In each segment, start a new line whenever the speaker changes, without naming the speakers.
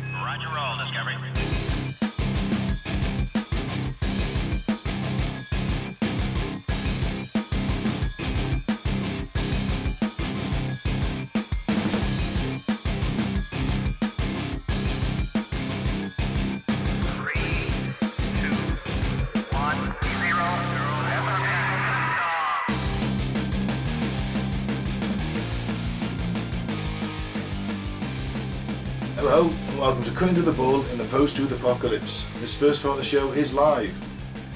roll, Discovery. Three, two, one, zero, zero, FM.
Hello, and welcome to Cutting to the Bull in the post to the apocalypse. This first part of the show is live.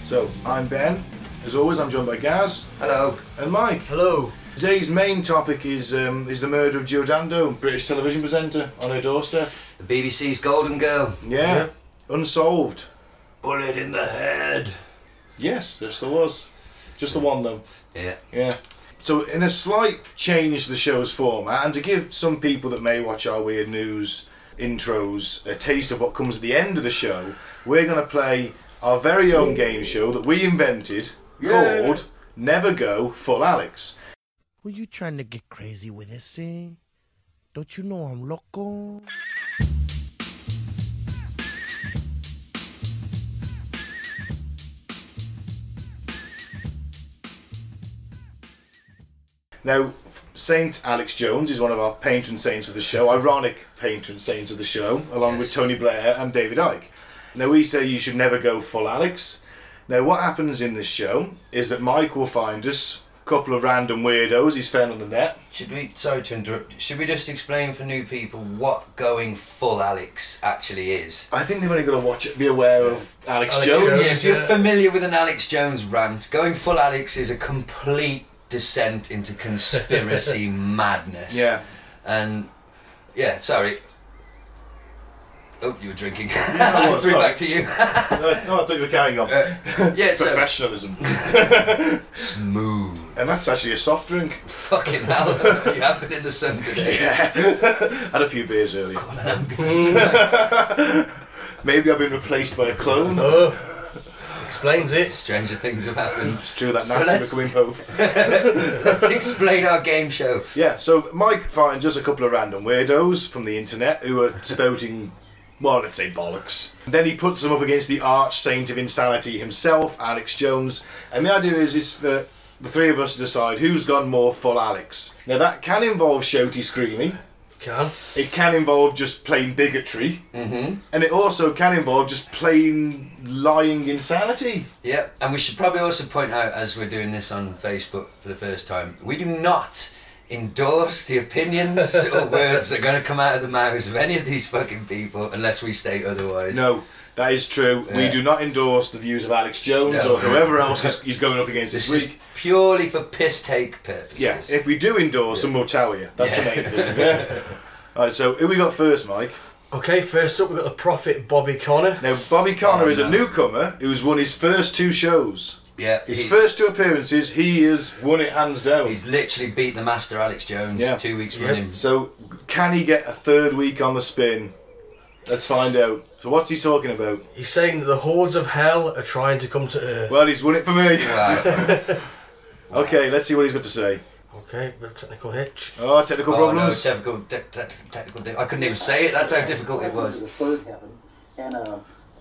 So, I'm Ben. As always, I'm joined by Gaz
Hello.
and Mike.
Hello.
Today's main topic is um, is the murder of Giordando, British television presenter, on her doorstep.
The BBC's Golden Girl.
Yeah, unsolved.
Bullet in the head.
Yes, yes, there was. Just the one, though.
Yeah.
Yeah. So, in a slight change to the show's format, and to give some people that may watch our weird news intros a taste of what comes at the end of the show, we're going to play our very own game show that we invented called Never Go Full Alex.
Were you trying to get crazy with this, eh? Don't you know I'm loco?
Now, Saint Alex Jones is one of our patron saints of the show, ironic patron saints of the show, along with Tony Blair and David Icke. Now, we say you should never go full Alex. Now, what happens in this show is that Mike will find us a couple of random weirdos he's found on the net.
Should we? Sorry to interrupt. Should we just explain for new people what going full Alex actually is?
I think they've only got to watch it, be aware of Alex,
Alex
Jones.
Jones.
If you're familiar with an Alex Jones rant, going full Alex is a complete descent into conspiracy madness.
Yeah.
And yeah, sorry. Oh, you were drinking.
I was,
Threw it
sorry.
back to you.
No, no, I thought you were carrying on.
yeah, so
Professionalism.
smooth.
and that's actually a soft drink.
Fucking hell, you have been in the sun today.
Had a few beers earlier. Maybe I've been replaced by a clone.
Oh, explains it.
Stranger things have happened.
It's true that
So
Nazi
let's-
becoming Pope.
Let's explain our game show.
Yeah, so Mike finds just a couple of random weirdos from the internet who are spouting, well, let's say bollocks. Then he puts them up against the arch saint of insanity himself, Alex Jones, and the idea is is for the three of us to decide who's gone more full Alex. Now that can involve shouty screaming.
Can.
It can involve just plain bigotry, mm-hmm. and it also can involve just plain lying insanity.
Yep, and we should probably also point out, as we're doing this on Facebook for the first time, we do not endorse the opinions or words that are going to come out of the mouths of any of these fucking people unless we state otherwise.
No, that is true. We
Yeah.
do not endorse the views of Alex Jones
No.
or whoever else is, he's going up against this,
This
week.
is purely for piss take purposes.
Yeah, if we do endorse, them, we'll tell you. That's
Yeah.
the main thing. Yeah. All right, so who we got first, Mike?
Okay, first up we've got the prophet Bobby Connor.
Now, Bobby Connor
Oh,
is a
no.
newcomer who's won his first two shows.
yeah
His
he-
first two appearances, he has won it hands down.
He's literally beat the master Alex Jones
Yeah.
two weeks
Yep.
running.
So, can he get a third week on the spin? Let's find out. So, what's he talking about?
He's saying that the hordes of hell are trying to come to earth.
Well, he's won it for me.
Wow. Oh,
Okay, let's see what he's got to say.
Okay, bit of technical hitch.
Oh, technical
Oh, no,
problems.
technical, te- te- technical. di- I couldn't even say it. That's how difficult it was.
The third heaven, and uh,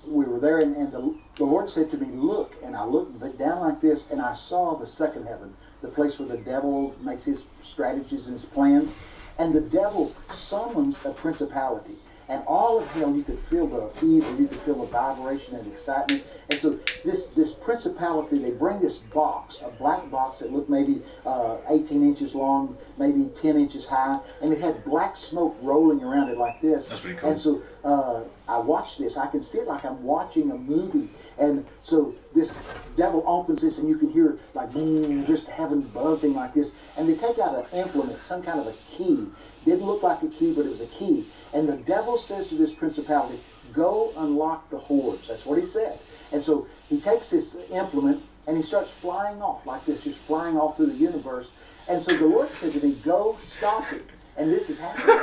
we were there, and, and the, the Lord said to me, "Look," and I looked but down like this, and I saw the second heaven, the place where the devil makes his strategies and his plans, and the devil summons a principality. And all of hell, you could feel the evil, you could feel the vibration and excitement. And so this this principality, they bring this box, a black box that looked maybe uh, 18 inches long, maybe 10 inches high, and it had black smoke rolling around it like this.
That's pretty cool.
And so uh, I watch this. I can see it like I'm watching a movie. And so this devil opens this, and you can hear like boom, just heaven buzzing like this. And they take out an implement, some kind of a key. Didn't look like a key, but it was a key. And the devil says to this principality, "Go unlock the hordes." That's what he said. And so he takes this implement and he starts flying off like this, just flying off through the universe. And so the Lord said to me, "Go, stop it." And this is happening.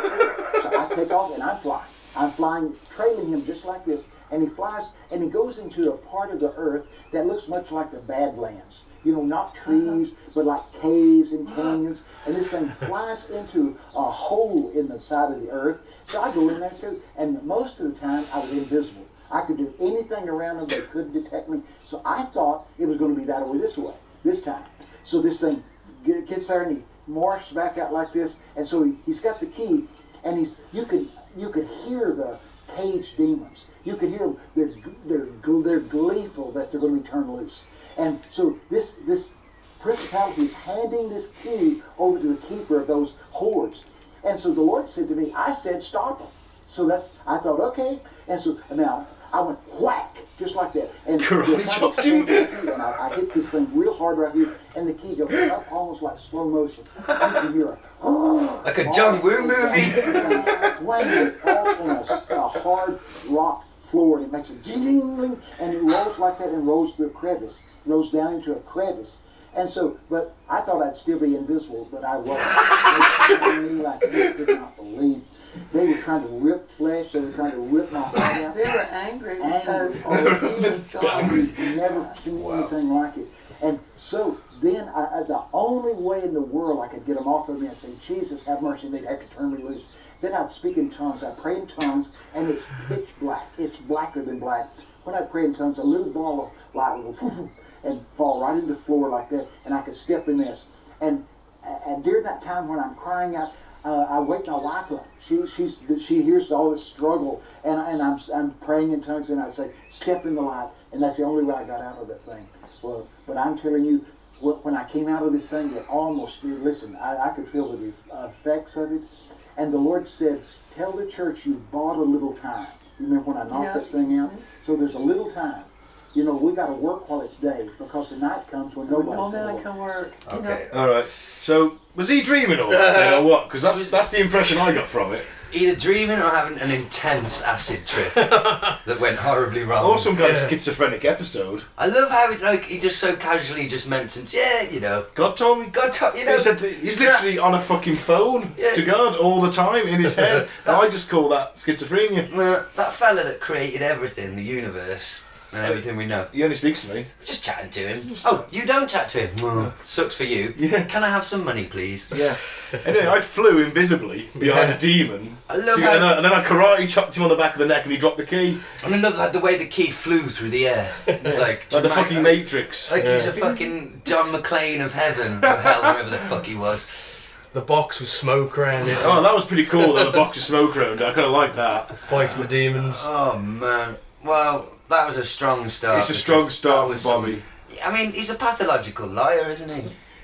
So I take off and I fly. I'm flying, trailing him just like this, and he flies and he goes into a part of the earth that looks much like the Badlands. you know, not trees, but like caves and canyons. And this thing flies into a hole in the side of the earth. So I go in there too. And most of the time, I was invisible. I could do anything around them, they couldn't detect me. So I thought it was going to be that way this way, this time. So this thing ge- gets there and he morphs back out like this. And so he, he's got the key, and he's you could you could hear the cage demons. You could hear them. They're, they're, gl- they're gleeful that they're going to be turned loose. And so this this principality is handing this key over to the keeper of those hordes. And so the Lord said to me, I said, stop them. So that's, I thought, okay. And so now I went whack, just like that. And the
Karate
time
chopped
I
him.
came to the key, And I, I hit this thing real hard right here, and the key goes up almost like slow motion. You can hear a,
Like a John Woo movie.
Whang all on a, a hard rock floor, and it makes a jingling, and it rolls like that and rolls through a crevice, rolls down into a crevice. And so, but I thought I'd still be invisible, but I wasn't. They me like you could not believe. They were trying to rip flesh, they were trying to rip my body out.
They were angry because
Angry.
he was gone.
I've never seen anything like it. And so then I, I, the only way in the world I could get them off of me and say, Jesus, have mercy, and they'd have to turn me loose. Then I'd speak in tongues. I pray in tongues, and it's pitch black. It's blacker than black. When I pray in tongues, a little ball of light would go and fall right into the floor like that, and I could step in this. And and during that time when I'm crying out, uh, I wake my wife up. She she's she hears all this struggle, and I- and I'm I'm praying in tongues, and I say, "Step in the light," and that's the only way I got out of that thing. Well, but I'm telling you, wh- when I came out of this thing, it almost listen. I, I could feel the effects of it, and the Lord said, "Tell the church you bought a little time." You remember when I knocked
Yeah.
that thing out? So there's a little time. You know, we got to work while it's day because the night comes when nobody's
Well,
gonna
then I
work.
can work. you know.
Okay.
All right. So was he dreaming or, or what? Because that's that's the impression I got from it.
Either dreaming or having an intense acid trip that went horribly wrong.
Or some kind of
Yeah.
schizophrenic episode.
I love how it, like he just so casually just mentioned, yeah, you know,
God told me.
God, taught- you know,
He said that he's literally on a fucking phone
Yeah.
to God all the time in his head. and I just call that schizophrenia.
Well, that fella that created everything, the universe,
Uh,
and everything we know.
He only speaks to me.
Just chatting to him. Oh, you don't chat to him. Well, Sucks for you.
Yeah.
Can I have some money, please?
Yeah. Anyway, I flew invisibly behind
Yeah.
a demon.
I love
to-
how-
and, I- and then I karate chopped him on the back of the neck and he dropped the key.
And I love that the way the key flew through the air, like
Like the
Jamaica.
fucking Matrix.
Like he's a fucking John McClane of heaven, or hell, wherever the fuck he was.
The box with smoke around it,
Oh, that was pretty cool, though, the box of smoke around it. I kind of like that.
fighting the demons.
Oh man. Well, that was a strong start.
It's a strong
because that
start
was
with Bobby.
some- I mean, he's a pathological liar, isn't he?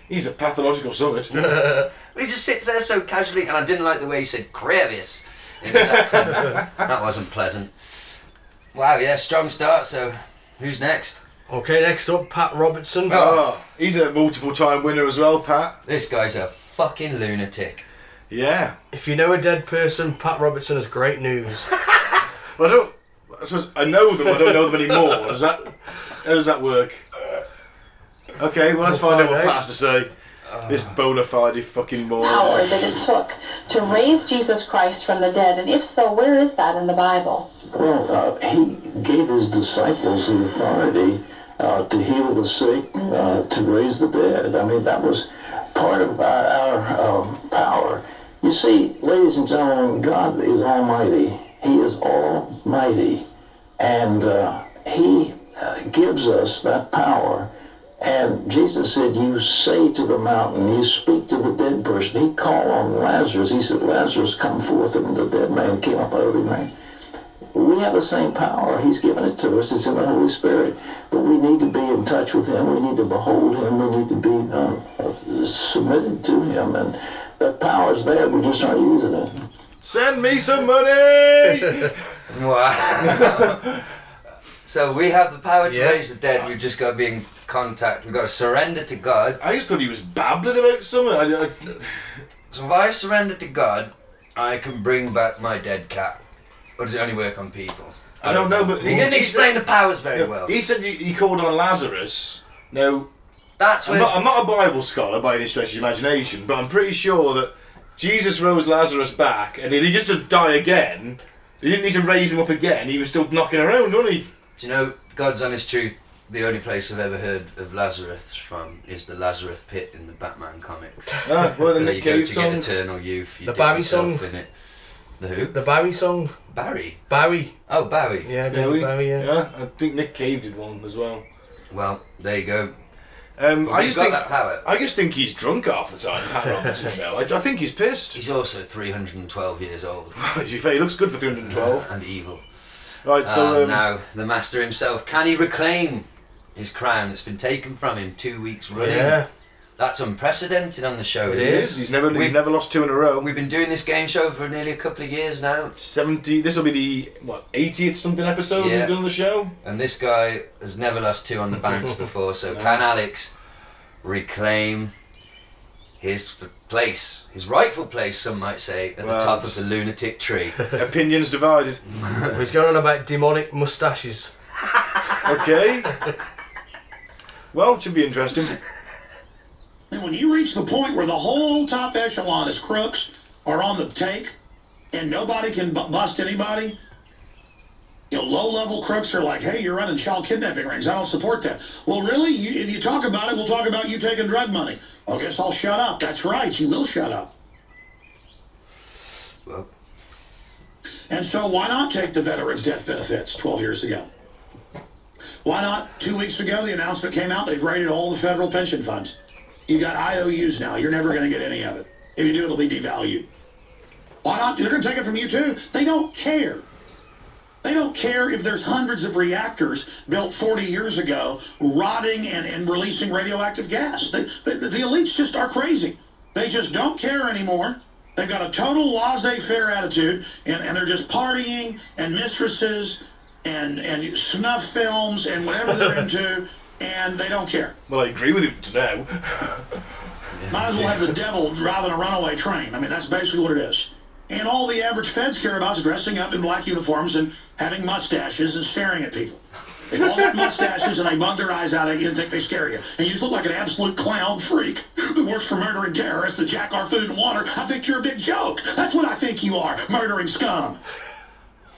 He's a pathological summit.
But he just sits there so casually, and I didn't like the way he said crevice. in his accent. that wasn't pleasant. Wow, yeah, strong start. So, who's next?
Okay, next up, Pat Robertson.
oh, he's a multiple time winner as well, Pat.
This guy's a fucking lunatic.
Yeah.
If you know a dead person, Pat Robertson has great news.
Well, I don't. I suppose I know them. I don't know them anymore. Does that? How does that work? Okay, well, let's
We'll
find out
find
what
out.
Pat has to say.
Ah.
This bona fide fucking
power
moron.
that it took to raise Jesus Christ from the dead? And if so, where is that in the Bible?
Well, uh, he gave his disciples the authority uh, to heal the sick, uh, to raise the dead. I mean, that was part of our, our um, power. You see, ladies and gentlemen, God is almighty. He is almighty. And uh, he uh, gives us that power. And Jesus said, You say to the mountain, you speak to the dead person. He called on Lazarus. He said, Lazarus, come forth. And the dead man came up out of him. We have the same power. He's given it to us. It's in the Holy Spirit. But we need to be in touch with Him. We need to behold Him. We need to be um, uh, submitted to Him. And that power is there. We're just not using it.
Send me some money.
Wow. so we have the power to
Yeah.
raise the dead. We've just got to be in contact. We've got to surrender to God.
I just thought he was babbling about something. I, I,
So if I surrender to God, I can bring back my dead cat. Or does it only work on people?
I don't know, but
He didn't explain the powers very well.
He said he, he called on Lazarus. Now,
That's
I'm
where
not, I'm not a Bible scholar by any stretch of the imagination, but I'm pretty sure that Jesus rose Lazarus back, and did he just to die again? He didn't need to raise him up again. He was still knocking around, wasn't he?
Do you know God's honest truth?
the only place I've ever heard of Lazarus from is the Lazarus pit in the Batman comics.
Ah, well,
Where
the Nick
you go
Cave
to
song.
get eternal youth. You
The
dip
Barry
yourself
song.
In it. The who?
The Barry song.
Barry.
Barry.
Oh, Barry.
Yeah,
Yeah,
David
we-
Barry, yeah.
yeah, I think Nick Cave did one as well.
Well, there you go.
Um,
Well,
I
he's
just
got that
think
power.
I just think he's drunk half the time. Pat Robertson, though. I, I think he's pissed.
He's also 312 years old
To be fair, he looks good for 312.
and evil.
Right, so
Uh,
um,
now the master himself can he reclaim his crown that's been taken from him two weeks running?
Yeah.
That's unprecedented on the show.
it
isn't
is. He's never he's
We-
never lost two in a row.
We've been doing this game show for nearly a couple of years now,
70. This will be the what 80th something episode
Yeah.
we've done on the show.
and this guy has never lost two on the bounce before. So can Alex reclaim his th- place, his rightful place, some might say, at
Well,
the top of
it's-
the lunatic tree?
Opinions divided.
He's going on about demonic mustaches.
Okay. Well, it should be interesting.
And when you reach the point where the whole top echelon is crooks or on the take and nobody can bu- bust anybody, you know, low level crooks are like, hey, you're running child kidnapping rings. I don't support that. Well, really? You, if you talk about it, we'll talk about you taking drug money. I guess I'll shut up. That's right. You will shut up.
well,
And so why not take the veterans' death benefits 12 years ago? Why not? Two weeks ago, the announcement came out they've raided all the federal pension funds. You've got IOUs now. You're never going to get any of it. If you do, it'll be devalued. Why not? They're going to take it from you too. They don't care. They don't care if there's hundreds of reactors built 40 years ago rotting and, and releasing radioactive gas. They, the, the elites just are crazy. They just don't care anymore. They've got a total laissez faire attitude, and, and they're just partying and mistresses and, and snuff films and whatever they're into, and they don't care.
Well, I agree with you to now.
Might as well have the devil driving a runaway train. I mean, that's basically what it is. And all the average feds care about is dressing up in black uniforms and having mustaches and staring at people. They all got mustaches and they bug their eyes out at you and think they scare you. And you just look like an absolute clown freak that works for murdering terrorists that jack our food and water. I think you're a big joke. That's what I think you are, murdering scum.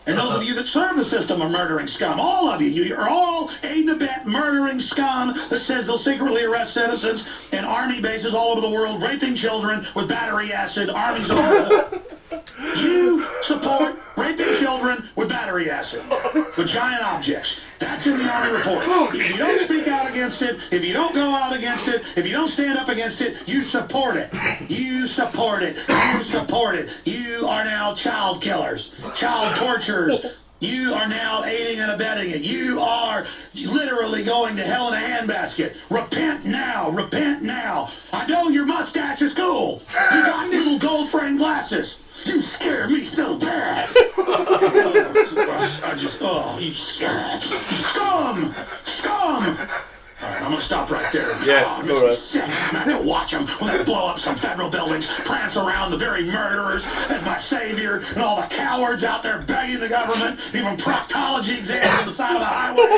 And those of you that serve the system are murdering scum. All of you. You are all aid and abet murdering scum that says they'll secretly arrest citizens in army bases all over the world, raping children with battery acid, armies all over. You support raping children with battery acid, with giant objects. That's in the army report. If you don't speak out against it, if you don't go out against it, if you don't stand up against it, you support it. You support it. You support it. You are now child killers, child torturers. You are now aiding and abetting it. You are literally going to hell in a handbasket. Repent now. Repent now. I know your mustache is cool. You got little gold framed glasses. You scare me so bad. I just, oh, you scare Scum! Scum! All right, I'm gonna stop right there.
Yeah, all
oh, it makes me
right.
sick. I'm gonna have to watch them when they blow up some federal buildings, prance around the very murderers as my savior, and all the cowards out there begging the government, even proctology exams on the side of the highway.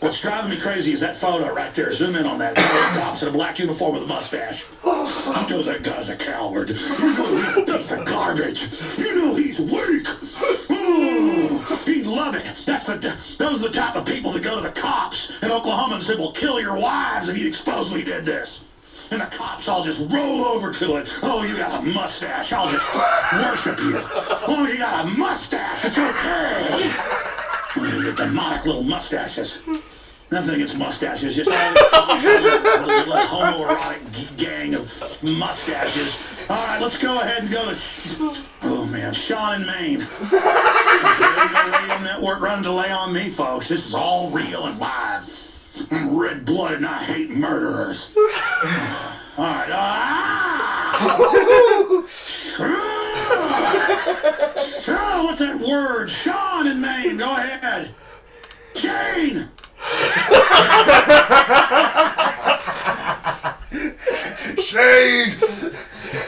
What's driving me crazy is that photo right there. Zoom in on that. Those cops in a black uniform with a mustache. You know that guy's a coward. You know he's a piece of garbage. You know he's weak. Oh, he'd love it. That's the those are the type of people that go to the cops in Oklahoma and say, "We'll kill your wives if you expose we did this." And the cops all just roll over to it. Oh, you got a mustache. I'll just worship you. Oh, you got a mustache. It's okay. Oh, Your demonic little mustaches. Nothing against mustaches, just a little homoerotic g- gang of mustaches. All right, let's go ahead and go to. Oh man, Sean in Maine. The radio network run delay on me, folks. This is all real and live. I'm red blooded and I hate murderers. All right. Ah! Sean, what's that word? Sean in Maine. Go ahead. Jane.
Shane.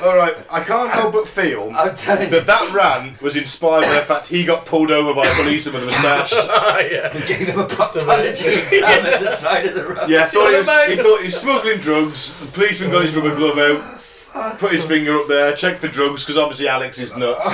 All right, I can't help but feel
I'm telling you,
that that rant was inspired by the fact he got pulled over by a policeman with a moustache.
yeah.
gave him a proctology exam at the side of the road.
Yeah, thought he, was,
mate.
he thought he was smuggling drugs. The policeman got his rubber glove out, put his finger up there, checked for drugs because obviously Alex is nuts.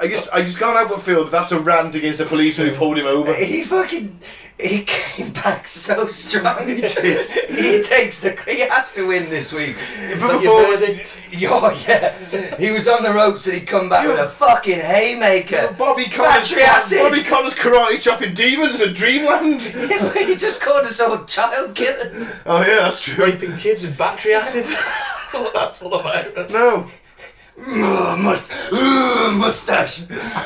I, just, I just can't help but feel that that's a rant against the policeman who pulled him over.
He fucking he came back so strong. he takes the he has to win this week. But
before-
you verdict. Yeah, yeah. He was on the ropes and he come back with a fucking haymaker.
Bobby Connor's,
Battery acid.
Bobby Connor's karate chopping demons in Dreamland.
he just called us all child killers.
Oh yeah, that's true.
Raping kids with battery acid. That's all about.
No,
Ugh, must, ugh, mustache.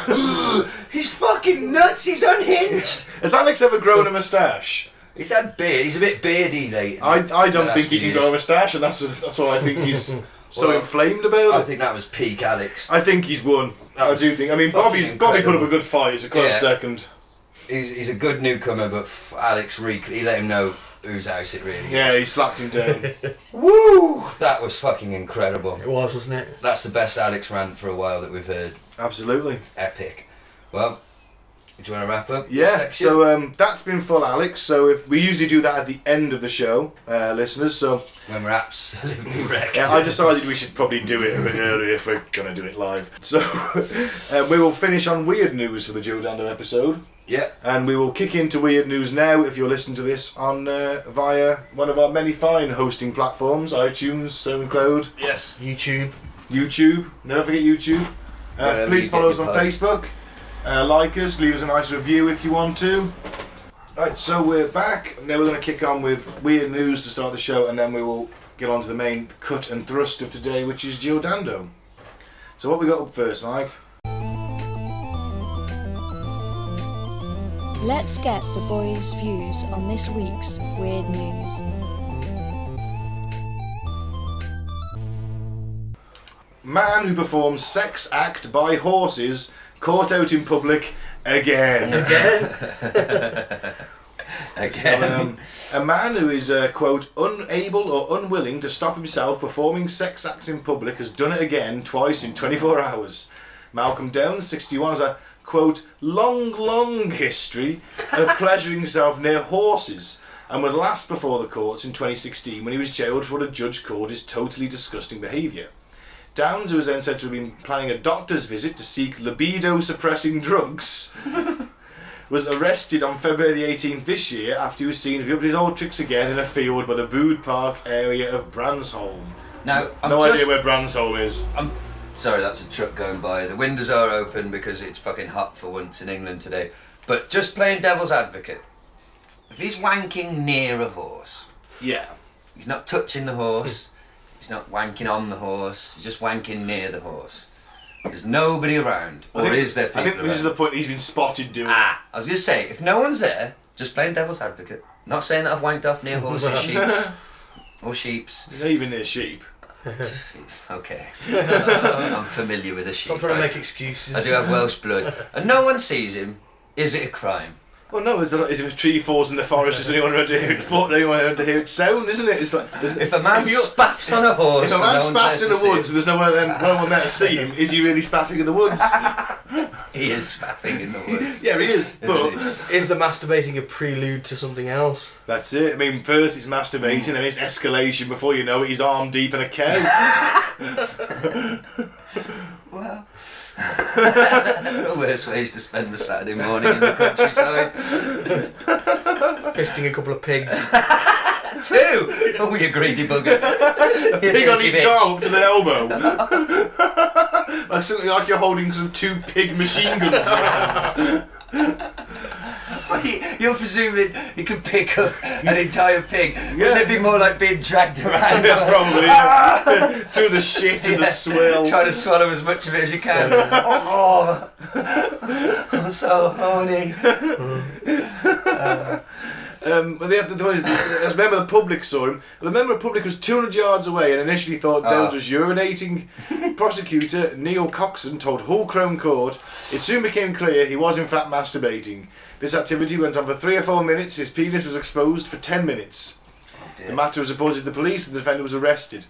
Ugh, he's fucking nuts. He's unhinged.
has Alex ever grown a moustache?
He's had beard. He's a bit beardy lately.
I, I don't
Last
think he
few
can
years.
grow a moustache, and that's that's what I think he's so
Well,
inflamed about.
I think that was peak Alex.
I think he's won.
That
I
was
do think. I mean,
fucking
Bobby's Bobby put up
incredible.
a good fight. He's a close
Yeah.
second.
he's, he's a good newcomer, but f- Alex Reek, he let him know whose house it really.
Yeah, he slapped him down.
Woo! That was fucking incredible.
It was, wasn't it?
That's the best Alex rant for a while that we've heard.
Absolutely.
Epic. Well, do you want to wrap up? this
Yeah.
section?
So um, that's been full, Alex. So if we usually do that at the end of the show, uh, listeners. So
when we're absolutely wrecked.
Yeah, I decided we should probably do it a bit earlier if we're going to do it live. So um, we will finish on weird news for the Joe Dando episode,
Yeah.
and we will kick into weird news now. If you're listening to this on uh, via one of our many fine hosting platforms, iTunes, SoundCloud,
Yes. YouTube.
YouTube. Never forget YouTube. Uh,
Wherever
please
you
follow us
get
on
your
Facebook. Uh, like us. Leave us a nice review if you want to. Right, so we're back. Now we're going to kick on with weird news to start the show, and then we will get on to the main cut and thrust of today, which is Giordando. So what we got up first, Mike?
Let's get the boys' views on this week's weird news.
Man who performs sex act by horses caught out in public again.
Again.
um, a man who is uh, quote unable or unwilling to stop himself performing sex acts in public has done it again twice in 24 hours malcolm downs 61 has a quote long long history of pleasuring himself near horses and was last before the courts in 2016 when he was jailed for what a judge called his totally disgusting behaviour Downs, who was then said to have been planning a doctor's visit to seek libido suppressing drugs, was arrested on February the 18th this year after he was seen to be up to his old tricks again in a field by the Bude Park area of Bransholm.
now, I'm
no
just,
idea where Bransholm is.
I'm sorry, that's a truck going by. The windows are open because it's fucking hot for once in England today. But just playing devil's advocate. If he's wanking near a horse,
Yeah.
he's not touching the horse,
Hmm.
he's not wanking on the horse, he's just wanking near the horse. There's nobody around, or is there people
I think this is the
around?
point he's been spotted doing.
Ah, I was going to say, if no one's there, just playing devil's advocate. Not saying that I've wanked off near horses, sheeps, or sheeps.
Not even near sheep.
Okay. I'm familiar with the sheep.
Stop trying to make excuses.
I do have Welsh blood. And no one sees him. Is it a crime?
Well, no, is, is if a tree falls in the forest, does anyone around to hear it? Thought anyone around to hear it sound, isn't it? It's like there's-
If a man
you're-
spaffs on a horse.
If a
and
man
no one
spaffs
cares
in
to
the
see
woods and
him,
there's no one, there, no one there to see him, is he really spaffing in the woods?
He is spaffing in the woods.
yeah, he is. But
Is the masturbating a prelude to something else?
That's it. I mean, first it's masturbating, then it's escalation. Before you know it, he's arm deep in a cow.
Well. Worst ways to spend a Saturday morning in the countryside.
Fisting a couple of pigs.
Two! Oh, you greedy bugger.
pig on each arm up to the elbow. like something like you're holding some two pig machine guns.
You're presuming you can pick up an entire pig. Wouldn't it be more like being dragged around?
yeah, probably. yeah. Through the shit and the swill.
Try to swallow as much of it as you can. oh, I'm so horny.
Um, but the, the, the, the, the member of the public saw him. The member of the public was 200 yards away and initially thought Downs was urinating. Prosecutor Neil Coxon told Hall Crown Court it soon became clear he was in fact masturbating. This activity went on for three or four minutes. His penis was exposed for 10 minutes. the matter was reported to the police and the defendant was arrested.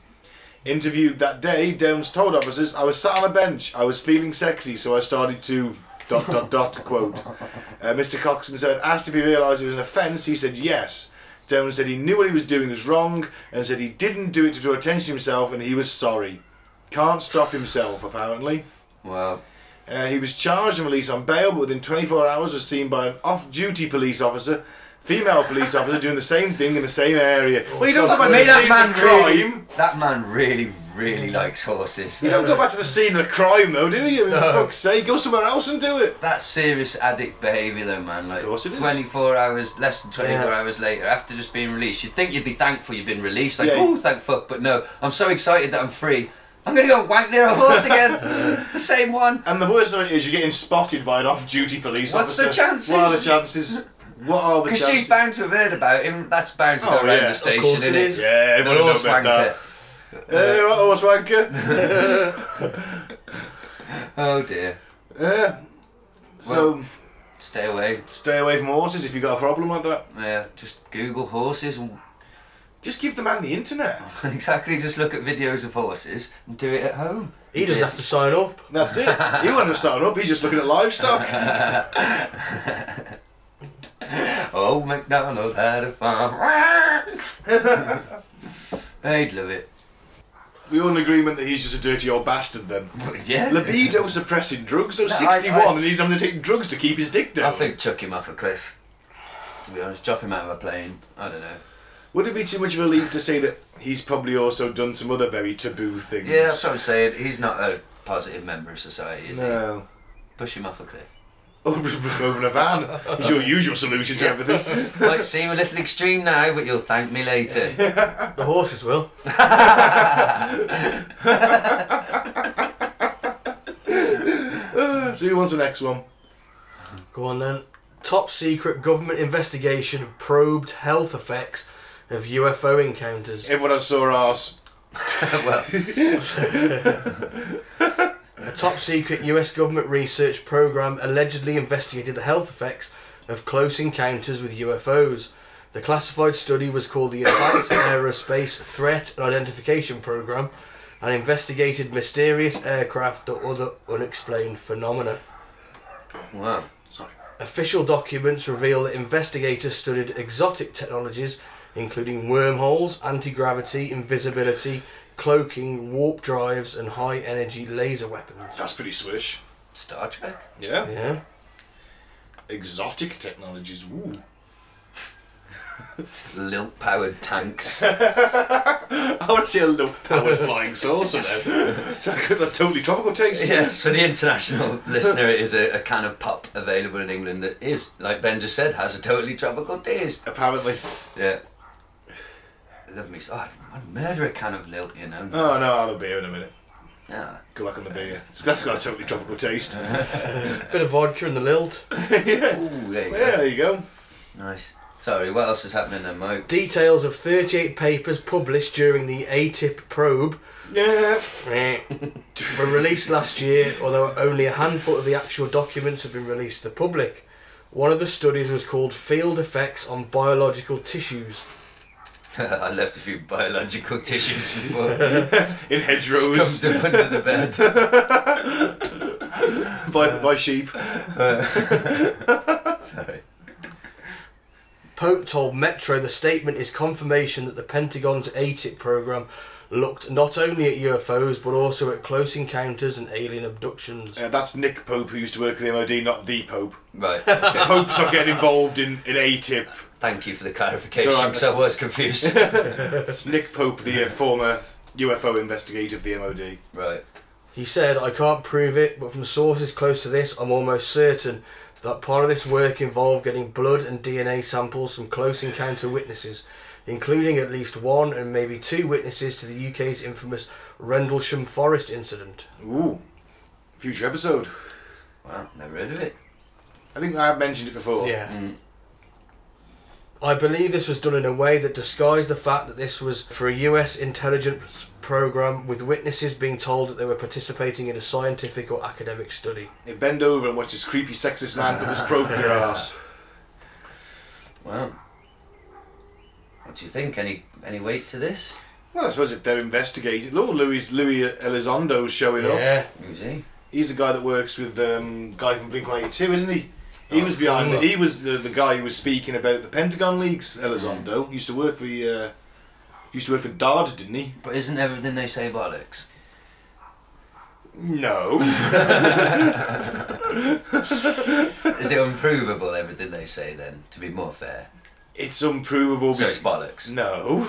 Interviewed that day, Downs told officers, I was sat on a bench. I was feeling sexy, so I started to. Dot dot dot quote. Uh, Mr. Coxon said, asked if he realised it was an offence. He said yes. Down said he knew what he was doing was wrong and said he didn't do it to draw attention to himself and he was sorry. Can't stop himself, apparently.
Well,
Uh, Uh, he was charged and released on bail, but within 24 hours was seen by an off-duty police officer, female police officer, doing the same thing in the same area. Well, you don't go back to the
Mate,
scene of the crime.
really, That man really, really likes horses.
You don't go back to the scene of the crime, though, do you? I mean, For
No.
fuck's sake, go somewhere else and do it.
That's serious addict behaviour, though, man. Like,
it is.
24 hours, less than 24
Yeah.
hours later, after just being released, you'd think you'd be thankful you've been released. Like,
Yeah.
oh, thank fuck, but no, I'm so excited that I'm free. I'm gonna go wank near a horse again. the same one.
And the worst of it is you're getting spotted by an off-duty police
What's
officer.
the chances?
What are the chances? What are the
Because
chances?
she's bound to have heard about him. That's bound to
Oh,
go round
yeah,
the
of
station,
course it
innit?
is. Yeah,
The
everyone
horse
knows about
wanker.
that. Hey, what horse wanker?
oh dear.
Yeah. So
stay away.
Stay away from horses if you've got a problem like that.
Yeah, just Google horses and
Just give the man the internet.
exactly. Just look at videos of horses and do it at home.
He doesn't have to sign
up.
That's it. He won't have signed up. He's just looking at livestock.
oh, McDonald had a farm. I'd love it.
We all in agreement that he's just a dirty old bastard then.
yeah.
Libido suppressing drugs. So
No, I-
61
I-
and he's having to take drugs to keep his dick down.
I think chuck him off a cliff. To be honest, drop him out of a plane. I don't know.
Would it be too much of a leap to say that he's probably also done some other very taboo things?
Yeah, that's what I'm saying. He's not a positive member of society, is
No.
he? Push him off a cliff.
Over in a van. It's your usual solution to
Yeah.
everything.
Might seem a little extreme now, but you'll thank me later.
The horses will.
so who wants the next one?
Go on then. Top secret government investigation probed health effects of UFO encounters.
Everyone has sore arse.
well.
A top secret US government research program allegedly investigated the health effects of close encounters with UFOs. The classified study was called the Advanced Aerospace Threat and Identification Program and investigated mysterious aircraft or other unexplained phenomena.
Wow.
Official documents reveal that investigators studied exotic technologies including wormholes, anti gravity, invisibility, cloaking, warp drives, and high energy laser weapons.
That's pretty swish.
Star Trek?
Yeah.
Yeah.
Exotic technologies. Ooh.
Lilt powered tanks.
I want to see Oh, a little powered flying saucer now. So I've got that totally tropical taste.
yes, for the international listener, it is a, a can of pop available in England that is, like Ben just said, has a totally tropical taste.
Apparently.
Yeah. Love me. so- Oh, I'd murder a can of Lilt, you know.
Oh no, I'll have a beer in a minute.
Yeah.
Good luck on the beer. So That's got a totally tropical taste.
Bit of vodka in the lilt.
Ooh, there you
Yeah,
go.
there you go.
Nice. Sorry, what else is happening then, Mo?
Details of 38 papers published during the ATIP probe
Yeah.
eh, were released last year, although only a handful of the actual documents have been released to the public. One of the studies was called Field Effects on Biological Tissues.
I left a few biological tissues before.
In hedgerows
Scuffed up under the bed.
by, by sheep. Uh,
Sorry.
Pope told Metro the statement is confirmation that the Pentagon's ATIP program looked not only at UFOs but also at close encounters and alien abductions.
Uh, that's Nick Pope who used to work for the MOD, not the Pope.
Right. okay.
Pope's not getting involved in, in A tip.
Thank you for the clarification
So I'm-
because I was confused.
That's Nick Pope, the uh, former UFO investigator of the MOD.
right.
He said, I can't prove it, but from sources close to this, I'm almost certain that part of this work involved getting blood and DNA samples from close encounter witnesses, including at least one and maybe two witnesses to the UK's infamous Rendlesham Forest incident.
Ooh. Future episode.
Wow, never heard of it.
I think I have mentioned it before.
Yeah. I believe this was done in a way that disguised the fact that this was for a US intelligence program, with witnesses being told that they were participating in a scientific or academic study.
They bend over and watch this creepy sexist man put his probe in your ass.
Wow. What do you think? Any any weight to this?
Well, I suppose if they're investigating, look, Louis Louis Elizondo's showing up.
Who's he?
He's the guy that works with um, guy from Blink One Eighty Two, isn't he? He was behind. The, he was the, the guy who was speaking about the Pentagon leaks. Elizondo used to work for the, uh, used to work for Dodd, didn't he?
But isn't everything they say bollocks?
No.
Is it unprovable, everything they say, then, to be more fair?
It's unprovable.
So it's bollocks.
No.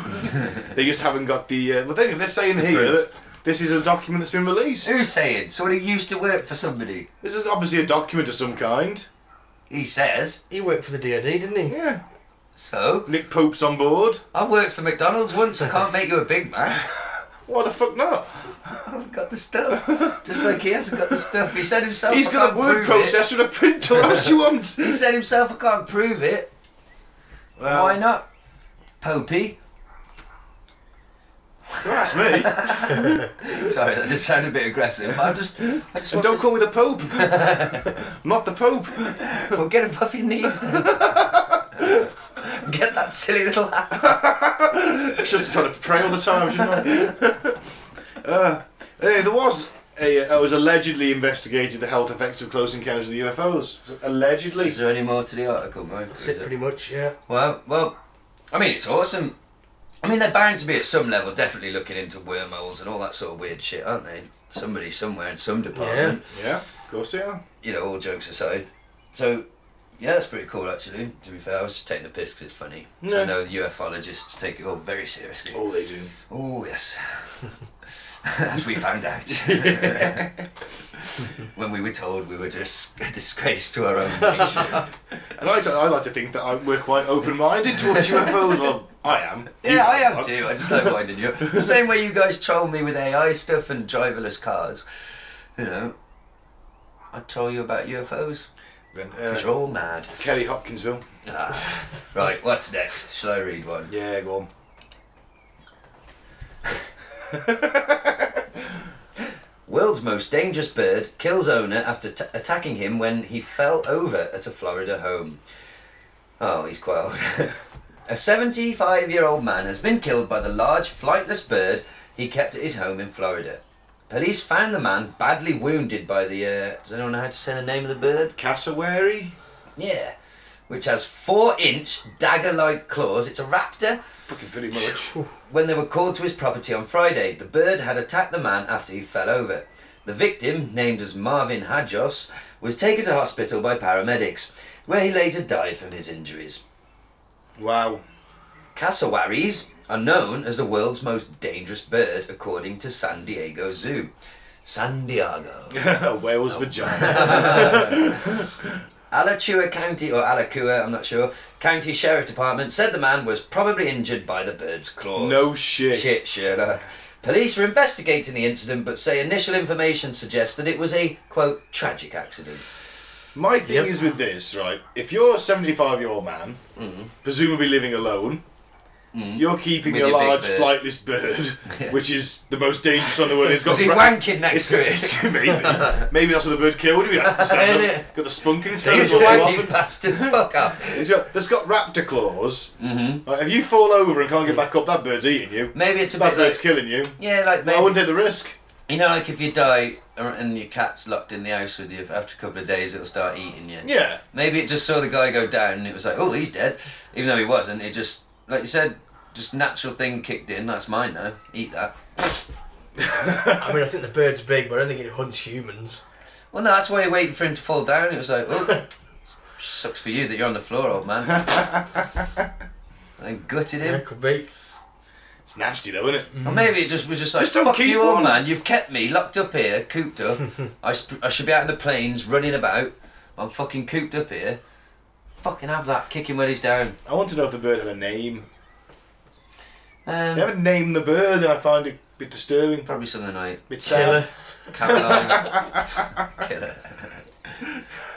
they just haven't got the. Uh, well, they, they're saying here that this is a document that's been released.
Who's saying? Someone who used to work for somebody.
This is obviously a document of some kind.
He says.
He worked for the DoD, didn't he?
Yeah.
So?
Nick Pope's on board.
I worked for McDonald's once, I can't make you a Big Mac.
Why the fuck not?
I've got the stuff. Just like he hasn't got the stuff. He said himself.
He's
I
got a
can't
word
prove it.
processor and a printer. What else do you want?
He said himself, I can't prove it.
Well-
Why not? Popey.
Don't ask me.
Sorry, that just sounded a bit aggressive. I just, I just
and
want
don't
to-
call me the Pope. not the Pope.
Well, get above your knees then. get that silly little hat.
It's just trying to pray all the time, shouldn't I? uh, anyway, there was. A, I was allegedly investigated the health effects of close encounters of the UFOs. Allegedly.
Is there any more to the article, mate?
That's it, pretty much, yeah.
Well, well, I mean, it's awesome. I mean, they're bound to be at some level definitely looking into wormholes and all that sort of weird shit, aren't they? Somebody somewhere in some department.
Yeah, of course they are.
you know, all jokes aside. So, yeah, that's pretty cool, actually, to be fair. I was just taking the piss 'cause it's funny. So
Yeah.
I know the ufologists take it all very seriously.
Oh, they do.
Oh, yes. As we found out. when we were told we were just a disgrace to our own nation.
And I, I like to think that I, we're quite open-minded towards UFOs. Well, I am. You
yeah, I
guys
am
aren't.
too. I just like winding you up. The same way you guys troll me with AI stuff and driverless cars. You know, I troll you about UFOs.
Then,
'cause
uh,
you're all mad.
Kelly Hopkinsville.
Ah, right, what's next? Shall I read one?
Yeah, go on.
World's most dangerous bird kills owner after t- attacking him when he fell over at a Florida home. Oh, he's quite old. a 75 year old man has been killed by the large flightless bird he kept at his home in Florida. Police found the man badly wounded by the. Uh, does anyone know how to say the name of the bird?
Cassowary?
Yeah. Which has four inch dagger like claws. It's a raptor.
Fucking pretty much.
When they were called to his property on Friday, the bird had attacked the man after he fell over. The victim, named as Marvin Hadjos, was taken to hospital by paramedics, where he later died from his injuries.
wow.
Cassowaries are known as the world's most dangerous bird, according to San Diego Zoo. San Diego. Oh.
Whale's vagina.
Alachua County, or Alacua, I'm not sure, County Sheriff Department said the man was probably injured by the bird's claws.
No shit.
Shit, shit. uh, Police are investigating the incident but say initial information suggests that it was a, quote, tragic accident.
My thing is with this, right? If you're a 75 year old man, presumably living alone, you're keeping
Mm-hmm. With
a
your big
large
bird.
flightless bird, which is the most dangerous on the world. It's got
Was he
ra-
wanking next to
It's-
it?
maybe. Maybe that's what the bird killed him. That's the sound of- Got the spunk in his tail. as
He's
well.
white, you bastard. Fuck up.
It's got, that's got raptor claws. Mm-hmm. Like, if you fall over and can't get back up, that bird's eating you.
Maybe it's a
that
bit
bird's
like-
killing you.
Yeah, like
I wouldn't
maybe,
take the risk.
you know, like if you die or- and your cat's locked in the house with you after a couple of days, it'll start eating you.
Yeah.
Maybe it just saw the guy go down and it was like, oh, he's dead, even though he wasn't. It just, like you said, just natural thing kicked in. That's mine now. Eat that.
I mean, I think the bird's big, but I don't think it hunts humans.
Well, no, that's why you waited for him to fall down. It was like, oh, sucks for you that you're on the floor, old man. and then gutted
Yeah,
him.
could be.
It's nasty though, isn't it?
Or maybe it just was just like,
Mm. Just don't
fuck
keep
you, old
on."
man. You've kept me locked up here, cooped up. I, sp- I should be out in the plains, running about. I'm fucking cooped up here. Fucking have that. Kick him when he's down.
I want to know if the bird had a name. They
Um,
haven't named the bird, and I find it a bit disturbing, a
probably something like
bit sad.
Killer.
Caroline. Killer.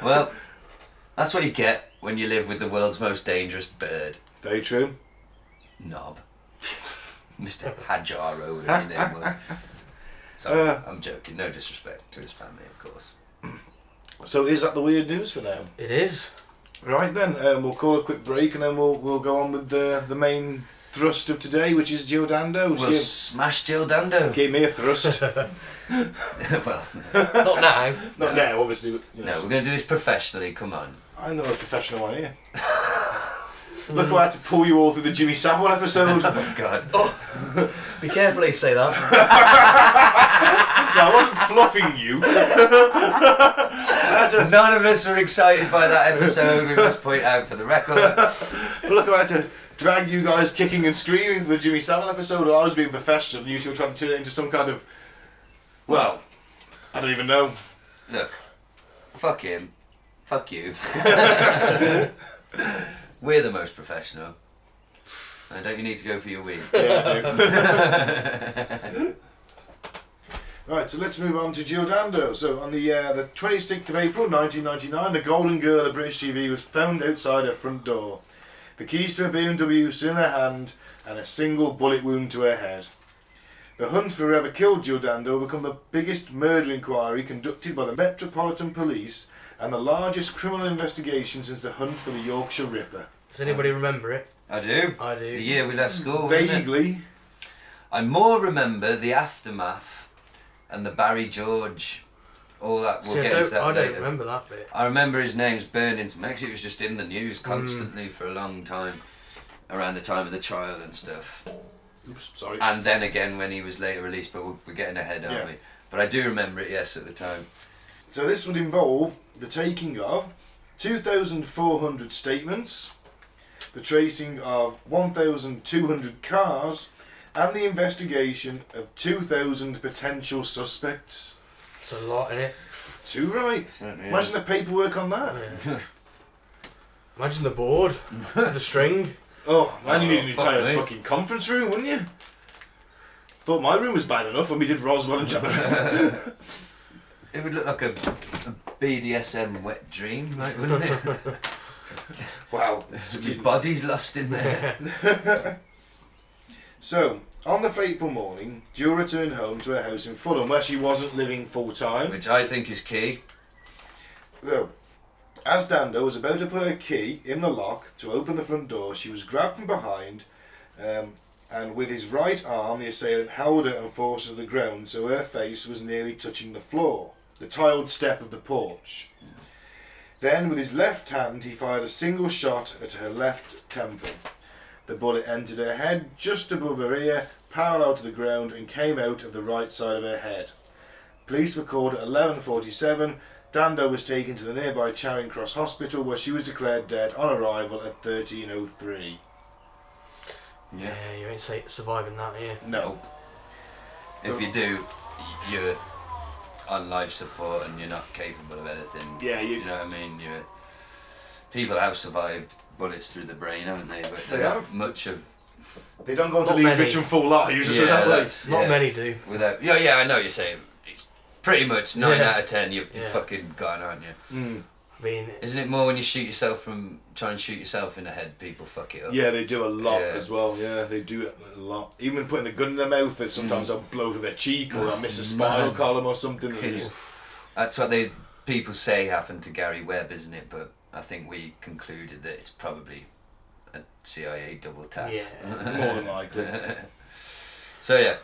well, that's what you get when you live with the world's most dangerous bird.
Very true.
knob. Mr. Hajaro, whatever his name was. Sorry,
Uh.
I'm joking. No disrespect to his family, of course.
So is that the weird news for now?
It is.
Right then, um, we'll call a quick break, and then we'll we'll go on with the the main thrust of today, which is Joe Dando's.
We'll smash Jill Dando.
Give, give me a thrust.
well,
Not now.
Not now, obviously. but, You
no,
know,
we're going to do this professionally. Come on.
I'm the most professional one here. Look, I had to pull you all through the Jimmy Savile episode.
God.
Be careful how you say that.
I wasn't fluffing you.
None of us are excited by that episode. We must point out for the record.
Look, I had to drag you guys kicking and screaming for the Jimmy Savile episode, and I was being professional, and you two were trying to turn it into some kind of. Well, I don't even know.
Look, fuck him. Fuck you. We're the most professional. And don't you need to go for your weed?
Yeah, Right, so let's move on to Giordando. So, on the uh, the 26th of April 1999, the Golden Girl of British TV was found outside her front door. The keys to her BMW was in her hand, and a single bullet wound to her head. The hunt for whoever killed Giordando became the biggest murder inquiry conducted by the Metropolitan Police and the largest criminal investigation since the hunt for the Yorkshire Ripper.
Does anybody remember it?
I do.
I do.
The year we left school. wasn't Oh, it?
Vaguely,
I more remember the aftermath and the Barry George, all that. We'll
See, I
get
don't,
into that
I
later.
don't remember that bit.
I remember his name's burned into me 'cause it was just in the news constantly for a long time, around the time of the trial and stuff.
Oops, sorry.
And then again when he was later released, but we're, we're getting ahead, aren't
Yeah.
we? But I do remember it, yes, at the time.
So this would involve the taking of 2,400 statements, the tracing of 1,200 cars, and the investigation of 2,000 potential suspects.
It's a lot in it.
Too right.
Certainly
Imagine
is.
the paperwork on that.
Imagine the board, the string.
Oh, man, you
Oh,
need an
fuck
entire
me.
fucking conference room, wouldn't you? Thought my room was bad enough when we did Roswell and Chapman.
It would look like a, a BDSM wet dream, like, wouldn't it?
wow.
Your body's lost in there.
So, on the fateful morning, Jill returned home to her house in Fulham, where she wasn't living full time.
Which I think is key.
So, as Dando was about to put her key in the lock to open the front door, she was grabbed from behind, um, and with his right arm, the assailant held her and forced her to the ground, so her face was nearly touching the floor, the tiled step of the porch. Then, with his left hand, he fired a single shot at her left temple. The bullet entered her head just above her ear, parallel to the ground, and came out of the right side of her head. Police were called at 11:47. Dando was taken to the nearby Charing Cross Hospital, where she was declared dead on arrival at 13:03.
Yeah. you ain't say, surviving that, yeah.
No.
If you do, you're on life support and you're not capable of anything.
Yeah, you-
know what I mean. You're, people have survived bullets through the brain, haven't they? But
They
they're not
have.
Much of
They don't go on to
Not
lead
many.
rich and full lives. Just put it that way.
that's- yeah. Without, yeah, yeah, I know what you're saying. It's pretty much nine
Yeah.
out of ten. You've,
Yeah.
you've fucking gone, aren't you?
Mm. I mean,
Isn't it more when you shoot yourself from try and shoot yourself in the head? People fuck it up.
Yeah, they do a lot
Yeah.
as well. Yeah, they do it a lot. Even putting the gun in their mouth, they
Mm.
sometimes they'll blow through their cheek or they'll miss a spinal
Man.
column or something.
Can you- That's what they people say happened to Gary Webb, isn't it? But I think we concluded that it's probably a CIA double tap.
Yeah.
More than likely.
so yeah.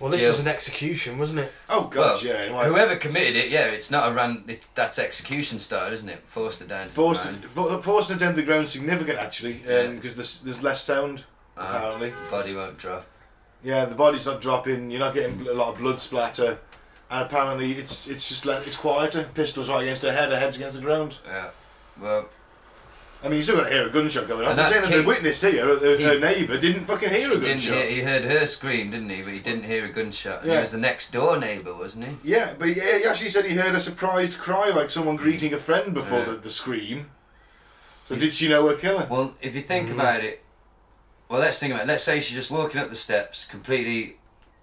Well, this
Jill-
was an execution, wasn't it?
Oh
Well, Whoever committed it, yeah, it's not a ran. It, that's execution style, isn't it? Forced it down. to the
Forced
ground.
it, for, forcing it down to the ground significant actually, because there's, there's less sound
Ah,
apparently.
the Body won't drop.
Yeah, the body's not dropping. You're not getting bl- a lot of blood splatter, and apparently it's it's just like it's quieter. Pistols right against her head, her head's against the ground.
Yeah. Well.
I mean, you still got to hear a gunshot going on.
And
I'm
that's
saying that the
key.
witness here, uh, her,
He-
her neighbour, didn't fucking hear a
Didn't
gunshot.
hear, he heard her scream, didn't he? But he didn't hear a gunshot. And He
Yeah.
was the next door neighbour, wasn't he?
yeah, but he, he actually said he heard a surprised cry, like someone greeting a friend before
Yeah.
the, the scream. So did she know her killer?
Well, if you think
Mm-hmm.
about it, well, let's think about it. Let's say she's just walking up the steps, completely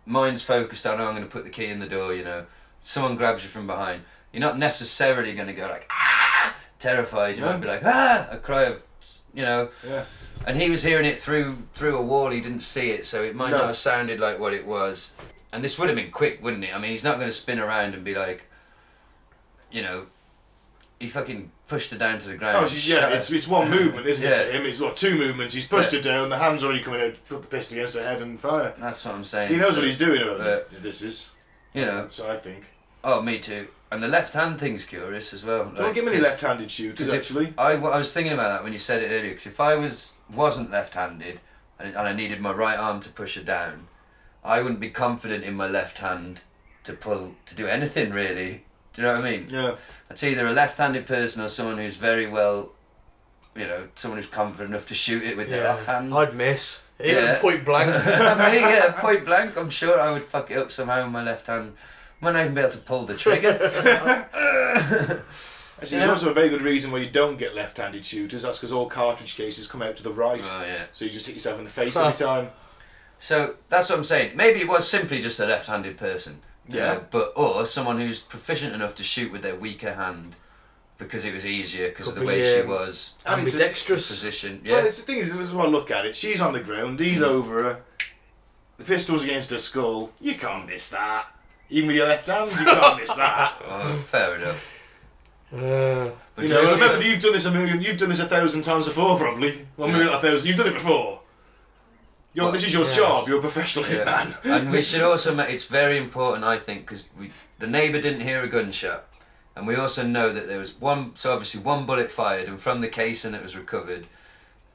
mind's focused on, oh, I'm going to put the key in the door, you know. Someone grabs you from behind. You're not necessarily going to go like, ah, terrified. You
No.
might be like, ah, a cry of, you know.
Yeah.
And he was hearing it through through a wall. He didn't see it, so it might
No.
not have sounded like what it was. And this would have been quick, wouldn't it? I mean, he's not going to spin around and be like, you know, he fucking pushed her down to the ground.
Oh,
and
she's,
shot
yeah,
her.
it's, it's one movement, isn't
Yeah.
it? For him, it's like two movements. He's pushed
Yeah.
her down, the hand's already coming out, put the pistol against her head and fire.
That's what I'm saying.
He knows what he's doing
But,
about this, this is.
You know.
That's I think.
Oh, me too. And the left hand thing's curious as well.
Don't give me any left-handed shooters, actually.
I, w- I was thinking about that when you said it earlier. Because if I was wasn't left-handed and, and I needed my right arm to push her down, I wouldn't be confident in my left hand to pull to do anything really. Do you know what I mean?
Yeah.
It's either a left-handed person or someone who's very well, you know, someone who's confident enough to shoot it with their
Yeah.
offhand.
I'd miss. Even point blank.
I mean, yeah, point blank. I'm sure I would fuck it up somehow with my left hand. I might not even be able to pull the trigger.
Actually, there's also a very good reason why you don't get left-handed shooters. That's because all cartridge cases come out to the right.
Oh, yeah.
So you just hit yourself in the face every time.
So that's what I'm saying. Maybe it was simply just a left-handed person.
Yeah.
Uh, but or someone who's proficient enough to shoot with their weaker hand because it was easier because of
Could
the
be,
way she
um,
was.
I mean, it's a- ambidextrous.
position. Yeah. Mm.
Well, it's the thing is, this is what I look at it. She's on the ground. He's over her. The pistol's against her skull. You can't miss that. Even with your left hand, you can't miss that.
Oh, fair enough.
you know, and remember that you've done this a million, you've done this a thousand times before, probably. Well, maybe
Yeah.
not a thousand. You've done it before. You're, this is your
Yeah.
job. You're a professional
Yeah.
hitman.
and we should also. ma- It's very important, I think, because we the neighbour didn't hear a gunshot, and we also know that there was one. So obviously, one bullet fired, and from the casing that was recovered,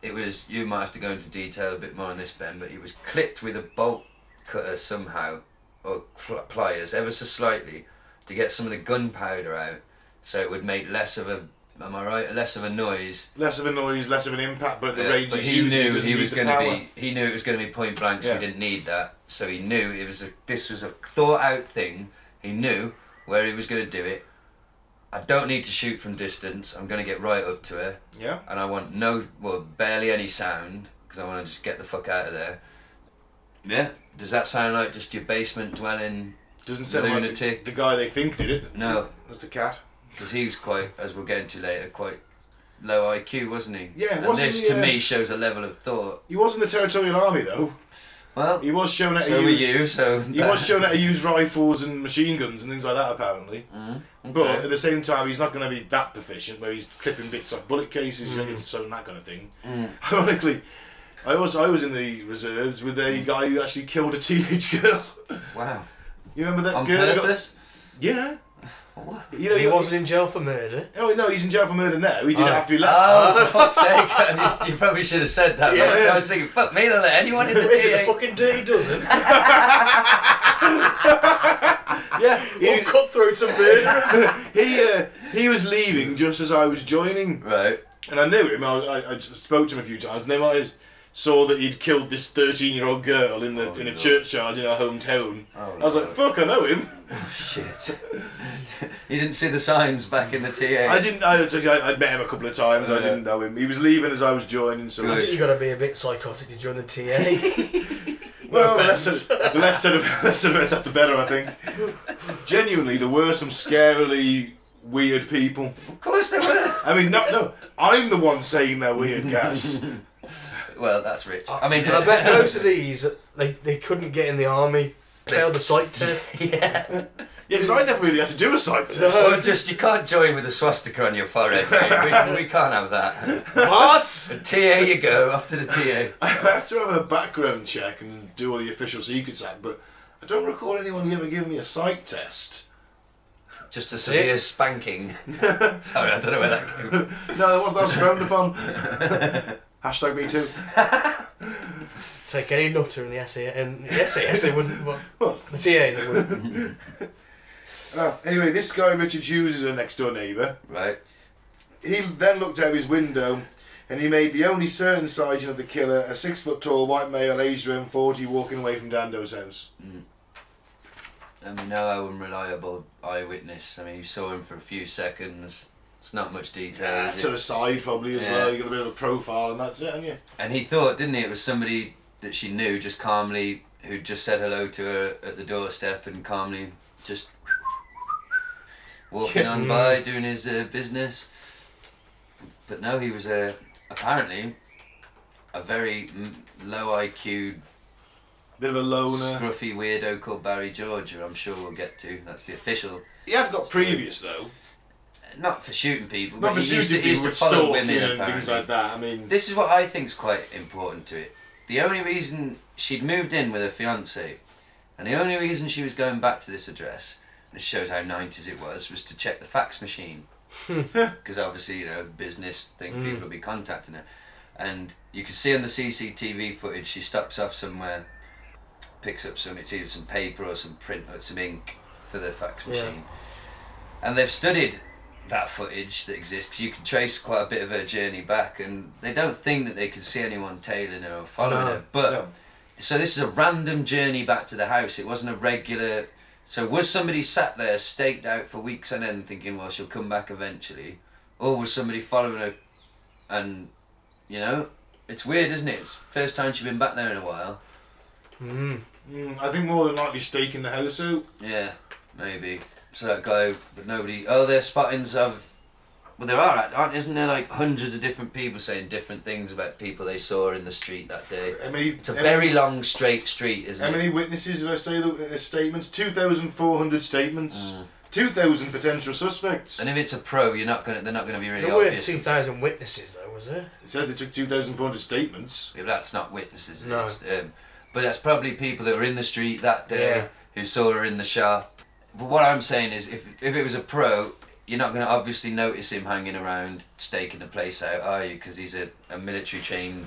it was. You might have to go into detail a bit more on this, Ben, but it was clipped with a bolt cutter somehow, or pl- pliers, ever so slightly, to get some of the gunpowder out, so it would make less of a. Am I right? Less of a noise.
less of a noise, less of an impact, but the
Yeah,
range
but
is
he
used.
knew
doesn't
he
need
was
the
going to
power.
be. He knew it was going to be point blank, so
Yeah.
he didn't need that. So he knew it was a. This was a thought out thing. He knew where he was going to do it. I don't need to shoot from distance. I'm going to get right up to her.
Yeah.
And I want no, well, barely any sound because I want to just get the fuck out of there. Yeah. Does that sound like just your basement dwelling?
Doesn't sound like
lunatic?
the guy they think did it.
No,
That's the cat.
because he was quite, as we'll get into later, quite low IQ, wasn't he?
Yeah,
and
wasn't
this
he,
to
uh,
me shows a level of thought.
He was in the Territorial Army, though.
Well,
he was shown how
So
to
were
use.
you, so
he was shown how to use rifles and machine guns and things like that, apparently. But
Mm-hmm. okay.
at the same time, he's not going to be that proficient where he's clipping bits off bullet cases, mm. so and that kind of thing.
Mm.
Ironically, I was I was in the reserves with a
Mm.
guy who actually killed a teenage girl.
Wow.
You remember that
On
girl? who got-
purpose?
Yeah. You know
he
you-
wasn't in jail for murder.
Oh no, he's in jail for murder now. He did it
Oh.
after he left.
Oh, for fuck's sake. You probably should have said that.
Yeah.
Yeah, I was thinking, fuck me, they'll let anyone in the
Is it
DA.
a fucking dirty dozen?
yeah,
he cutthroats and murderers.
he uh, he was leaving just as I was joining.
Right.
And I knew him. I, I, I spoke to him a few times, and then I saw that he'd killed this thirteen-year-old girl in the in a churchyard in our hometown. I was like, "Fuck, I know him."
Shit. you didn't see the signs back in the TA.
I didn't. I, I, I'd met him a couple of times. I
Yeah.
didn't know him. He was leaving as I was joining, so.
I think you got to be a bit psychotic to join the TA.
Well, the less, said, the less said about, less said about that, the better, I think. Genuinely, there were some scarily weird people. Of
course there were.
I mean, no, no, I'm the one saying they're weird, Cass.
Well, that's rich. I mean,
I bet most of these they, they couldn't get in the army. Failed the psych test.
Yeah.
Yeah, because I never really had to do a psych test.
Or just you can't join with a swastika on your forehead, mate. We, we can't have that.
Boss!
TA you go, after the TA.
I have to have a background check and do all the official secrets act, but I don't recall anyone ever giving me a psych test.
Just a severe spanking. Sorry, I don't know where that came from.
No, that was that was frowned upon. Hashtag me too.
Take any nutter in the SAS and the SAS they wouldn't. Well, the TA they wouldn't.
Oh, anyway, this guy Richard Hughes is her next door neighbour.
Right.
He then looked out of his window, and he made the only certain sighting of the killer: a six foot tall white male, aged around forty, walking away from Dando's house.
And we know how unreliable eyewitness. I mean, you saw him for a few seconds. It's not much detail.
Yeah,
is it?
to the side, probably as
Yeah.
well. You got a bit of a profile, and that's it, haven't you?
And he thought, didn't he, it was somebody that she knew just calmly, who'd just said hello to her at the doorstep and calmly just walking
Yeah.
on by doing his uh, business. But no, he was uh, apparently a very mm, low IQ,
bit of a loner.
scruffy weirdo called Barry George, who I'm sure we'll get to. That's the official.
He had got previous though.
Not for shooting people,
Not
but
for
he used to,
shooting
he used
people,
to
with
follow
stalking
women
and things
apparently.
like that. I mean,
This is what I think's quite important to it. The only reason she'd moved in with her fiance, and the only reason she was going back to this address, this shows how nineties it was, was to check the fax machine. Because obviously, you know, business thing,
Mm.
people will be contacting her, and you can see on the CCTV footage she stops off somewhere, picks up some, it's either some paper or some print or some ink for the fax
Yeah.
machine. And they've studied that footage that exists 'cause you can trace quite a bit of her journey back, and they don't think that they can see anyone tailing her or following
No,
her. But so this is a random journey back to the house. It wasn't a regular. So was somebody sat there staked out for weeks on end, thinking, "Well, she'll come back eventually," or was somebody following her? And you know, it's weird, isn't it? It's the first time she's been back there in a while.
Mm. I think more than likely staking the house out.
Yeah, maybe. So that guy, but nobody. Oh, there's spottings of. Well, there are, aren't? Isn't there like hundreds of different people saying different things about people they saw in the street that day?
How many-
it's a
how
very
many-
long, straight street, isn't
How
it?
many witnesses did I say that uh, statements? Two thousand four hundred statements. Two thousand potential suspects.
Mm. And if it's a pro, you're not gonna. They're not gonna be really
There weren't
obvious.
two thousand witnesses though, was there?
It says it took two thousand four hundred statements.
Yeah, but that's not witnesses.
No.
It's, um, but that's probably people that were in the street that day
Yeah.
who saw her in the shop. But what I'm saying is, if if it was a pro, you're not going to obviously notice him hanging around staking the place out, are you? Because he's a, a military trained,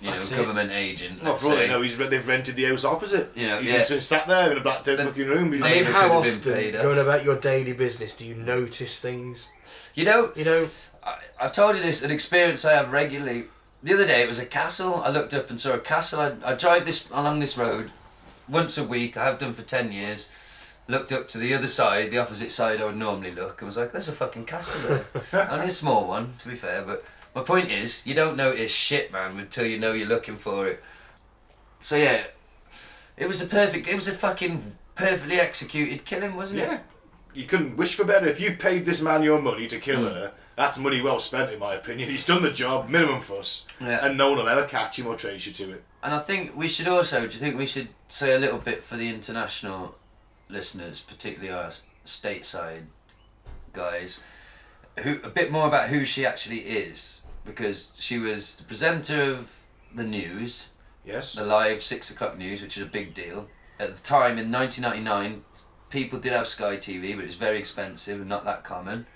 you know,
That's it.
government agent.
Well,
let's
for all they
say.
know, he's re- they've rented the house opposite.
You know,
he's
yeah.
just been sat there in a black dead fucking room.
I
could
mean, how
have
often
been paid up.
going about your daily business do you notice things?
You know, you know, I, I've told you this an experience I have regularly. The other day it was a castle. I looked up and saw a castle. I, I drive this along this road once a week. I have done for ten years. Looked up to the other side, the opposite side I would normally look, and was like, "There's a fucking castle there." Only a small one, to be fair. But my point is, you don't notice shit, man, until you know you're looking for it. So yeah, it was a perfect. It was a fucking perfectly executed killing, wasn't
Yeah.
it?
You couldn't wish for better. If you've paid this man your money to
Mm.
kill her, that's money well spent, in my opinion. He's done the job, minimum fuss,
Yeah.
and no one will ever catch him or trace you to it.
And I think we should also. Do you think we should say a little bit for the international listeners, particularly our s- stateside guys, who a bit more about who she actually is, because she was the presenter of the news.
Yes.
The live six o'clock news, which is a big deal at the time in 1999. People did have Sky TV, but it was very expensive and not that common.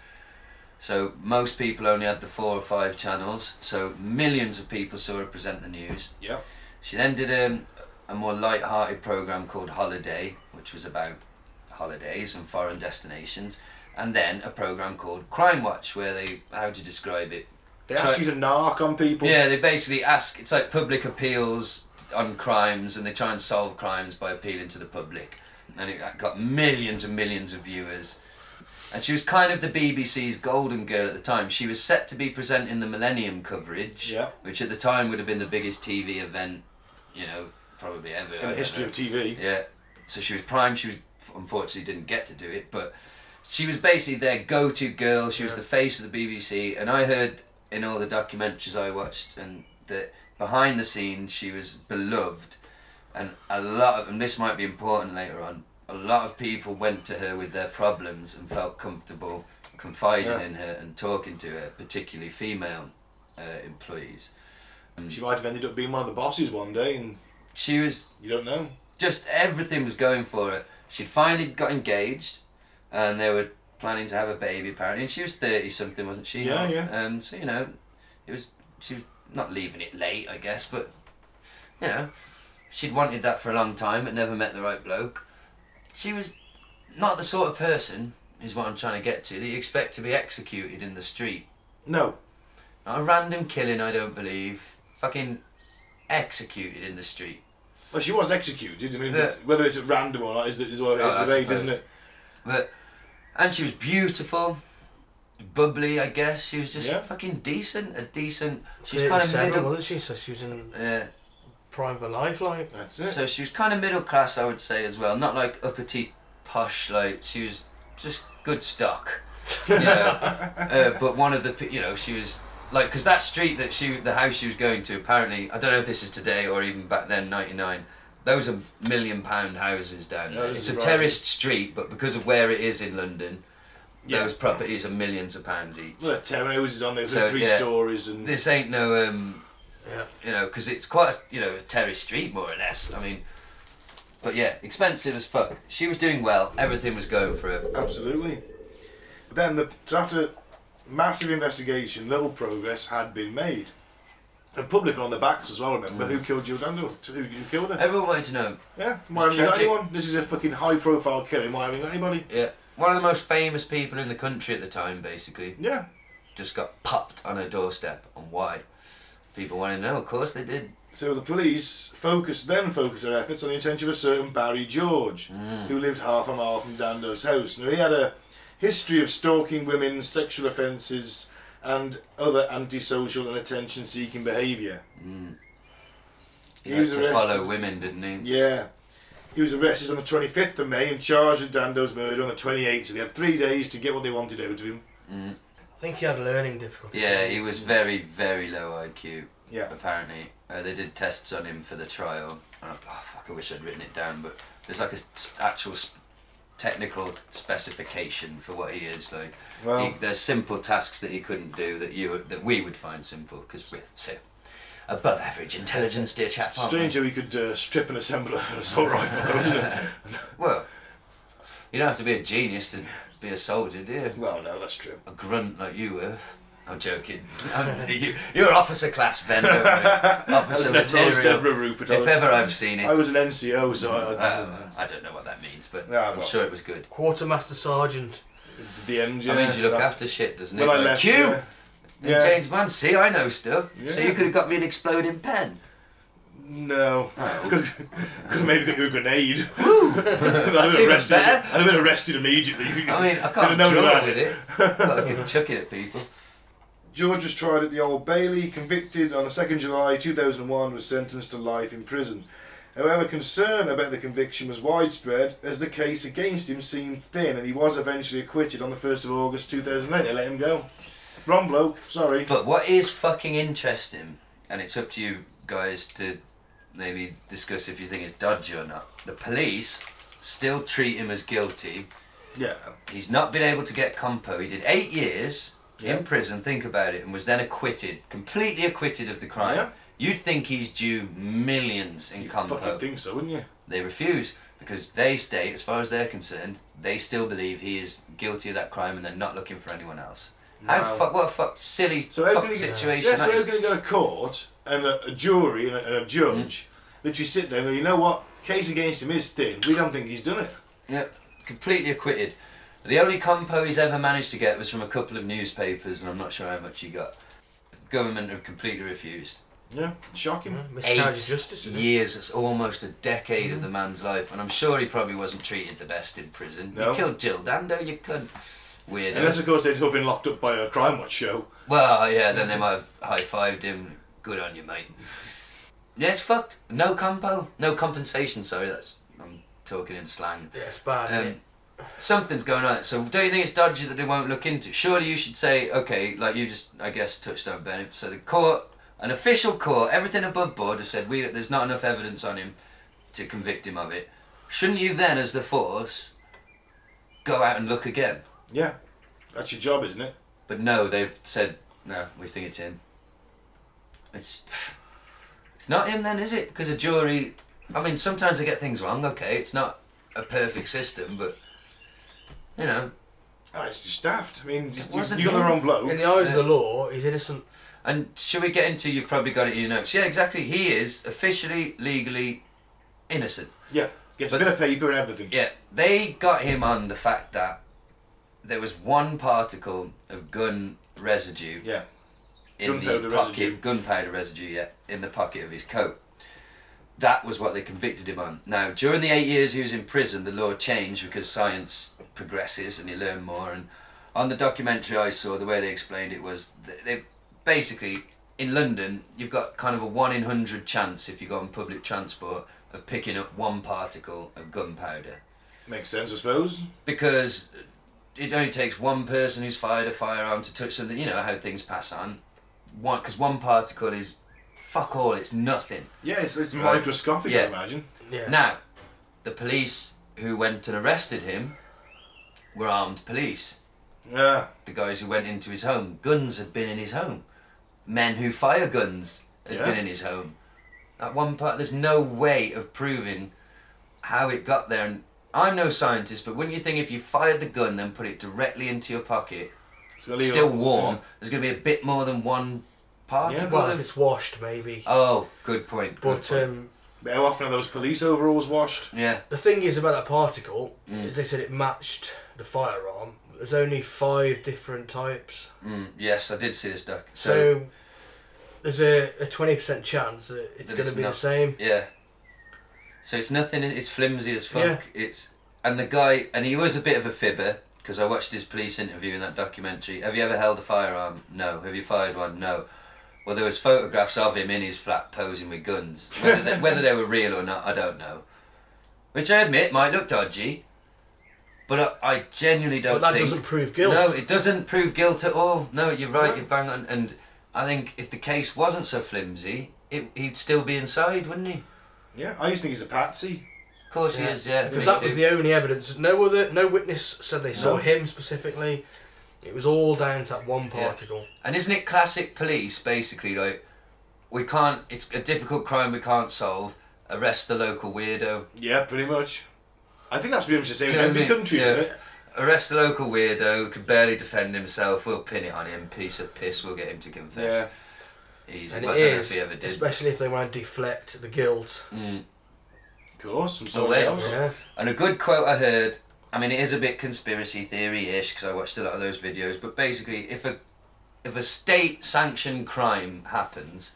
So most people only had the four or five channels. So millions of people saw her present the news.
Yep.
She then did um, a more light-hearted program called Holiday, which was about holidays and foreign destinations, and then a program called Crime Watch, where they how do you describe it?
They ask you to narc on people.
Yeah, they basically ask. It's like public appeals on crimes, and they try and solve crimes by appealing to the public, and it got millions and millions of viewers. And she was kind of the BBC's golden girl at the time. She was set to be presenting the Millennium coverage,
Yeah.
which at the time would have been the biggest TV event, you know, probably ever. I
In the
don't
history
know.
of TV.
Yeah. So she was prime. She was unfortunately didn't get to do it, but she was basically their go-to girl. She was the face of the BBC, and I heard in all the documentaries I watched and that behind the scenes she was beloved, and a lot of and this might be important later on. A lot of people went to her with their problems and felt comfortable confiding
Yeah.
in her and talking to her, particularly female uh, employees.
She might have ended up being one of the bosses one day, and
she was.
You don't know.
just everything was going for it. She'd finally got engaged, and they were planning to have a baby apparently. And she was thirty something, wasn't she?
Yeah, yeah.
Um, so you know, it was she was not leaving it late, I guess, but you know, she'd wanted that for a long time, but never met the right bloke. She was not the sort of person, is what I'm trying to get to, that you expect to be executed in the street.
No.
Not a random killing, I don't believe. Fucking executed in the street.
Well, she was executed. I mean,
Yeah.
whether it's at random or not is, is what it
Oh, I
is today,
suppose.
isn't it?
But and she was beautiful, bubbly. I guess she was just
Yeah.
fucking decent. A decent. She's
She's
kind of
37,
middle.
wasn't she? So she was in
Yeah.
prime for life, like.
That's
So she was kind of middle class, I would say as well. Not like upper teeth posh. Like she was just good stock. You know. uh, but one of the pe- you know she was like because that street that she the house she was going to apparently I don't know if this is today or even back then ninety nine. Those are million pound houses down
Yeah,
there.
those
It's
are
a
rising.
terraced street, but because of where it is in London,
Yeah.
those properties are millions of pounds each.
Well, they're tearing houses on there,
So,
three
yeah.
stories, and
This ain't no, um,
Yeah.
you know, because it's quite, a, you know, a terrace street more or less. I mean, but yeah, expensive as fuck. She was doing well. Everything was going for her.
Absolutely. But then, the, so after massive investigation, little progress had been made. And public are on the backs as well, remember?
Mm.
Who killed Jill Dando? Who, who killed her?
Everyone wanted to know.
Yeah. Why haven't
Uh, It's
you got
tragic.
anyone? This is a fucking high profile killing. Why haven't you got anybody?
Yeah. One of the most famous people in the country at the time, basically.
Yeah.
Just got popped on a doorstep. And why? People want to know. Of course they did.
So the police focus then focus their efforts on the intention of a certain Barry George,
Hmm.
who lived half a mile from Dando's house. Now he had a history of stalking women, sexual offences, and other antisocial and attention-seeking behaviour.
He, liked to follow women, didn't he?
Yeah. He was arrested on the 25th of May and charged with Dando's murder on the 28th, so they had three days to get what they wanted out of him.
Mm.
I think he had learning difficulties.
Yeah, he was very, very low IQ.
Yeah.
Apparently, uh, they did tests on him for the trial. And I, oh, fuck, I wish I'd written it down, but there's like a s- actual sp- technical specification for what he is like.
Well-
he, there's simple tasks that he couldn't do that you that we would find simple because we're so above average intelligence, dear chap. aren't we?
Strange how he could uh, strip and assemble an assault rifle, though, isn't it?
well, you don't have to be a genius to be a soldier, do you?
Well, no, that's true.
A grunt like you were. I'm joking. I'm- you, you're officer class, Ben. Don't you? officer
That's never-
material.
that's never Rupert.
if ever I've seen it,
I was an NCO, so I, I,
Um, I don't know what that means, but
Yeah,
I'm
well.
sure it was good.
Quartermaster Sergeant.
the end. Yeah,
I mean, you look
that-
after shit, doesn't it?
Well, I
Like,
left,
you,
yeah.
and
Yeah.
James Mann. See, I know stuff. So
Yeah.
you could have got me an exploding pen.
No,
Oh.
because maybe got you a grenade.
That's
I'd,
even
have arrested,
better.
I'd have been arrested immediately.
I mean, I
You'd have
can't
known
draw
about
with it. but I can chuck it at people.
George was tried at the Old Bailey, convicted on the 2nd July 2001, was sentenced to life in prison. However, concern about the conviction was widespread as the case against him seemed thin, and he was eventually acquitted on the 1st of August 2008. They let him go. Wrong bloke, sorry.
But what is fucking interesting, and it's up to you guys to maybe discuss if you think it's dodgy or not. The police still treat him as guilty.
Yeah.
He's not been able to get compo. He did eight years
Yeah.
in prison, think about it, and was then acquitted, completely acquitted of the crime.
Yeah.
You'd think he's due millions in compo.
Fucking think so, wouldn't you?
They refuse because they state, as far as they're concerned, they still believe he is guilty of that crime and they're not looking for anyone else. How
Wow.
fuck, what a fuck, silly
So
fuck
everybody-
situation.
Yeah,
that
so
is.
they're going to go to court and a, a jury and a, and a judge
Hmm.
literally sit there and go, you know what? Case against him is thin. We don't think he's done it.
Yeah, completely acquitted. The only compo he's ever managed to get was from a couple of newspapers, and I'm not sure how much he got. government have completely refused.
Yeah, shocking.
Eight years, it's almost a decade of the man's life, and I'm sure he probably wasn't treated the best in prison.
No.
You killed Jill Dando, you cunt. Weirdo.
Unless, of course, they'd all been locked up by a Crime Watch show.
Well, yeah, then they might have high fived him. Good on you, mate. Yeah, it's fucked. No compo. No compensation, sorry, that's. I'm talking in slang.
Yeah, it's bad,
Um, Something's going on. So don't you think it's dodgy that they won't look into? it? Surely you should say, okay, like you just, I guess, touched on Ben. So the court, an official court, everything above board has said we there's not enough evidence on him to convict him of it. Shouldn't you then, as the force, go out and look again?
Yeah, that's your job, isn't it?
But no, they've said no. We think it's him. It's it's not him then, is it? Because a jury. I mean, sometimes they get things wrong. Okay, it's not a perfect system, but you know,
Ah, it's just daft. I mean,
It
you,
wasn't
you got the
him.
wrong bloke.
In the eyes
uh,
of the law, he's innocent.
And should we get into? You've probably got it in your notes. Yeah, exactly. He is officially, legally innocent.
Yeah, gets a bit of paper and everything.
Yeah, they got him on the fact that there was one particle of gun residue.
Yeah.
In
Gunpowder
the pocket,
residue.
gunpowder residue. Yeah, in the pocket of his coat. That was what they convicted him on. Now, during the eight years he was in prison, the law changed because science progresses and you learn more. And on the documentary I saw, the way they explained it was th- they basically in London you've got kind of a one in hundred chance if you go on public transport of picking up one particle of gunpowder
Makes sense, I suppose.
because it only takes one person who's fired a firearm to touch something. You know how things pass on. One because one particle is fuck all. It's nothing.
Yeah, it's, it's
Right.
microscopic, I
Yeah.
imagine.
Now, the police who went and arrested him were armed police.
Yeah.
The guys who went into his home, guns had been in his home. Men who fire guns had
Yeah.
been in his home. At one part, there's no way of proving how it got there. And I'm no scientist, but wouldn't you think if you fired the gun, then put it directly into your pocket,
gonna leave
still
a-
warm,
yeah.
there's going to be a bit more than one party
Yeah,
would
well,
have-
if it's washed, maybe.
Oh, good point.
But, uh, um,
how often are those police overalls washed?
Yeah.
The thing is about that particle
Mm.
is they said it matched the firearm. There's only five different types,
Mm, yes, I did see this doc.
so,
So,
there's a twenty percent chance that it's
that
going to be the
not-
same.
Yeah. So it's nothing. It's flimsy as fuck.
Yeah.
It's and the guy and he was a bit of a fibber because I watched his police interview in that documentary. Have you ever held a firearm? No. Have you fired one? No. Well, there was photographs of him in his flat posing with guns. Whether they, whether they were real or not, I don't know. Which I admit might look dodgy, but I, I genuinely don't.
But that
think-
doesn't prove guilt.
No, it doesn't prove guilt at all. No, you're right. You're bang on. And I think if the case wasn't so flimsy, it, he'd still be inside, wouldn't he?
Yeah, I used to think he's a patsy.
Of course he is. Yeah,
because
me
that was
too.
the only evidence. No other, no witness said they saw
No.
him specifically. It was all down to that one particle.
And isn't it classic police basically like we can't it's a difficult crime we can't solve, arrest the local weirdo.
Yeah, pretty much. I think that's pretty much the same
You know
in
what I
every
mean?
country,
Yeah.
isn't it?
Arrest the local weirdo who can barely defend himself, we'll pin it on him, piece of piss, we'll get him to confess. Yeah. Easy,
And
but
it
I don't know
is,
if he ever did.
especially if they want to deflect the guilt.
Mm.
Of course, and
Oh,
someone
wait.
else.
Yeah.
And a good quote I heard. I mean, it is a bit conspiracy theory-ish because I watched a lot of those videos. But basically, if a if a state-sanctioned crime happens,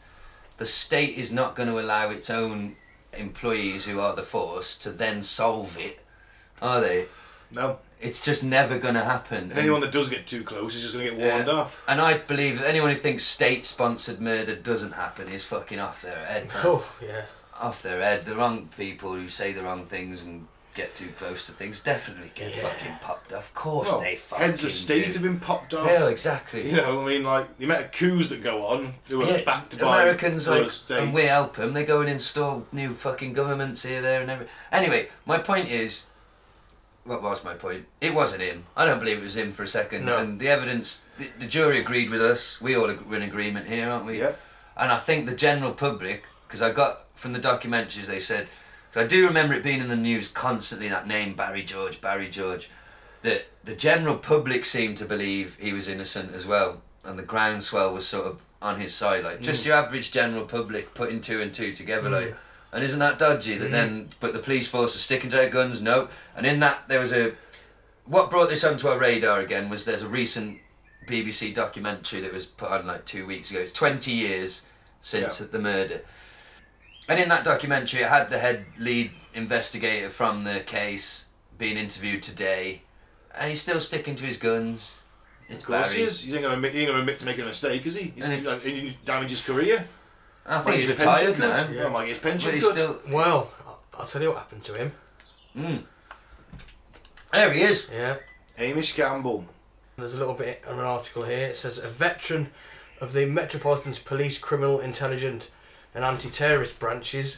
the state is not going to allow its own employees who are the force to then solve it, are they?
No.
It's just never going to happen.
And anyone that does get too close is just going to get warned
Yeah.
off.
And I believe that anyone who thinks state-sponsored murder doesn't happen is fucking off their head. man.
Oh yeah.
off their head. The wrong people who say the wrong things and get too close to things definitely get fucking popped. Of course
Well,
they fucking
heads of state have been popped off.
Yeah, exactly.
You know, I mean, like the amount of coups that go on, who are
Yeah,
backed by
Americans
other
like,
states.
and we help them. They go and install new fucking governments here, there, and every. Anyway, my point is, what was my point? It wasn't him. I don't believe it was him for a second.
No.
And the evidence, the, the jury agreed with us. We all ag- we're in agreement here, aren't we? Yeah. And I think the general public, because I got from the documentaries, they said, 'cause I do remember it being in the news constantly that name Barry George, Barry George, that the general public seemed to believe he was innocent as well, and the groundswell was sort of on his side, like just
Mm.
your average general public putting two and two together,
Mm.
like. And isn't that dodgy that
Mm.
then, but the police force are sticking to their guns? No. And in that, there was a. What brought this onto our radar again was there's a recent BBC documentary that was put on like two weeks ago. It's 20 years since the murder. And in that documentary, it had the head lead investigator from the case being interviewed today, and he's still sticking to his guns. It's
Of course he
Barry.
is. He ain't going to he ain't gonna admit to making a mistake, is he? He's
And
going to damage his career.
I think
Might
he's
get his pension
retired now.
cut. Yeah, might get his pension
But he's
cut.
still-
Well, I'll- I'll tell you what happened to him.
Mm. There he is.
Yeah.
Hamish Campbell.
There's a little bit on an article here. It says a veteran of the Metropolitan's Police Criminal Intelligence and Anti-Terrorist branches,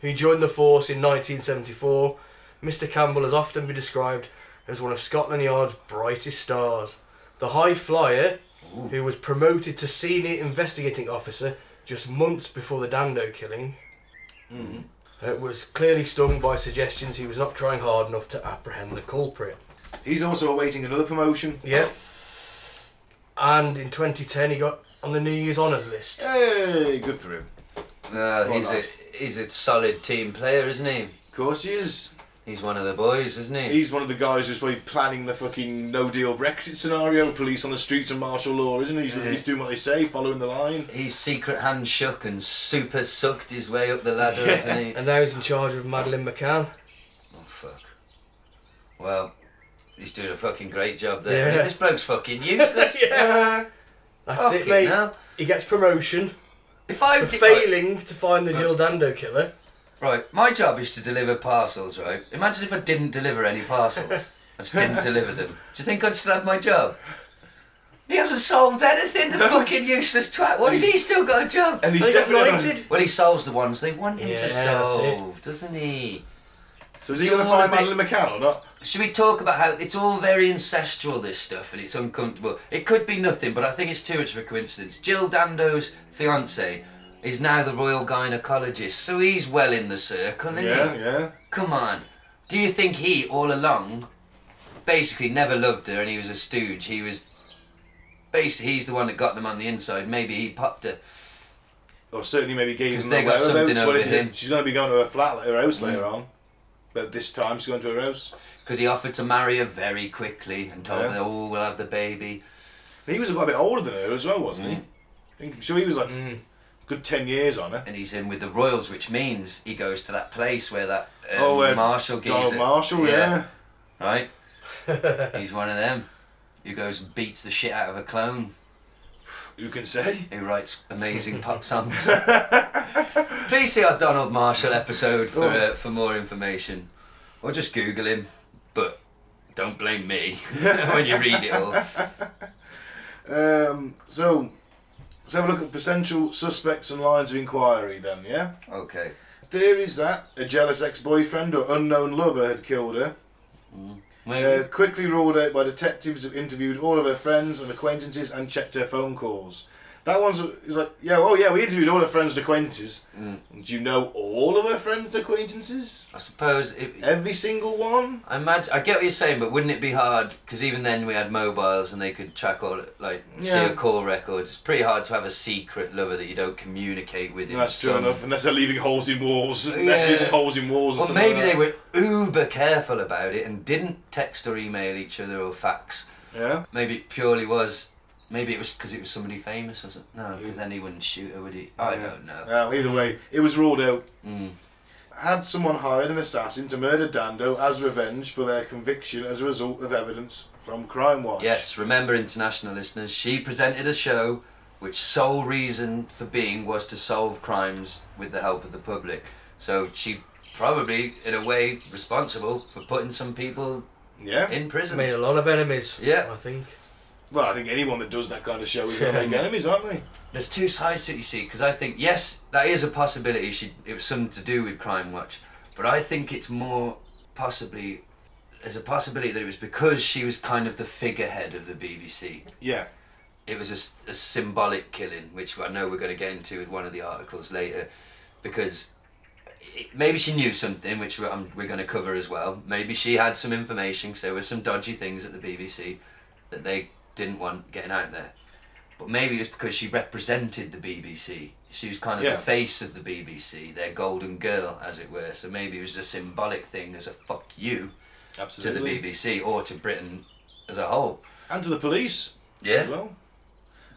who joined the force in 1974, Mr. Campbell has often been described as one of Scotland Yard's brightest stars. The high flyer, who was promoted to senior investigating officer just months before the Dando killing,
Mhm.
uh, was clearly stung by suggestions he was not trying hard enough to apprehend the culprit.
He's also awaiting another promotion.
Yep. And in 2010, he got on the New Year's Honours list.
Hey, good for him.
No,
Well,
Uh, he's a
that's-
he's a solid team player, isn't he? Of
course he is.
He's one of the boys, isn't he?
He's one of the guys who's probably planning the fucking no deal Brexit scenario, police on the streets and martial law, isn't he? He's,
Yeah.
he's doing what they say, following the line.
He's secret hand shook and super sucked his way up the ladder,
Yeah.
isn't he?
And now he's in charge of Madeline McCann.
Oh fuck. Well, he's doing a fucking great job there.
Yeah.
This bloke's fucking useless.
yeah. That's
Oh,
it,
Fucking
mate.
hell.
He gets promotion.
If I
for
did-
failing to find the Jill Dando killer.
Right, my job is to deliver parcels, right? Imagine if I didn't deliver any parcels. I just didn't deliver them. Do you think I'd still have my job? He hasn't solved anything, the fucking useless twat. Why has he still got a job?
And he's They got definitely- knighted.
Well, he solves the ones they want him
Yeah,
to
that's it.
solve, doesn't he?
So is he gonna find Madeline McCann or not?
Should we talk about how it's all very ancestral, this stuff, and it's uncomfortable? It could be nothing, but I think it's too much of a coincidence. Jill Dando's fiance is now the royal gynecologist, so he's well in the circle, isn't
Yeah,
he?
yeah.
Come on. Do you think he, all along, basically never loved her and he was a stooge? He was basically he's the one that got them on the inside. Maybe he popped a.
Or certainly maybe gave
Because
them
they
the
got something
whereabouts. What
over
if you-
him.
She's going to be going to her flat, her house later
Mm.
on. But this time she's going to her house.
Because he offered to marry her very quickly and told
Yeah.
her, oh, we'll have the baby.
He was quite a bit older than her as well, wasn't
Mm.
he? I think- I'm sure he was like good 10 years on her.
And he's in with the Royals, which means he goes to that place where that um,
Oh, uh,
Marshall
Donald
geezer-
Marshall, yeah.
Right? he's one of them who goes and beats the shit out of a clone.
Who can say?
Who writes amazing pop songs. Please see our Donald Marshall episode
Oh.
for, uh, for more information. Or just Google him. But don't blame me when you read it all.
Um, so, let's have a look at potential suspects and lines of inquiry then, yeah?
Okay.
There is that a jealous ex boyfriend or unknown lover had killed her. Uh, quickly ruled out by detectives who interviewed all of her friends and acquaintances and checked her phone calls. That one's is like, yeah, oh yeah, we interviewed all her friends and acquaintances.
Mm.
Do you know all of her friends and acquaintances?
I suppose it,
every single one.
I imagine I get what you're saying, but wouldn't it be hard? Because even then we had mobiles and they could track all like see
Yeah.
your call records. It's pretty hard to have a secret lover that you don't communicate with. in
That's true
some-
enough, unless they're leaving holes in walls,
Yeah.
messages in holes in walls. and
Well,
stuff
maybe
like
they
that.
were uber careful about it and didn't text or email each other or fax.
Yeah.
Maybe it purely was. Maybe it was because it was somebody famous or something. No, because then he wouldn't shoot her, would he? I
Oh, Yeah.
don't know.
Well, either way, it was ruled out.
Mm.
Had someone hired an assassin to murder Dando as revenge for their conviction as a result of evidence from Crime Watch?
Yes, remember, international listeners, she presented a show which sole reason for being was to solve crimes with the help of the public. So she probably, in a way, responsible for putting some people
Yeah.
in prison.
Made a lot of enemies.
Yeah.
I think.
Well, I think anyone that does that kind of show is going to make enemies, aren't they?
There's two sides to it, you see, because I think yes, that is a possibility. She it was something to do with Crime Watch, but I think it's more possibly there's a possibility that it was because she was kind of the figurehead of the BBC.
Yeah.
It was a s- a, symbolic killing, which I know we're going to get into with one of the articles later, because it, maybe she knew something, which we're, um, we're going to cover as well. Maybe she had some information, because there were some dodgy things at the BBC that they didn't want getting out there. But maybe it was because she represented the BBC. She was kind of
Yeah.
the face of the BBC, their golden girl, as it were. So maybe it was a symbolic thing as a fuck you
Absolutely.
to the BBC or to Britain as a whole.
And to the police.
Yeah.
As well.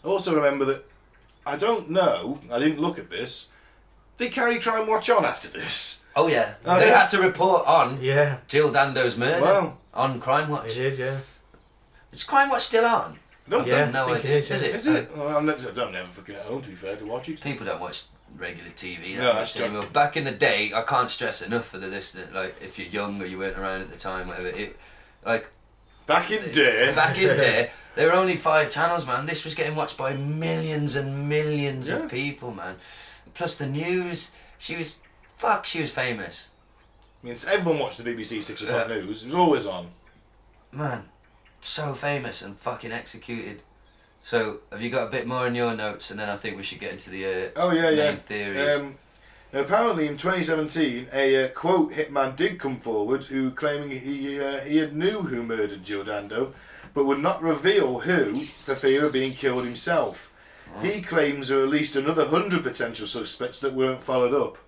Also remember that I don't know. I didn't look at this. They carry Crime Watch on after this.
Oh yeah,
Oh,
they
yeah.
had to report on
yeah
Jill Dando's murder
Wow.
on Crime Watch.
They did, yeah.
Is Crime Watch still on?
No,
I've
yeah,
got no
I think
idea.
it
Is,
is, yeah.
it?
Is it? Well, I'm not, I don't ever fucking at home, to be fair, to watch it.
People don't watch regular TV
No,
that
that's
much
true.
anymore. Back in the day, I can't stress enough for the listener. Like, if you're young or you weren't around at the time, whatever. It, like,
back in day.
back in day, there were only five channels, man. This was getting watched by millions and millions
Yeah.
of people, man. Plus the news. She was, fuck, she was famous,
I mean, everyone watched the BBC Six O'Clock
Yeah.
News. It was always on.
man. So famous and fucking executed. So, have you got a bit more in your notes, and then I think we should get into the uh,
Oh yeah,
main
yeah.
theories.
Um, now, apparently, in 2017, a uh, quote hitman did come forward who claiming he uh, he had knew who murdered Joe Dando, but would not reveal who for fear of being killed himself. He claims there are at least another hundred potential suspects that weren't followed up.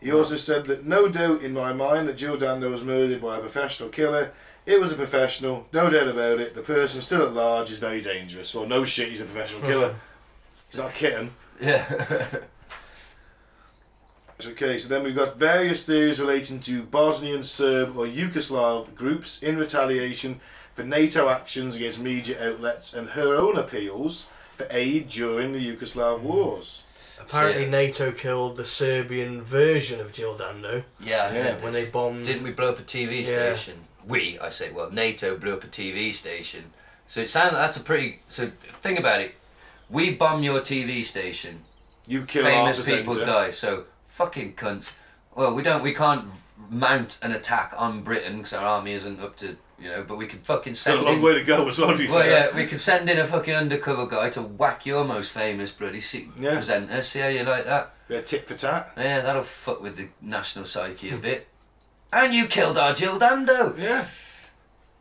He also said that no doubt in my mind that Joe Dando was murdered by a professional killer. It was a professional, no doubt about it. The person still at large is very dangerous. Well, no shit, he's a professional killer. he's not a kitten.
Yeah.
Okay, so then we've got various theories relating to Bosnian, Serb, or Yugoslav groups in retaliation for NATO actions against media outlets and her own appeals for aid during the Yugoslav wars.
Apparently,
So,
NATO killed the Serbian version of Jill Dando.
Yeah, I heard
When
this.
they bombed.
Didn't we blow up a TV
Yeah.
station? We, I say, well, NATO blew up a TV station. So it sounds that's a pretty. So think about it. We bomb your TV station.
You kill our
famous people
presenter.
die. So fucking cunts. Well, we don't. We can't mount an attack on Britain because our army isn't up to you know. But we can fucking
got
send.
a long
in-
way to go as well, to be
well,
fair.
yeah, we could send in a fucking undercover guy to whack your most famous bloody se-
Yeah.
presenter. See how you like that?
Bit of tit for tat.
Yeah, that'll fuck with the national psyche a bit. And you killed our Jill Dando.
Yeah.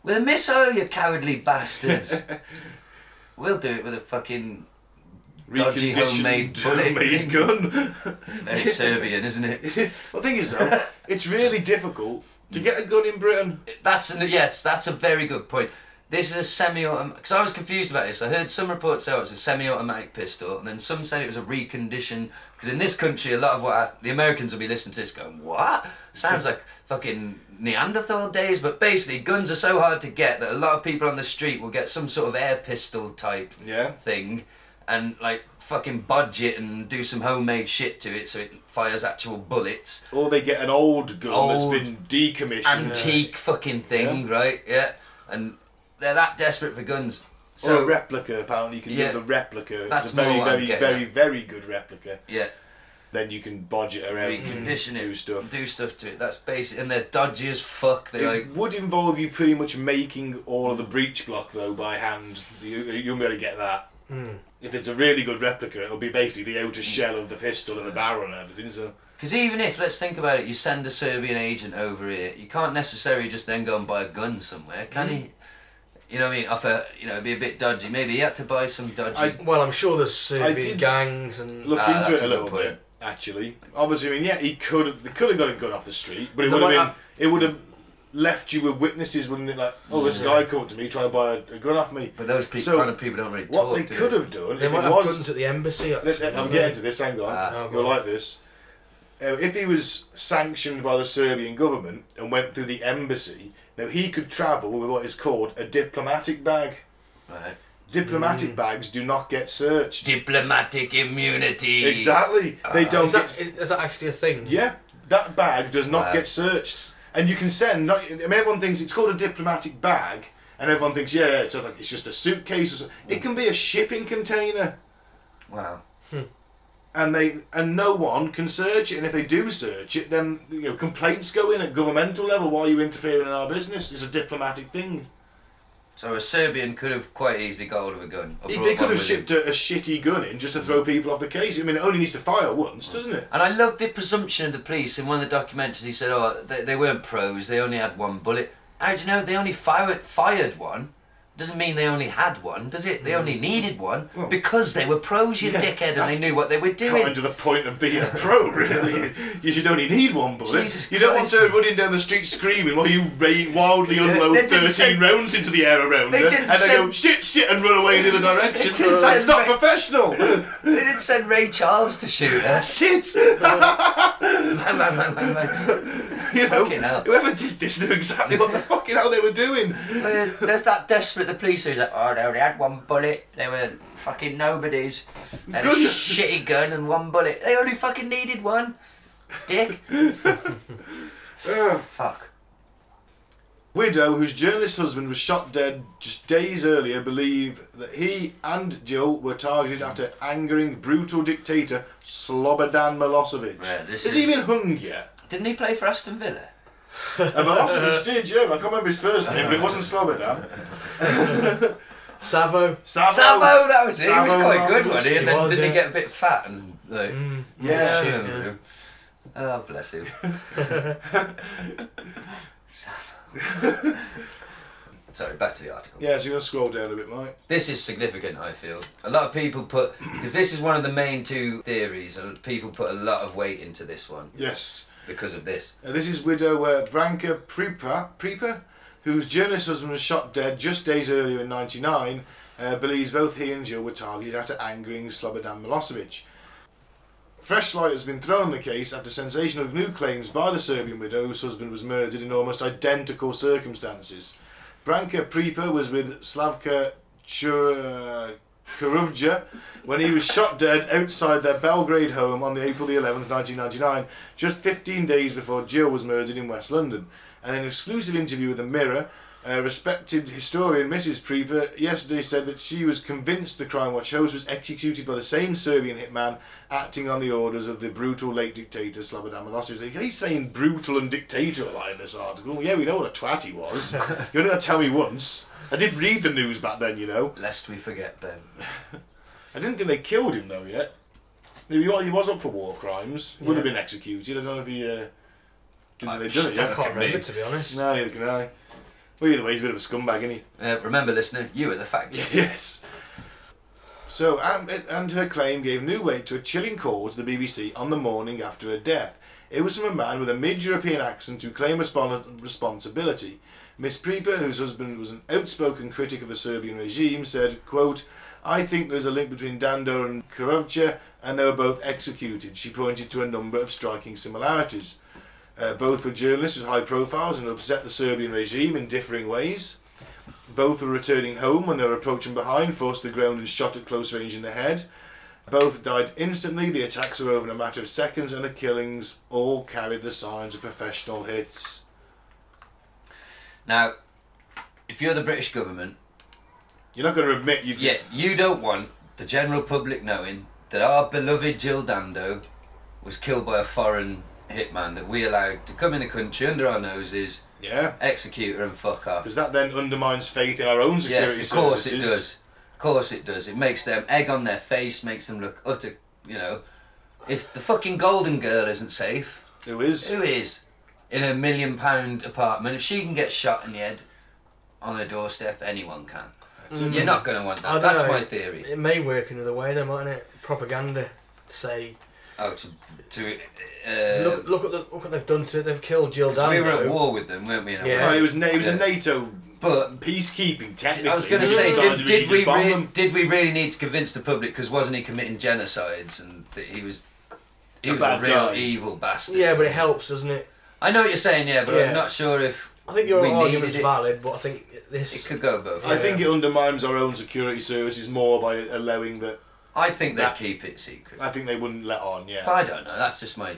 With a missile, you cowardly bastards. we'll do it with a fucking dodgy homemade
Reconditioned
bullet.
homemade gun.
It's very Serbian, isn't it?
It is. Well, the thing is, though, it's really difficult to get a gun in Britain.
That's an, yes, that's a very good point. This is a semi-automatic. Because I was confused about this. I heard some reports say it was a semi-automatic pistol, and then some said it was a reconditioned. Because in this country, a lot of what I, the Americans will be listening to this going, "What? Sounds like fucking Neanderthal days." But basically, guns are so hard to get that a lot of people on the street will get some sort of air pistol type
Yeah.
thing, and like fucking budge it and do some homemade shit to it so it fires actual bullets.
Or they get an old gun that's
Old
been decommissioned.
antique fucking thing, right? Yeah, and they're that desperate for guns.
Oh,
So
or a replica, apparently. You can
Yeah.
get the replica.
That's
it's a very,
more what I'm
very,
getting
very,
at.
very good replica.
yeah,
Then you can bodge it around.
recondition
and
it,
do stuff.
do stuff to it. That's basic, and they're dodgy as fuck. They
It
like
would involve you pretty much making all of the breech block though by hand. You, you'll be able to get that. If it's a really good replica, it'll be basically the
Mm.
outer shell of the pistol and the barrel and everything. So
because even if let's think about it, you send a Serbian agent over here, you can't necessarily just then go and buy a gun somewhere, can
Mm.
you? You know what I mean? Off a you know, it'd be a bit dodgy. Maybe you had to buy some dodgy.
well, I'm sure there's
I
Serbian
did-
gangs and
look
Ah,
into
that's
it a
a good
little
point.
bit. Actually, obviously, I mean, yeah, he could have. They could have got a gun off the street, but it
No,
would have
but
been. It would have left you with witnesses, wouldn't it? Like, oh, this guy come up to me trying to buy a, a gun off me.
But those pe-
So,
kind of people don't really
What
talk.
they
do
could have done
They
if
might
it
have
was
guns at the embassy.
Let-
Actually,
let- I'm
don't
getting
they?
to this. Hang on,
Ah.
you'll like this. Uh, if he was sanctioned by the Serbian government and went through the embassy, now he could travel with what is called a diplomatic bag.
Right.
Diplomatic bags do not get searched.
Diplomatic immunity.
Exactly, they don't.
Is that,
get,
is, is that actually a thing?
yeah, that bag does not
Wow.
get searched, and you can send. Not, I mean, everyone thinks it's called a diplomatic bag, and everyone thinks, yeah, it's like it's just a suitcase. Or something. It can be a shipping container.
Wow.
and they and no one can search it. And if they do search it, then you know complaints go in at governmental level. Why are you interfering in our business? It's a diplomatic thing.
So a Serbian could have quite easily got hold of a gun. or
He-
brought
they
one
could have
with him.
shipped a, a shitty gun in just to throw people off the case. I mean, it only needs to fire once, doesn't it?
And I love the presumption of the police. In one of the documentaries, he said, "Oh, they, they weren't pros. They only had one bullet." How do you know they only fired fired one? Doesn't mean they only had one, does it? They only needed one because they were pros, you
Mm. Yeah,
dickhead, and
that's
they knew what they were doing.
Kind of the point of being a pro, really. you should only need one bullet.
Jesus
you don't want
Christ.
to running down the street screaming while you ra- wildly unload
they didn't
thirteen
send-
rounds into the air around
They
you,
didn't
and they go
send-
shit, shit, and run away in the other direction.
didn't
That's
send
not
ra-
professional.
They didn't send Ray Charles to shoot her.
That's it.
Man, man, man, man, man.
You know,
Fucking hell.
whoever did this knew exactly what the fucking hell they were doing.
Uh, There's that desperate the police who's like, "Oh no, they had one bullet. They were fucking nobodies. They had a
Good.
shitty gun and one bullet. They only fucking needed one. Dick. Fuck."
Widow, whose journalist husband was shot dead just days earlier, believe that he and Jill were targeted after angering brutal dictator Slobodan Milosevic.
Right, this
Has
is-
he been hung yet?
Didn't he play for Aston Villa?
And Milosevic did, yeah. but I can't remember his first name, but it wasn't Slobodan.
Savo.
Savo.
Savo, that was it. he
Savo
was quite good,
Milosevic.
wasn't he? And
He
then
was,
didn't he
yeah. Mm.
get a bit fat and like,
Yeah.
shit,
Yeah.
yeah. Oh, bless him. Sorry, back to the article.
Yeah, so you're going to scroll down a bit, Mike.
This is significant, I feel. A lot of people put, because this is one of the main two theories, and people put a lot of weight into this one
Yes.
because of this.
Uh, this is widow uh, Branka Prepa, Prepa, whose journalist husband was shot dead just days earlier in 99, uh, believes both he and Jill were targeted after angering Slobodan Milosevic. Fresh light has been thrown on the case after sensational new claims by the Serbian widow whose husband was murdered in almost identical circumstances. Branka Prepa was with Slavka Chur- uh, Kuruvja when he was shot dead outside their Belgrade home on the April the 11th, 1999, just 15 days before Jill was murdered in West London. And in an exclusive interview with The Mirror, a respected historian, Mrs. Prepa, yesterday said that she was convinced the Crime Watch host was executed by the same Serbian hitman acting on the orders of the brutal late dictator Slobodan Milosevic. He's saying brutal and dictator a lot in this article. Yeah, we know what a twat he was. You're not going to tell me once. I did read the news back then, you know.
Lest we forget, Ben.
I didn't think they killed him though yet. He wa- he was up for war crimes. Would have been executed. I don't know if he. Uh, didn't they done it
I
yet?
can't remember
be.
to be honest.
No, neither can I. Well, either way, he's a bit of a scumbag, isn't he?
Uh, remember, listener, you were the fact checker.
yes. So, and, and her claim gave new weight to a chilling call to the BBC on the morning after her death. It was from a man with a mid European accent who claimed respon- responsibility. Miss Prepa, whose husband was an outspoken critic of the Serbian regime, said, quote, I think there's a link between Dando and Kurovca, and they were both executed. She pointed to a number of striking similarities. Uh, both were journalists with high profiles and upset the Serbian regime in differing ways. Both were returning home when they were approaching behind, forced to the ground and shot at close range in the head. Both died instantly, the attacks were over in a matter of seconds, and the killings all carried the signs of professional hits.
Now, if you're the British government,
you're not going to admit you.
Yeah, you don't want the general public knowing that our beloved Jill Dando was killed by a foreign hitman that we allowed to come in the country under our noses.
Yeah.
Execute her and fuck off.
Because that then undermines faith in our own security
Yes, of course it
services.
does. Of course it does. It makes them egg on their face, makes them look utter. You know, if the fucking Golden Girl isn't safe,
who is?
Who is? In a million pound apartment, if she can get shot in the head on her doorstep, anyone can.
Mm.
You're not going to want
I
that.
don't
That's
know.
my theory.
It may work another way, though, mightn't it? Propaganda. Say,
Oh, to to. Uh,
look, look at the, look what they've done to. They've killed Jill
'cause
Dando.
we were at war with them, weren't we? in a
Yeah.
way?
Oh,
It was, na- it was
Yeah.
a NATO
but
peacekeeping, technically.
I was going to
We
say,
decided
did, did
needed
we
to bomb
re-
them.
did we really need to convince the public? Because wasn't he committing genocides and that he was he
A
was a
bad
real
guy.
evil bastard?
Yeah, but it helps, doesn't it?
I know what you're saying, yeah, but
Yeah.
I'm not sure if
I think your
we needed
argument's
it.
valid, but I think this.
It could go both.
I think it undermines our own security services more by allowing that.
I think they'd
that-
keep it secret.
I think they wouldn't let on. Yeah.
But I don't know. That's just my.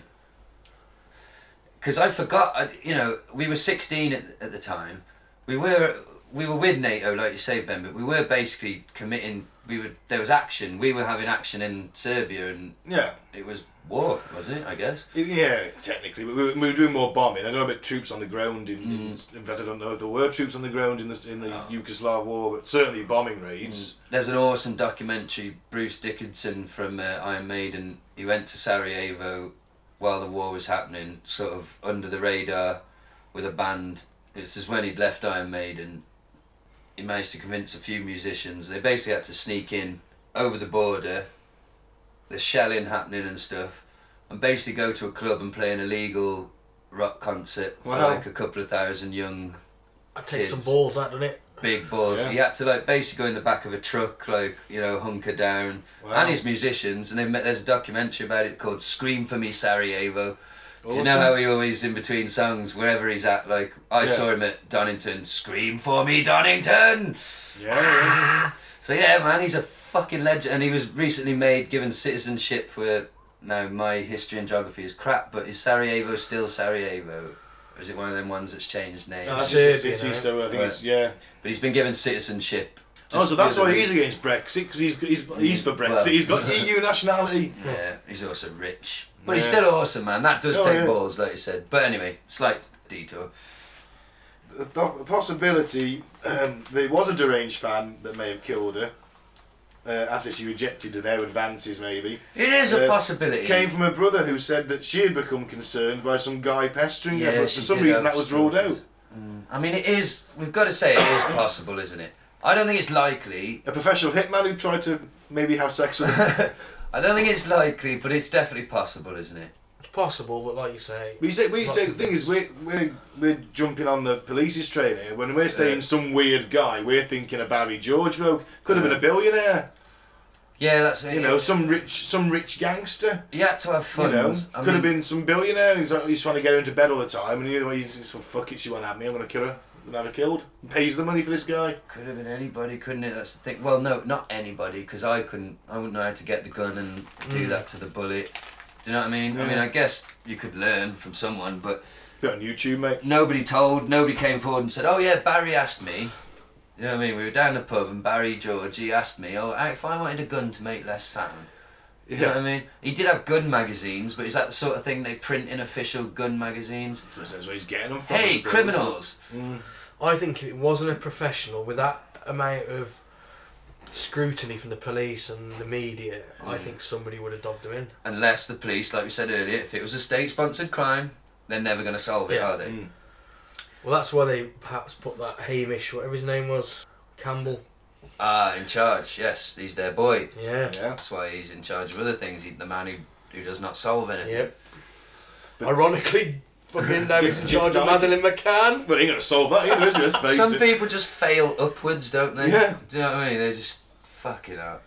Because I forgot. I, you know, we were 16 at, at the time. We were we were with NATO, like you say, Ben. But we were basically committing. We were there was action. We were having action in Serbia, and
Yeah.
it was war, wasn't it? I guess.
Yeah, technically, but we were, we were doing more bombing. I don't know about troops on the ground. In,
Mm.
in, in fact, I don't know if there were troops on the ground in the in
Oh.
the Yugoslav war, but certainly bombing raids.
There's an awesome documentary, Bruce Dickinson from uh, Iron Maiden. He went to Sarajevo while the war was happening, sort of under the radar with a band. This is when he'd left Iron Maiden. He managed to convince a few musicians. They basically had to sneak in over the border, the shelling happening and stuff, and basically go to a club and play an illegal rock concert
Wow.
for like a couple of thousand young
That takes some
kids
balls, that doesn't it?
big balls.
Yeah.
He had to like basically go in the back of a truck, like you know, hunker down,
Wow.
and his musicians. And then there's a documentary about it called "Scream for Me, Sarajevo." You know
Awesome.
how he always in between songs, wherever he's at. Like I
Yeah.
saw him at Donington, "Scream for Me, Donington."
Yeah.
so yeah, man, he's a fucking legend, and he was recently made given citizenship for. Now my history and geography is crap, but is Sarajevo still Sarajevo? Or is it one of them ones that's changed names?
No, that's just the city, so I think it's- yeah.
But he's been given citizenship.
Oh, so
Just
that's
the other
why he's
week.
against Brexit because he's, he's he's for Brexit.
Well-
he's got EU nationality.
Yeah, he's also rich. But he's
Yeah.
still awesome, man. That does
Oh,
take
yeah.
balls, like you said. But anyway, slight detour.
The, the possibility um, there was a deranged fan that may have killed her uh, after she rejected their advances. Maybe
It is a possibility.
Came from her brother who said that she had become concerned by some guy pestering her,
Yeah,
but
she
for some
did
reason
have
that was ruled out.
I mean, it is. We've got to say it is possible, isn't it? I don't think it's likely.
A professional hitman who tried to maybe have sex with her.
I don't think it's likely, but it's definitely possible, isn't it?
It's possible, but like you say.
We say, we
not
say the thing is, we're, we're, we're jumping on the police's train here. When we're saying some weird guy, we're thinking a Barry George bloke. Could have been a billionaire.
Yeah, that's it.
You know, some rich some rich gangster.
He had to have
You know,
funds. I
could have
mean-
been some billionaire who's, like, he's trying to get her into bed all the time. And you know, he's just, well, fuck it, she won't have me, I'm going to kill her. And have her killed. And pays the money for this guy.
Could have been anybody, couldn't it? That's the thing. Well, no, not anybody, because I couldn't. I wouldn't know how to get the gun and do
Mm.
that to the bullet. Do you know what I mean? I mean,
Yeah.
I guess you could learn from someone, but.
Got on YouTube, mate.
Nobody told. Nobody came forward and said, "Oh yeah, Barry asked me." You know what I mean? We were down the pub and Barry George he asked me, "Oh, if I wanted a gun to make less sound." You know
Yeah.
what I mean? He did have gun magazines, but is that the sort of thing they print in official gun magazines?
That's where he's getting them from.
Hey, criminals!
I think if it wasn't a professional with that amount of scrutiny from the police and the media, I
Mm.
think somebody would have dobbed him in.
Unless the police, like we said earlier, if it was a state-sponsored crime, they're never going to solve it,
Yeah. Mm.
are they?
Well, that's why they perhaps put that Hamish, whatever his name was, Campbell.
Ah, in charge. Yes, he's their boy.
Yeah.
That's why he's in charge of other things. He's the man who, who does not solve anything.
Yep. Ironically, fucking now he's in
It's
charge of
not-
Madeline McCann.
But he ain't gonna solve that either, is he? Let's face
Some
it.
people just fail upwards, don't they?
Yeah.
Do you know what I mean? They just fucking out.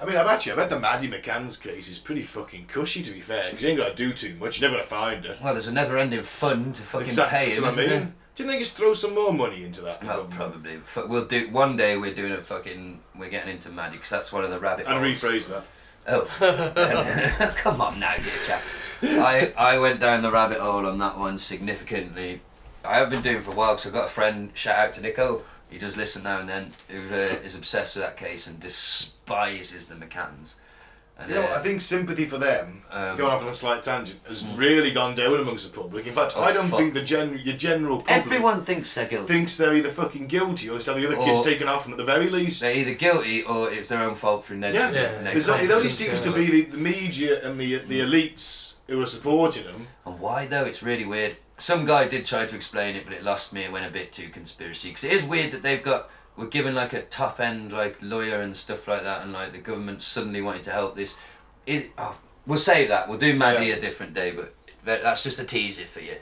I mean, I bet you, I bet the Maddie McCann's case is pretty fucking cushy, to be fair, because you ain't got to do too much. You're never going to find her.
Well, there's a never-ending fund to fucking
exactly,
pay
that's
him,
what I
isn't
mean.
there?
Do you think just throw some more money into that?
Well, probably. F- We'll do one day. We're doing a fucking. We're getting into magic because that's one of the rabbit.
I'd
holes.
rephrase that.
Oh, come on now, dear chap. I I went down the rabbit hole on that one significantly. I have been doing for a while because I've got a friend. Shout out to Nico. He does listen now and then. Who uh, is obsessed with that case and despises the McCanns. And,
You know what,
uh,
I think sympathy for them,
Um, Mm.
going off on a slight tangent, has really gone down amongst the public. In fact,
Oh,
I don't
fuck.
think the gen- your general public
Everyone thinks they're guilty.
thinks they're either fucking guilty or it's having the other kids
Or-
taken off them at the very least.
They're either guilty or it's their own fault through neg-
Yeah,
neg-
There's- it only seems to be the, the media and the
Mm.
the elites who are supporting them.
And why though? It's really weird. Some guy did try to explain it, but it lost me. It went a bit too conspiracy because it is weird that they've got were given like a top end like lawyer and stuff like that, and like the government suddenly wanted to help this. Is oh, we'll save that. We'll do Maddie a different day, but that, that's just a teaser for you,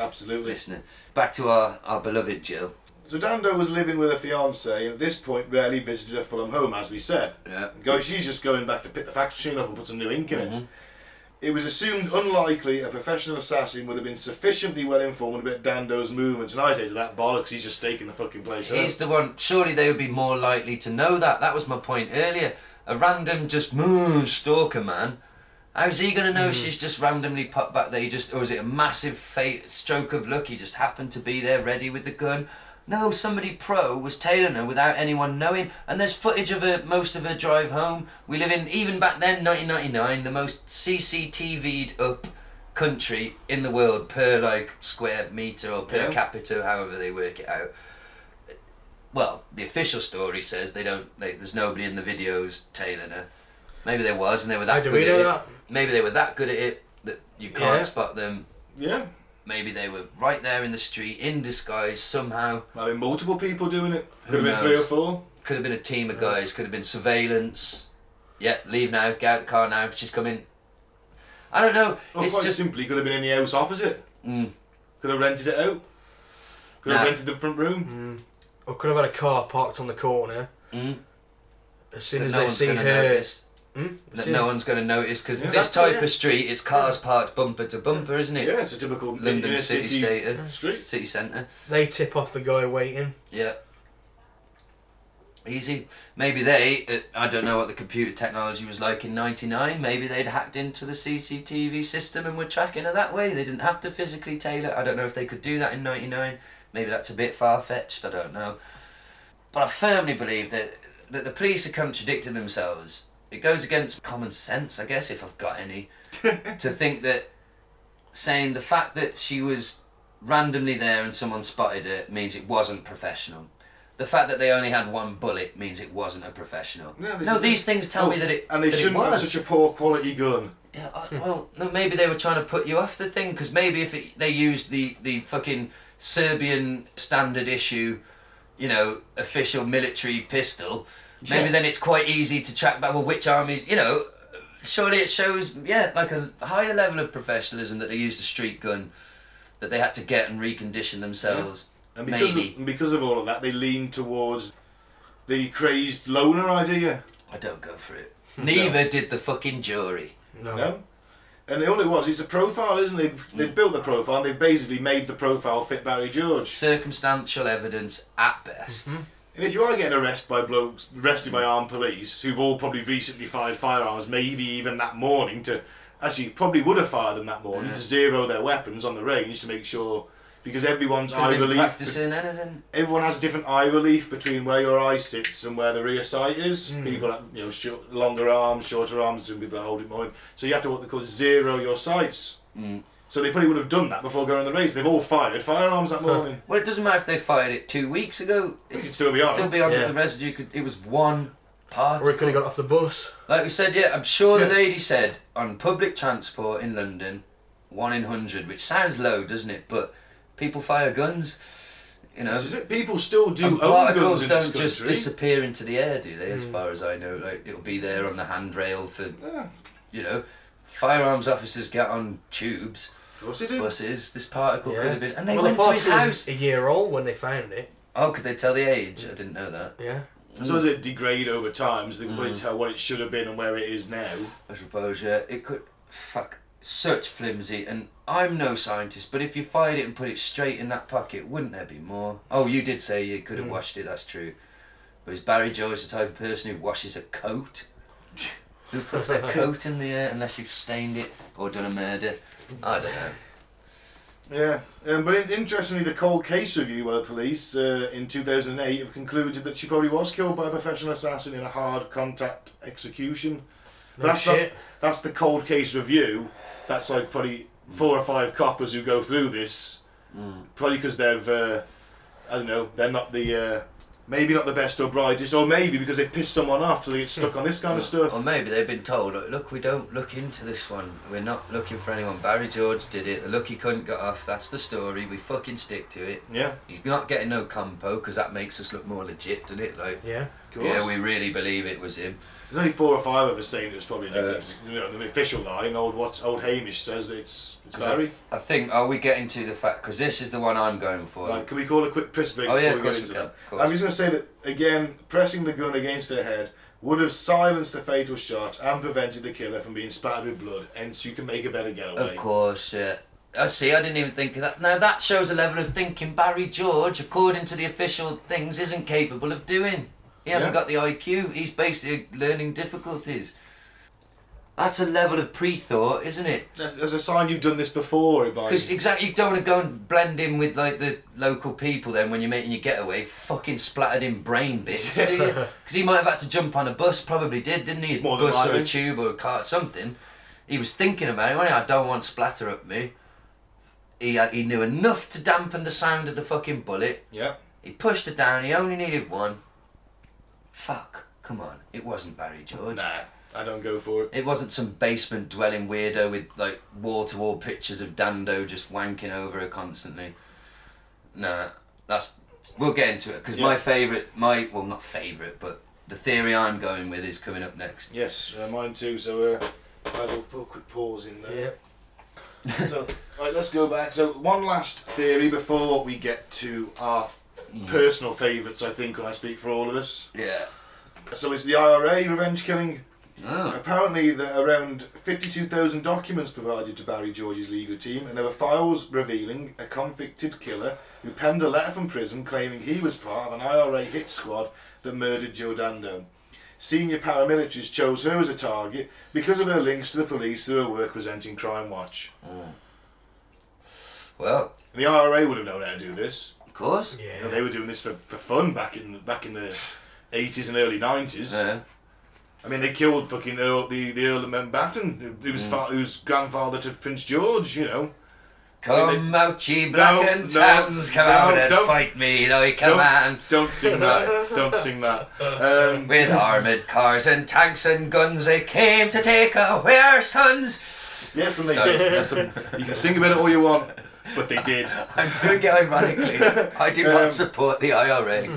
Absolutely.
listener. Back to our our beloved Jill.
So Dando was living with her fiance and at this point rarely visited her Fulham home, as we said.
Yeah. Mm-hmm.
Go, she's just going back to pick the fax machine up and put some new ink in it. It was assumed unlikely a professional assassin would have been sufficiently well informed about Dando's movements, and I say to that bollocks, he's just staking the fucking place. out.
He's the one. Surely they would be more likely to know that. That was my point earlier. A random just "Mm, stalker man. How's he gonna know she's just randomly popped back there? He just or is it a massive fate stroke of luck? He just happened to be there, ready with the gun. No, somebody pro was tailing her without anyone knowing, and there's footage of her most of her drive home. We live in even back then, 1999, the most CCTV'd up country in the world per like square meter or per
Yeah.
capita, however they work it out well, the official story says they don't. They, there's nobody in the videos tailing her. Maybe there was, and they were that.
How do
good
we
at
know
it.
that?
Maybe they were that good at it that you can't
Yeah.
spot them.
Yeah.
Maybe they were right there in the street in disguise somehow.
Might have been multiple people doing it.
Who
Could have been
knows?
three or four.
Could have been a team of guys. Could have been surveillance. Yep, leave now. Get out the car now. She's coming. I don't know.
Or
it's
quite
just
simply, could have been in the house opposite.
Mm.
Could have rented it out. Could have
Nah. Mm.
rented the front room.
Or could have had a car parked on the corner. As soon
That
as
no
they
one's
see
gonna
her.
notice.
Hmm? As
that
soon
no
as-
one's going to notice because
Yeah.
this
Exactly,
type
yeah.
of street, it's cars parked bumper to bumper, isn't it?
Yeah, it's a typical
London
inner
city,
city
stater-
street.
city centre.
They tip off the guy waiting.
Yeah. Easy. Maybe they, uh, I don't know what the computer technology was like in 99, maybe they'd hacked into the CCTV system and were tracking her that way. They didn't have to physically tailor. I don't know if they could do that in 99. Maybe that's a bit far fetched, I don't know. But I firmly believe that, that the police are contradicting themselves. It goes against common sense, I guess, if I've got any, to think that saying the fact that she was randomly there and someone spotted her means it wasn't professional. The fact that they only had one bullet means it wasn't a professional.
Yeah, this
no,
is-
these things tell
Oh,
me that it.
And they
that it
shouldn't have
was.
such a poor quality gun.
Yeah, I, well, no, maybe they were trying to put you off the thing because maybe if it, they used the the fucking Serbian standard issue, you know, official military pistol,
Yeah.
maybe then it's quite easy to track back. Well, which armies, you know, surely it shows, yeah, like a higher level of professionalism that they used a street gun that they had to get and recondition themselves.
And because
maybe
Of, and because of all of that, they lean towards the crazed loner idea.
I don't go for it. Neither did the fucking jury.
No.
No? And all it was, it's a profile, isn't it? They've, they've built the profile, and they've basically made the profile fit Barry George.
Circumstantial evidence at best.
And if you are getting arrested by blokes, arrested by armed police, who've all probably recently fired firearms, maybe even that morning to, actually, probably would have fired them that morning to zero their weapons on the range to make sure, because everyone's
Could have
eye
been
relief.
practicing anything.
everyone has different eye relief between where your eye sits and where the rear sight is.
Hmm.
People have you know short, longer arms, shorter arms, some people hold it more. in. So you have to what they call zero your sights.
Mm.
So they probably would have done that before going on the race. They've all fired firearms that morning.
Well, it doesn't matter if they fired it two weeks ago.
It could still be on.
Still be on
Yeah.
the residue. Could, it was one part.
Or he could have got off the bus.
Like we said, yeah, I'm sure the lady said on public transport in London, one in hundred, which sounds low, doesn't it? But people fire guns. You know,
This is it. People still do
And
own
particles
guns in
don't
this
just
country.
disappear into the air, do they? As
Hmm.
Mm.
far as I know, like it'll be there on the handrail for, you know, firearms officers get on tubes. Of
course they do.
Buses. This particle
Yeah.
could have been, and they
Well, the
went to his
particle
house.
was A year old when they found it.
Oh, could they tell the age? I didn't know that.
Yeah.
I suppose they degrade over time, so they can probably
Mm.
tell what it should have been and where it is now.
I suppose, yeah. It could. Fuck. Such flimsy, and I'm no scientist, but if you fired it and put it straight in that pocket, wouldn't there be more? Oh, you did say you could have
Mm.
washed it, that's true. But is Barry Joyce the type of person who washes a coat? who puts their coat in the air unless you've stained it or done a murder? I don't know.
Yeah, um, but in- interestingly, the cold case review by the police uh, in 2008 have concluded that she probably was killed by a professional assassin in a hard contact execution.
No
that's not-
shit.
that's the cold case review. That's like probably
Mm.
four or five coppers who go through this, probably because they've, uh, I don't know, they're not the, uh, maybe not the best or brightest, or maybe because they've pissed someone off so they get
Hmm.
stuck on this kind of stuff.
Or maybe they've been told, look, look, we don't look into this one. We're not looking for anyone. Barry George did it. The lucky cunt got off. That's the story. We fucking stick to it.
Yeah.
You're not getting no compo because that makes us look more legit, doesn't it? Like,
Yeah. Of
Yeah,
course.
we really believe it was him.
There's only four or five of us saying it was probably
Uh,
the, you know, the official line. Old what? Old Hamish says that it's it's
'Cause I-
Barry.
I think, are we getting to the fact? Because this is the one I'm going for.
Right, can we call a quick press break
Oh,
before
yeah,
we
of course
get into
we can,
that?
of course.
I'm just going to say that again. Pressing the gun against her head would have silenced the fatal shot and prevented the killer from being spattered with blood, and so you can make a better getaway.
Of course, yeah. I see, I didn't even think of that. Now, that shows a level of thinking Barry George, according to the official things, isn't capable of doing. He hasn't
Yeah.
got the IQ, he's basically learning difficulties. That's a level of pre thought, isn't it?
That's, that's a sign you've done this before, by
Because exactly, you don't want to go and blend in with like the local people. Then when you're making your getaway, fucking splattered in brain bits, do you? Because he might have had to jump on a bus. Probably did, didn't he?
More than
bus or a
likely.
tube or a car, something. He was thinking about it. wasn't he? I don't want splatter up me. He had, he knew enough to dampen the sound of the fucking bullet.
Yeah.
He pushed it down. He only needed one. Fuck! Come on, it wasn't Barry George.
Nah, I don't go for it.
It wasn't some basement dwelling weirdo with like wall to wall pictures of Dando just wanking over her constantly. Nah, that's we'll get into it because my
Yeah.
favourite, my well not favourite, but the theory I'm going with is coming up next.
Yes, uh, mine too. So uh, I will put a quick pause in there. so right, let's go back. So one last theory before we get to our f- personal favourites. I think, and I speak for all of us.
Yeah.
So it's the IRA revenge killing.
Oh.
Apparently, there are around 52,000 documents provided to Barry George's legal team, and there were files revealing a convicted killer who penned a letter from prison claiming he was part of an IRA hit squad that murdered Joe Dando. Senior paramilitaries chose her as a target because of her links to the police through her work presenting Crime Watch.
Well,
the IRA would have known how to do this.
Of course.
Yeah. they were doing this for, for fun back in the, back in the 80s and early 90s.
Yeah.
I mean, they killed fucking Earl, the, the Earl of Mountbatten, who- who was
Mm.
fa- who's grandfather to Prince George, you know.
Come out, ye black
No,
and
no,
tans, come
no,
out and
don't-
fight me, like a
don't-
man.
Don't sing that. don't sing that. Um,
With armoured cars and tanks and guns, they came to take away our sons.
Yes, and they
Sorry.
did. Yes, and you can sing about it all you want, but they did.
I'm doing it ironically. I do
Um,
not support the IRA.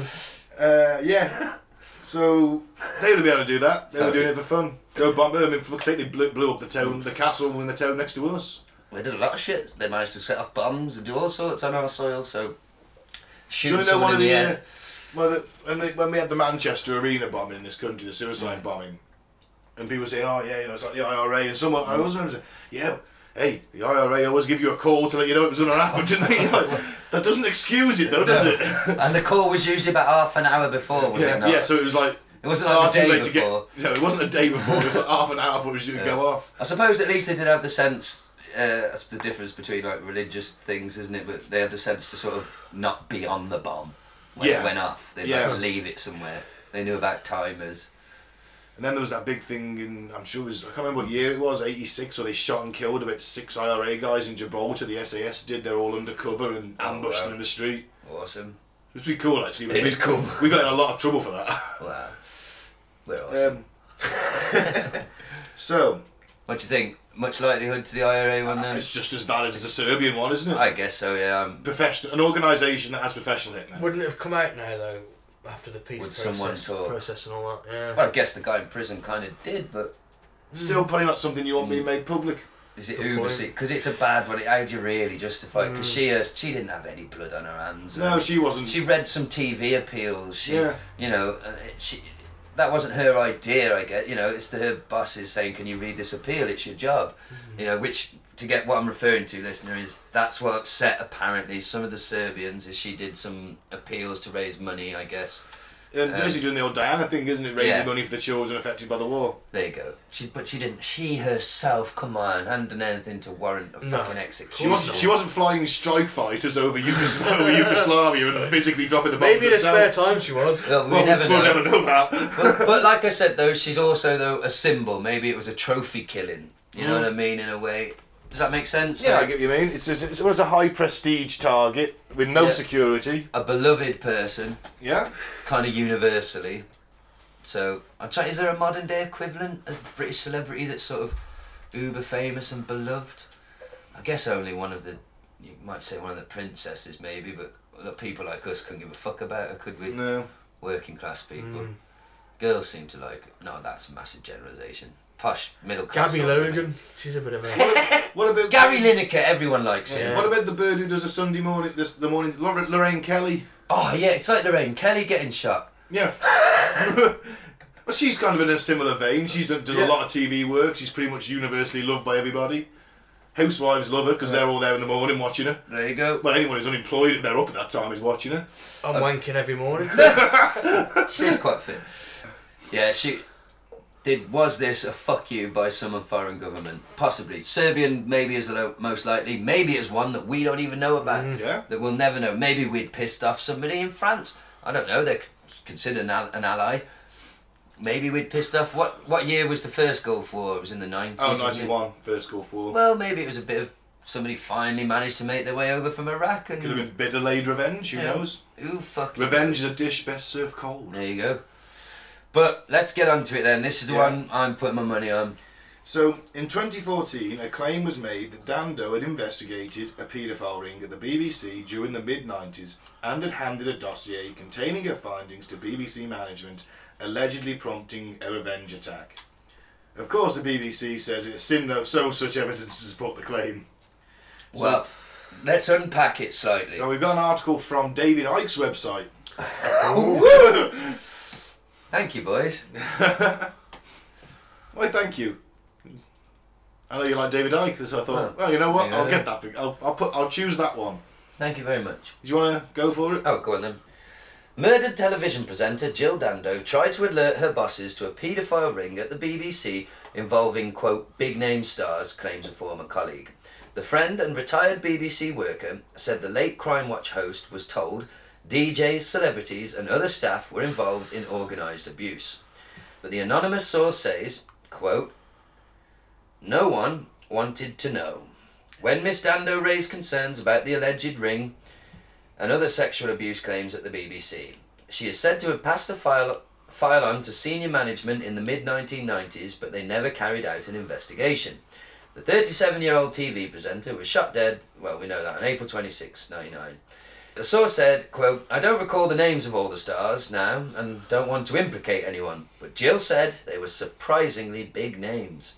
Uh, yeah. So they would have been able to do that. They were
Sorry.
doing it for fun. Go bomb them. And for fuck's sake, they blew, blew up the town, the castle in the town next to us.
They did a lot of shit. They managed to set off bombs and do all sorts on our soil.
Do
So
you
shooting
wanna know
someone
one
in
of the,
the,
uh,
head.
one of the- when, they, when we had the Manchester Arena bombing in this country, the suicide
Mm.
bombing, and people say, "Oh yeah, you know, it's like the IRA," and someone I always remember, saying, "Yeah, but, hey, the IRA always give you a call to let you know it was going to happen, didn't they?" You're like, that doesn't excuse it though, does it?
and the call was usually about half an hour before, was
uh, Yeah,
it not?
yeah, so it was like
It wasn't like the
far too
day
late to get-
before.
no, it wasn't a day before. It was like half an hour before it was due to
Yeah.
go off.
I suppose at least they did have the sense. Uh, that's the difference between like religious things, isn't it? But they had the sense to sort of not be on the bomb when
Yeah.
it went off. They
Yeah.
had to leave it somewhere. They knew about timers.
And then there was that big thing in I'm sure it was I can't remember what year it was, eighty six, where they shot and killed about six IRA guys in Gibraltar. The SAS did. They're all undercover and ambushed
Oh, wow.
them in the street.
Awesome.
It was pretty cool actually.
It was cool.
We got in a lot of trouble for that.
Wow. We're awesome.
Um, so,
what do you think? much likelihood to the IRA one then?
It's just as valid as the Serbian one, isn't it?
I guess so, yeah. Um,
Professional, an organisation that has professional hitmen.
Wouldn't it have come out now though, after the peace
Would someone
process,
talk?
process and all that? Yeah.
well, I guess the guy in prison kind of did, but.
Still probably not something you want being made public.
Is it
Good
uber
point.
sick? Because it's a bad one. How do you really justify? Because
Mm.
she uh, she didn't have any blood on her hands.
No, she wasn't.
Mm. She read some TV appeals. She,
Yeah.
You know, uh, it- she that wasn't her idea. I get. You know, it's the her bosses saying, "Can you read this appeal? It's your job."
Mm-hmm.
You know, which to get what I'm referring to, listener, is that's what upset apparently some of the Serbians. Is she did some appeals to raise money, I guess.
And
Um,
basically doing the old Diana thing, isn't it? Raising
yeah.
money for the children affected by the war.
There you go. She, but she didn't. She herself, come on, hadn't done anything to warrant a
No.
fucking exit.
She wasn't, she wasn't flying strike fighters over, Yugos- over Yugoslavia and physically dropping the bombs
Maybe in her
herself.
spare time she was.
Well, we
Well,
never
we'll
know.
never know that.
but, but like I said, though, she's also though a symbol. Maybe it was a trophy killing. You know
Mm.
what I mean? In a way, does that make sense?
Yeah, I get what you mean. It's, it's, it was a high prestige target with no
Yeah.
security.
A beloved person.
Yeah.
Kind of universally. So I'm trying. Is there a modern day equivalent, a British celebrity that's sort of uber famous and beloved? I guess only one of the. You might say one of the princesses, maybe, but look, people like us couldn't give a fuck about her, could we?
No.
Working class people.
Mm.
Girls seem to like. No, that's a massive generalisation. Posh middle class.
Gabby
sort of women.
Logan, she's a bit of a.
What about
Gary Lineker? Everyone likes him.
What about the bird who does a Sunday morning, this, the morning, Lor- Lorraine Kelly?
Oh, yeah, it's like Lorraine Kelly getting shot.
Yeah. well, she's kind of in a similar vein. She's done, does
Yeah.
a lot of TV work. She's pretty much universally loved by everybody. Housewives love her because they're all there in the morning watching her.
There you go.
Well, anyone who's unemployed if they're up at that time is watching her.
I'm wanking every morning.
She's quite fit. Yeah, she did. Was this a fuck you by some foreign government? Possibly. Serbian, maybe is the lo- most likely. Maybe it's one that we don't even know about.
Yeah.
That we'll never know. Maybe we'd pissed off somebody in France. I don't know. They're c- considered an, al- an ally. Maybe we'd pissed off. What What year was the first Gulf War? It was in the 90s.
Oh,
wasn't it?
91, first Gulf War.
Well, maybe it was a bit of somebody finally managed to make their way over from Iraq and
Could have been better laid revenge, who
Yeah.
knows?
Ooh, fuck.
Revenge is a dish best served cold.
There you go. But let's get on to it then. This is the
Yeah.
one I'm putting my money on.
So, in 2014, a claim was made that Dan Doe had investigated a paedophile ring at the BBC during the mid 90s and had handed a dossier containing her findings to BBC management, allegedly prompting a revenge attack. Of course, the BBC says it's a sin of so such evidence to support the claim. So- Oh.
Well, let's unpack it slightly.
Now, we've got an article from David Icke's website.
Thank you, boys.
Why, thank you. I know you like David Icke, so I thought, well, you know what?
Yeah.
I'll get that. For, I'll, I'll put. I'll choose that one.
Thank you very much.
Do you want to go for it?
Oh, go on then. Murdered television presenter Jill Dando tried to alert her bosses to a paedophile ring at the BBC involving, quote, big name stars, claims a former colleague. The friend and retired BBC worker said the late Crime Watch host was told DJs, celebrities, and other staff were involved in organised abuse. But the anonymous source says, quote, No one wanted to know. When Miss Dando raised concerns about the alleged ring, and other sexual abuse claims at the BBC. She is said to have passed the file, file on to senior management in the mid 1990s, but they never carried out an investigation. The 37 year old TV presenter was shot dead, well, we know that, on April 26, 99. The source said, quote, I don't recall the names of all the stars now and don't want to implicate anyone, but Jill said they were surprisingly big names.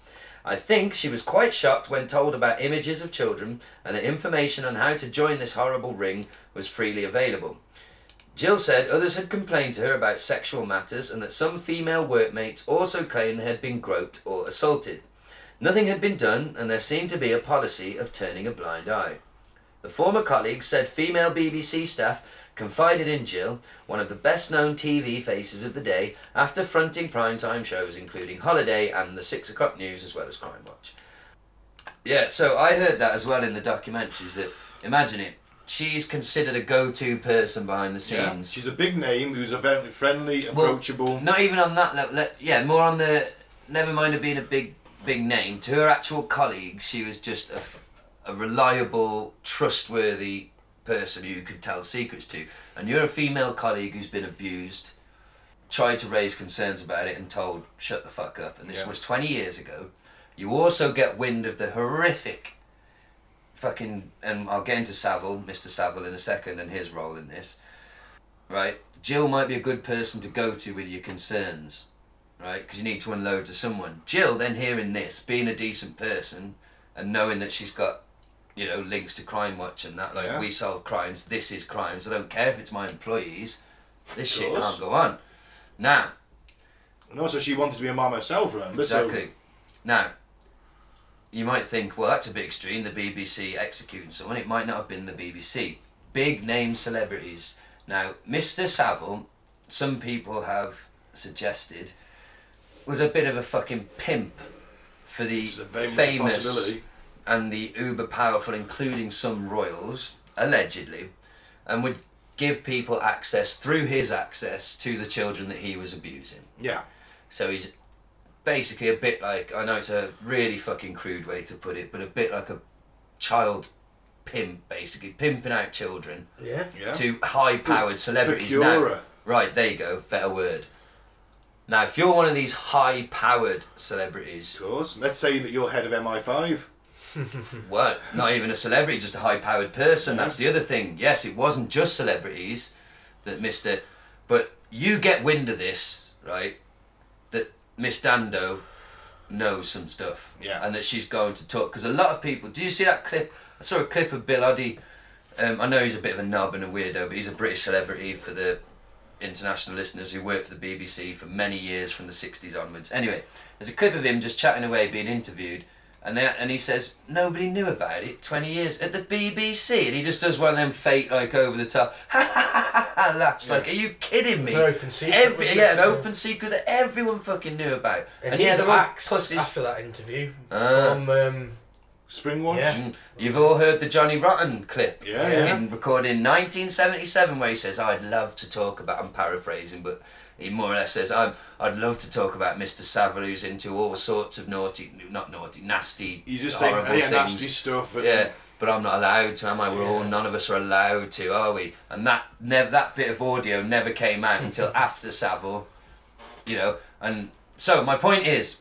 I think she was quite shocked when told about images of children and that information on how to join this horrible ring was freely available. Jill said others had complained to her about sexual matters and that some female workmates also claimed they had been groped or assaulted. Nothing had been done, and there seemed to be a policy of turning a blind eye. The former colleague said female BBC staff confided in Jill, one of the best known TV faces of the day, after fronting primetime shows including Holiday and the 6 o'clock news as well as Crime Watch. Yeah, so I heard that as well in the documentaries that, imagine it, she's considered a go to person behind the
Yeah.
scenes.
She's a big name who's apparently friendly,
Well,
approachable.
not even on that level. le- yeah, more on the. Never mind her being a big, big name. To her actual colleagues, she was just a, f- a reliable, trustworthy person who you could tell secrets to. And you're a female colleague who's been abused, tried to raise concerns about it, and told, shut the fuck up. And this
Yeah.
was 20 years ago. You also get wind of the horrific fucking, and I'll get into Savile, Mr. Savile, in a second, and his role in this. Right? Jill might be a good person to go to with your concerns, right? Because you need to unload to someone. Jill, then hearing this, being a decent person, and knowing that she's got, you know, links to Crime Watch and that, like,
Yeah.
we solve crimes, this is crimes, I don't care if it's my employees, this
Of
shit
course.
can't go on. Now,
And also, she wanted to be a mum herself, remember?
Exactly. Now, you might think, well, that's a bit extreme, the BBC executing someone. It might not have been the BBC. Big name celebrities. Now, Mr. Savile, some people have suggested, was a bit of a fucking pimp for the
very much a
famous
possibility.
and the uber powerful, including some royals, allegedly, and would give people access through his access to the children that he was abusing.
Yeah.
So he's basically a bit like I know it's a really fucking crude way to put it, but a bit like a child pimp, basically pimping out children.
Yeah. Yeah.
To high-powered celebrities now.
Procura.
Right there you go. Better word. Now, if you're one of these high-powered celebrities,
of course. Let's say that you're head of MI5.
well, not even a celebrity, just a high powered person. That's the other thing. Yes, it wasn't just celebrities that Mr. But you get wind of this, right? That Miss Dando knows some stuff. Yeah. And that she's going to talk. Because a lot of people. Do you see that clip? I saw a clip of Bill Oddie. Um, I know he's a bit of a knob and a weirdo, but he's a British celebrity for the international listeners who worked for the BBC for many years from the 60s onwards. Anyway, there's a clip of him just chatting away, being interviewed, and they, and he says nobody knew about it 20 years at the BBC, and he just does one of them fake like over the top laughs like, "Are you kidding me?"
It's an open secret,
Every-
wasn't it?
yeah, an
Yeah.
open secret that everyone fucking knew about,
And,
yeah,
yeah,
they're
the
all
acts
pussies.
after that interview
Ah.
from um,
Spring Watch.
Yeah.
Mm. You've all heard the Johnny Rotten clip.
Yeah, yeah.
In recorded in 1977, where he says, "I'd love to talk about." I'm paraphrasing, but he more or less says, "I'm. I'd love to talk about Mr. Savile, who's into all sorts of naughty, not naughty, nasty.
You just say,
horrible
"Oh, yeah,
things.
nasty stuff," and-
yeah." But I'm not allowed to, am I? We're all none of us are allowed to, are we? And that never that bit of audio never came out until after Savile, you know. And so my point is,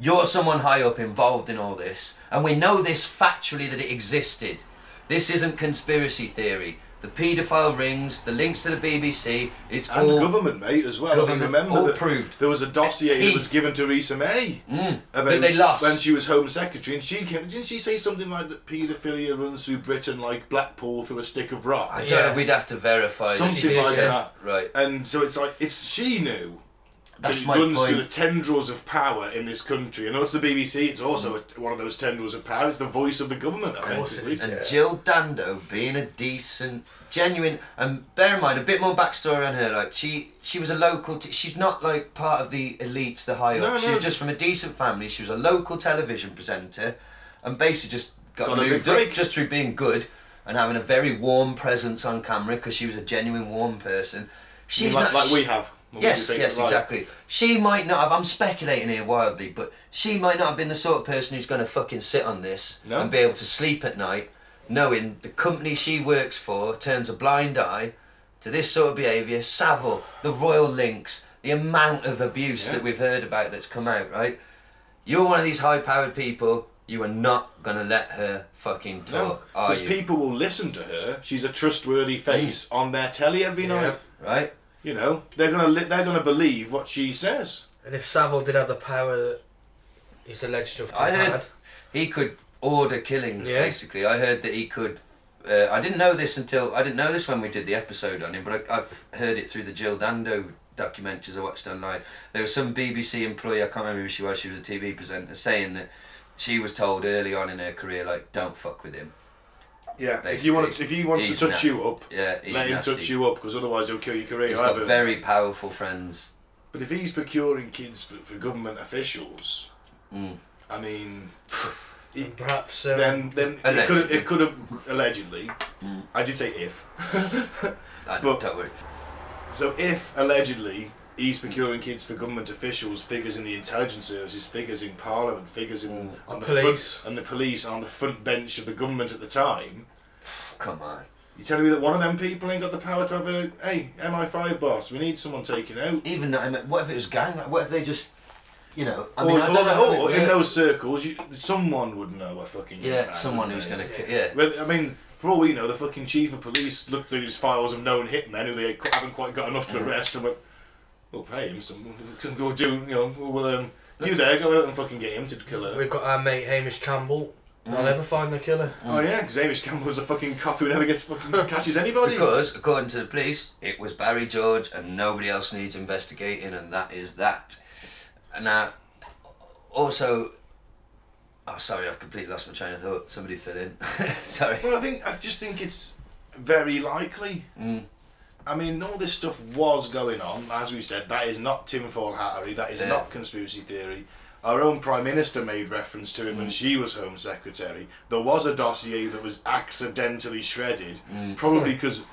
you're someone high up involved in all this, and we know this factually that it existed. This isn't conspiracy theory. The paedophile rings, the links to the BBC, it's
And
all
the government, mate, as well. I mean,
Government,
remember
all
that there was a dossier
Heath.
that was given to Risa May
Mm,
about
that they lost.
when she was Home Secretary, and she came. Didn't she say something like that paedophilia runs through Britain like Blackpool through a stick of rock?
I don't know. We'd have to verify this.
something like
Yeah,
that.
Right.
And so it's like it's she knew. that
That's
it
my
runs through the
point.
tendrils of power in this country. And it's the BBC. It's also
Mm.
a, one of those tendrils of power. It's the voice of the government. effectively.
And Jill Dando being a decent, genuine, and bear in mind a bit more backstory on her. Like she, she was a local. T- she's not like part of the elites, the high
No,
up. She
no.
was just from a decent family. She was a local television presenter, and basically just got,
Got a big
moved up
break.
just through being good and having a very warm presence on camera because she was a genuine warm person. She's
Like-
not,
like we
she-
have, when we do
Yes,
things
yes,
like-
exactly. She might not have. I'm speculating here wildly, but she might not have been the sort of person who's going to fucking sit on this
No.
and be able to sleep at night, knowing the company she works for turns a blind eye to this sort of behaviour. Savile, the royal links, the amount of abuse
Yeah.
that we've heard about that's come out. Right, you're one of these high-powered people. You are not going to let her fucking talk, are
Because
you? Mm.
people will listen to her. She's a trustworthy face on their telly every night.
Right.
You know, they're gonna li- they're gonna believe what she says.
And if Savile did have the power that he's alleged to have
I heard
had,
he could order killings
Yeah.
basically. I heard that he could. Uh, I didn't know this until I didn't know this when we did the episode on him, but I, I've heard it through the Jill Dando documentaries I watched online. There was some BBC employee I can't remember who she was. She was a TV presenter saying that she was told early on in her career like don't fuck with him.
Yeah, if you want to,
Basically,
if he wants to
he's
touch
na-
you up,
yeah, he's
let him
nasty.
touch you up because otherwise he'll kill your career.
He's
I
got
believe.
very powerful friends.
But if he's procuring kids for, for government officials,
Mm.
I mean, it-
perhaps um,
then then it could have,
Allegedly. Mm.
it could have allegedly. I did say if.
I don't worry.
So if allegedly he's procuring kids for government officials, figures in the intelligence services, figures in parliament, figures in on the
Police.
front, and the police and on the front bench of the government at the time.
Come on.
You telling me that one of them people ain't got the power to have a hey MI5 boss? We need someone taken out.
Even not, what if it was gang? What if they just you know, I
or,
mean, I
or,
don't know how it
or in
works.
those circles, you, someone would know a fucking
Yeah,
hitman,
someone
wouldn't
who's gonna
they?
ki- yeah.
But, I mean, for all we know, the fucking chief of police looked through his files of known hitmen who they qu- haven't quite got enough to
Mm.
arrest, and went, "We'll pay him some. some we'll do. You know, we'll um, you there, go out and fucking get him to kill her."
We've got our mate Hamish Campbell.
Mm.
I'll never find the killer.
Oh yeah, because Hamish Campbell was a fucking cop who never gets fucking catches anybody.
Because, according to the police, it was Barry George and nobody else needs investigating, and that is that. And Now, also, oh, sorry, I've completely lost my train of thought. Somebody fill in. sorry.
Well, I think I just think it's very likely.
Mm.
I mean, all this stuff was going on, as we said. That is not tinfoil hattery. That is
Yeah.
not conspiracy theory. Our own prime minister made reference to it when
Mm.
she was home secretary. There was a dossier that was accidentally shredded, probably because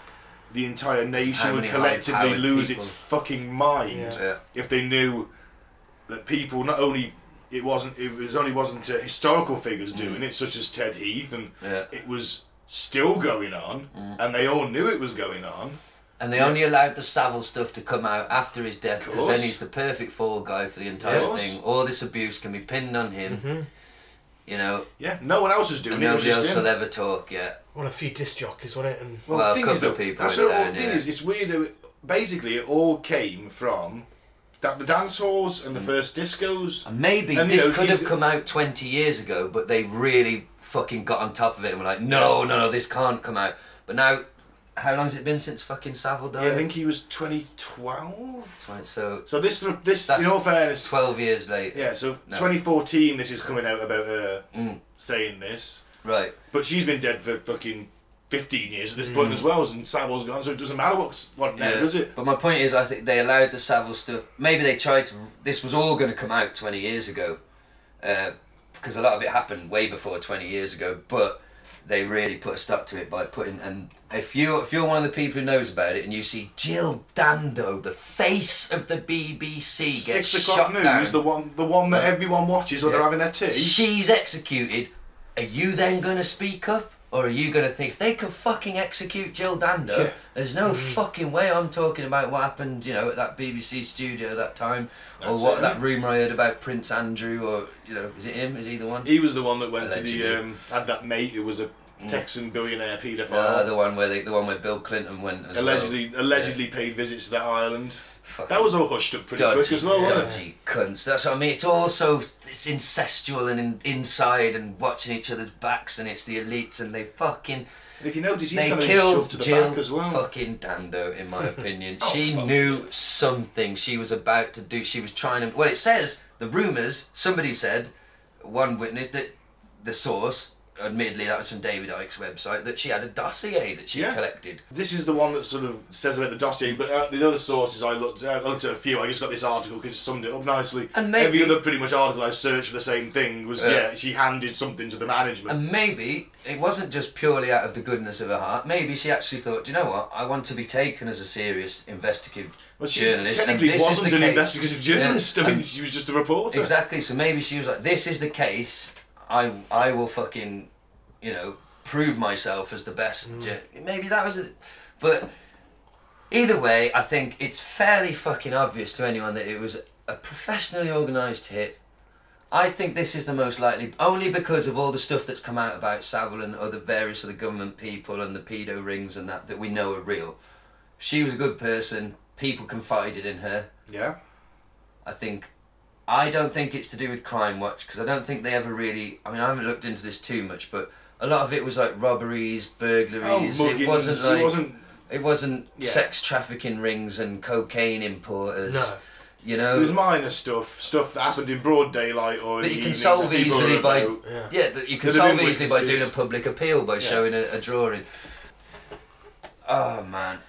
the entire
Mm. How
nation would
many high-powered
collectively lose
people.
its fucking mind
Yeah. Yeah.
if they knew that people not only it wasn't it was only wasn't uh, historical figures
Mm.
doing it, such as Ted Heath, and it was still going on,
Mm.
and they all knew it was going on.
And they only allowed the Savile stuff to come out after his death because
Course.
then he's the perfect fall guy for the entire
Course.
thing. All this abuse can be pinned on him. You know.
Yeah, no one else is doing
and
it, it was
Nobody
just
else
him.
will ever talk. Yeah.
Well, a few disc jockeys, wasn't it? And
Well,
the
a
thing
couple
is, though,
of people
That's
were
what,
there,
the thing
yeah.
is. It's weird. uh, Basically, it all came from that the dance halls and the first discos.
Mm. And maybe
And, you
this
know,
could
he's-
have come out 20 years ago, but they really fucking got on top of it and were like, no, no, no, this can't come out. But now, how long has it been since fucking Savile died?
Yeah, I think he was 2012.
Right, so
So this this in
That's
all fairness,
12 years later.
Yeah, so
No. Mm.
2014, this is coming out about her saying this.
Right.
But she's been dead for fucking 15 years at this point
Mm.
as well, and Savile's gone, so it doesn't matter what, what now,
Yeah.
does it?
But my point is, I think they allowed the Savile stuff. Maybe they tried to. This was all going to come out 20 years ago, uh, because a lot of it happened way before 20 years ago. But they really put a stop to it by putting. And if you if you're one of the people who knows about it and you see Jill Dando, the face of the BBC, gets
Six
shot
o'clock news,
down,
the one the one that everyone watches while
Yeah.
they're having their tea.
She's executed. Are you then going to speak up? Or are you going to think, if they can fucking execute Jill Dando,
Yeah. Mm-hmm.
there's no fucking way I'm talking about what happened, you know, at that BBC studio at that time,
That's
or what
it,
that
innit?
rumour I heard about Prince Andrew, or, you know, is it him? Is he the one?
He was the one that went to
Allegedly. Mm.
the um, had that mate who was a Texan billionaire paedophile.
Uh, the one where they, the one where Bill Clinton went as
allegedly
well.
allegedly paid visits to that island. that was all hushed up pretty
dodgy,
quick as well, wasn't it?
dodgy cunts. That's what I mean. It's all so it's incestual and in, inside and watching each other's backs, and it's the elites, and they fucking.
And if you notice, he's
they
kinda
killed
shoved to the
Jill
back as well. Oh,
fucking Dando, in my opinion. she knew something. She was about to do. She was trying to. Well, it says the rumors. Somebody said, one witness that the source. Admittedly, that was from David Icke's website. That she had a dossier that she
Yeah.
collected.
This is the one that sort of says about the dossier, but uh, the other sources I looked at, I looked at a few. I just got this article because it summed it up nicely.
And maybe-
every other pretty much article I searched for the same thing was
Yeah.
yeah, she handed something to the management.
And maybe it wasn't just purely out of the goodness of her heart. Maybe she actually thought, Do you know what? I want to be taken as a serious investigative
Well, she
journalist. and
technically
this is
wasn't
the
an
case."
investigative
Yeah,
journalist. I mean,
and-
she was just a reporter.
Exactly. So maybe she was like, "This is the case. I I will fucking, you know, prove myself as the best." ju-" Maybe that was it. But either way, I think it's fairly fucking obvious to anyone that it was a professionally organised hit. I think this is the most likely, only because of all the stuff that's come out about Savile and other various other government people and the pedo rings and that that we know are real. She was a good person. People confided in her.
Yeah.
I think I don't think it's to do with Crime Watch because I don't think they ever really. I mean, I haven't looked into this too much, but a lot of it was like robberies, burglaries.
Oh, muggings,
it wasn't
it
like
wasn't-
it wasn't
Yeah.
sex trafficking rings and cocaine importers.
No.
you know.
It was minor stuff, stuff that happened in broad daylight or. in the
That you can
evenings
solve
that people
easily
are
by
about.
yeah, that you can
There'd have
solve
been
easily by doing a
witnesses.
public appeal by
Yeah.
showing a, a drawing. Oh man.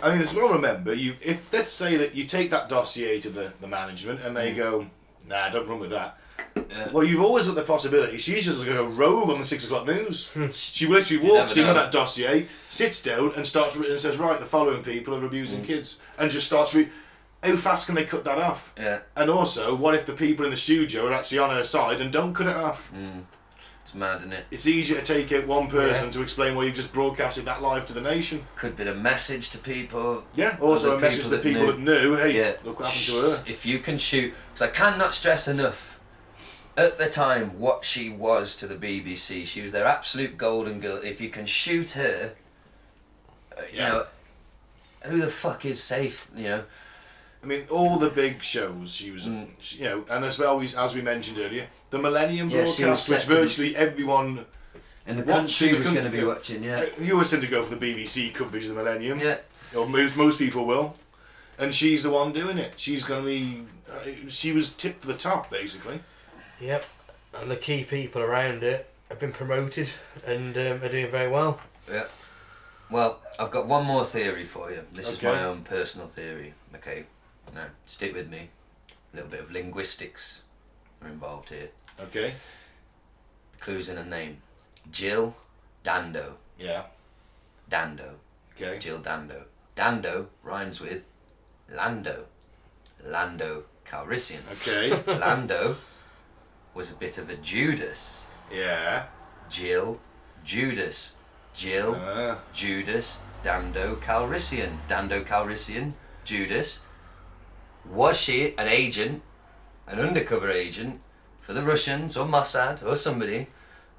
I mean, as well, remember you. If let's say that you take that dossier to the, the management and
Mm.
they go, "Nah, don't run with that." Uh, Well, you've always got the possibility. She's just going to go rogue on the six o'clock news. she literally
Hmm. You
walks
never
in with
know.
that dossier, sits down, and starts re- and says, "Right, the following people are abusing
Mm.
kids," and just starts re. How fast can they cut that off?
Yeah. Mm.
And also, what if the people in the studio are actually on her side and don't cut it off?
It's mad, isn't it?
It's easier to take out one person to explain why you've just broadcasted that live to the nation.
Could be a message to people.
Yeah, also
Other
a message to people that knew, hey, look what happened to her.
If you can shoot, because I cannot stress enough at the time what she was to the BBC. She was their absolute golden girl. If you can shoot her, uh, you know, who the fuck is safe? You know.
I mean, all the big shows she was,
Mm.
she- you know, and as well as, as we mentioned earlier, the Millennium
Yeah, she was
broadcast, which
set to be-
virtually everyone
in the
watched
country
and
was
couldn't-
gonna be watching, yeah.
you always tend to go for the BBC coverage of the Millennium.
Yeah,
or most most people will, and she's the one doing it. She's going to be, uh, she was tipped for the top basically.
Yep, and the key people around it have been promoted and um, are doing very well.
Yeah. Well, I've got one more theory for you. This is
Okay.
my own personal theory. Okay. Now, stick with me. A little bit of linguistics are involved here.
Okay.
Clues in a name. Jill Dando.
Yeah.
Dando.
Okay.
Jill Dando. Dando rhymes with Lando. Lando Calrissian.
Okay.
Lando was a bit of a Judas.
Yeah.
Jill, Judas. Jill, Judas, Dando Calrissian. Dando Calrissian, Judas. Was she an agent, an undercover agent for the Russians or Mossad or somebody,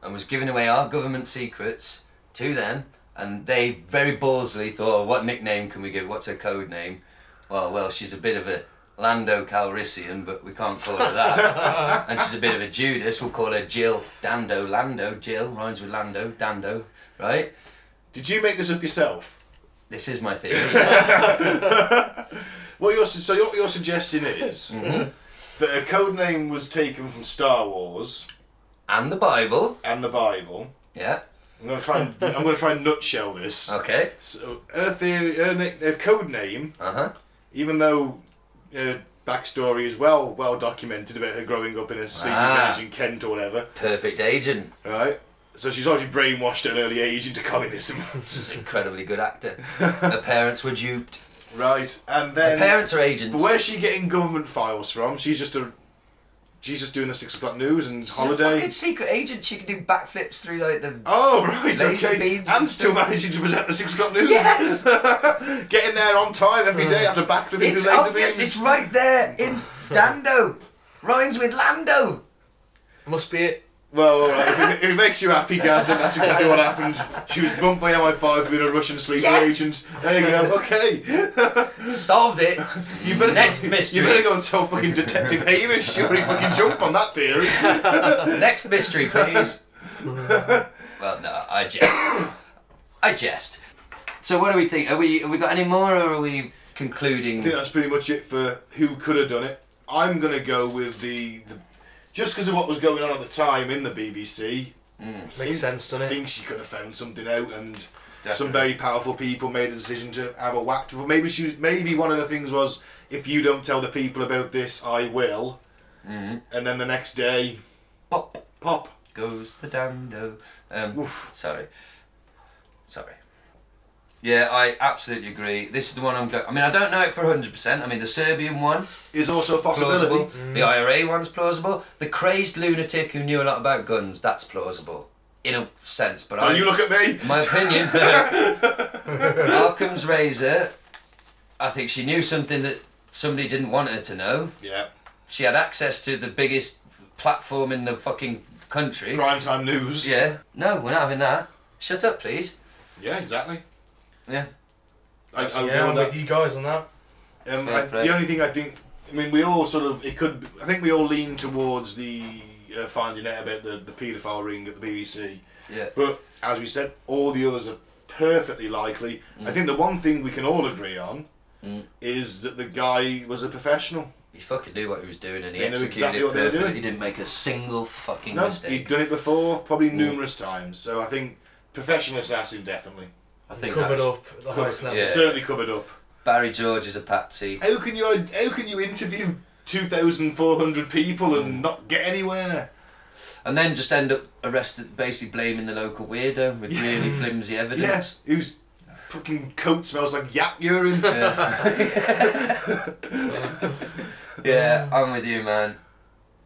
and was giving away our government secrets to them? And they very ballsily thought, oh, what nickname can we give? What's her code name? Well, well, she's a bit of a Lando Calrissian, but we can't call her that. and she's a bit of a Judas. We'll call her Jill Dando Lando. Jill rhymes with Lando Dando, right?
Did you make this up yourself?
This is my theory.
What you're su- so what you're suggesting is
Mhm.
that her code name was taken from Star Wars
and the Bible
and the Bible.
Yeah.
I'm gonna try and I'm gonna try and nutshell this.
Okay.
So her theory, her, nick- her code name.
Uh huh.
Even though her backstory is well well documented about her growing up in a secret
Ah.
village in Kent or whatever.
Perfect agent.
Right. So she's already brainwashed at an early age into communism.
She's an incredibly good actor. Her parents were duped.
Right, and then
Her parents are agents.
But where's she getting government files from? She's just a she's just doing the six o'clock news and
She's a
holiday.
fucking secret agent. She can do backflips through like the.
Oh right,
laser
okay.
beams
And still
stuff.
managing to present the six o'clock news.
Yes! Hmm.
Getting there on time every day after backflipping
It's
through laser
obvious.
beams.
It's right there in Dando. Rhymes with Lando.
Must be it.
Well, all right. If it, if it makes you happy, Gaz, then that's exactly what happened. She was bumped by MI5 for being a Russian sleeper agent. There you go. Okay.
Solved it.
You better
Next
You
mystery.
better go and tell fucking Detective Hamish. You already fucking jump on that theory.
Next mystery, please. well, no, I jest. I jest. So, what do we think? Are we? Have we got any more, or are we concluding?
I think that's pretty much it for who could have done it. I'm gonna go with the, the just because of what was going on at the time in the BBC.
Makes sense, doesn't it?
Think she could have found something out, and some
Definitely.
very powerful people made the decision to have a whack. Well, maybe she was. Maybe one of the things was if you don't tell the people about this, I will.
Mm-hmm.
Mhm.
And then the next day,
pop,
pop
goes the dando. Um, Sorry, sorry. Yeah, I absolutely agree. This is the one I'm. Go- I mean, I don't know it for hundred percent. I mean, the Serbian one
is also a possibility.
Plausible.
Mm.
The IRA one's plausible. The crazed lunatic who knew a lot about guns. That's plausible in a sense. But
Don't
I,
you look at me.
My opinion. Malcolm's razor. I think she knew something that somebody didn't want her to know.
Yeah.
She had access to the biggest platform in the fucking country.
Primetime news.
Yeah. No, we're not having that. Shut up, please.
Yeah, exactly.
Yeah.
I, I agree
yeah,
with
I'm
that.
with you guys on that.
Um,
Fair
I,
play.
the only thing I think, I mean, we all sort of, it could, I think we all lean towards the uh, finding out about the, the paedophile ring at the BBC.
Yeah.
But as we said, all the others are perfectly likely.
Mm.
I think the one thing we can all agree on is that the guy was a professional.
He fucking knew what he was doing and he
They knew
executed
exactly
it
what they were
perfectly.
doing.
He didn't make a single fucking
No,
mistake.
he'd done it before,
Mm.
probably numerous times. So I think professional assassin definitely.
I think
Covered
that was-
up at the highest level.
Certainly covered up.
Barry George is a patsy.
How can you how can you interview two thousand four hundred people
Mm.
and not get anywhere?
And then just end up arrested, basically blaming the local weirdo with really flimsy evidence.
Yes, whose fucking coat smells like yap urine.
Yeah. I'm with you, man.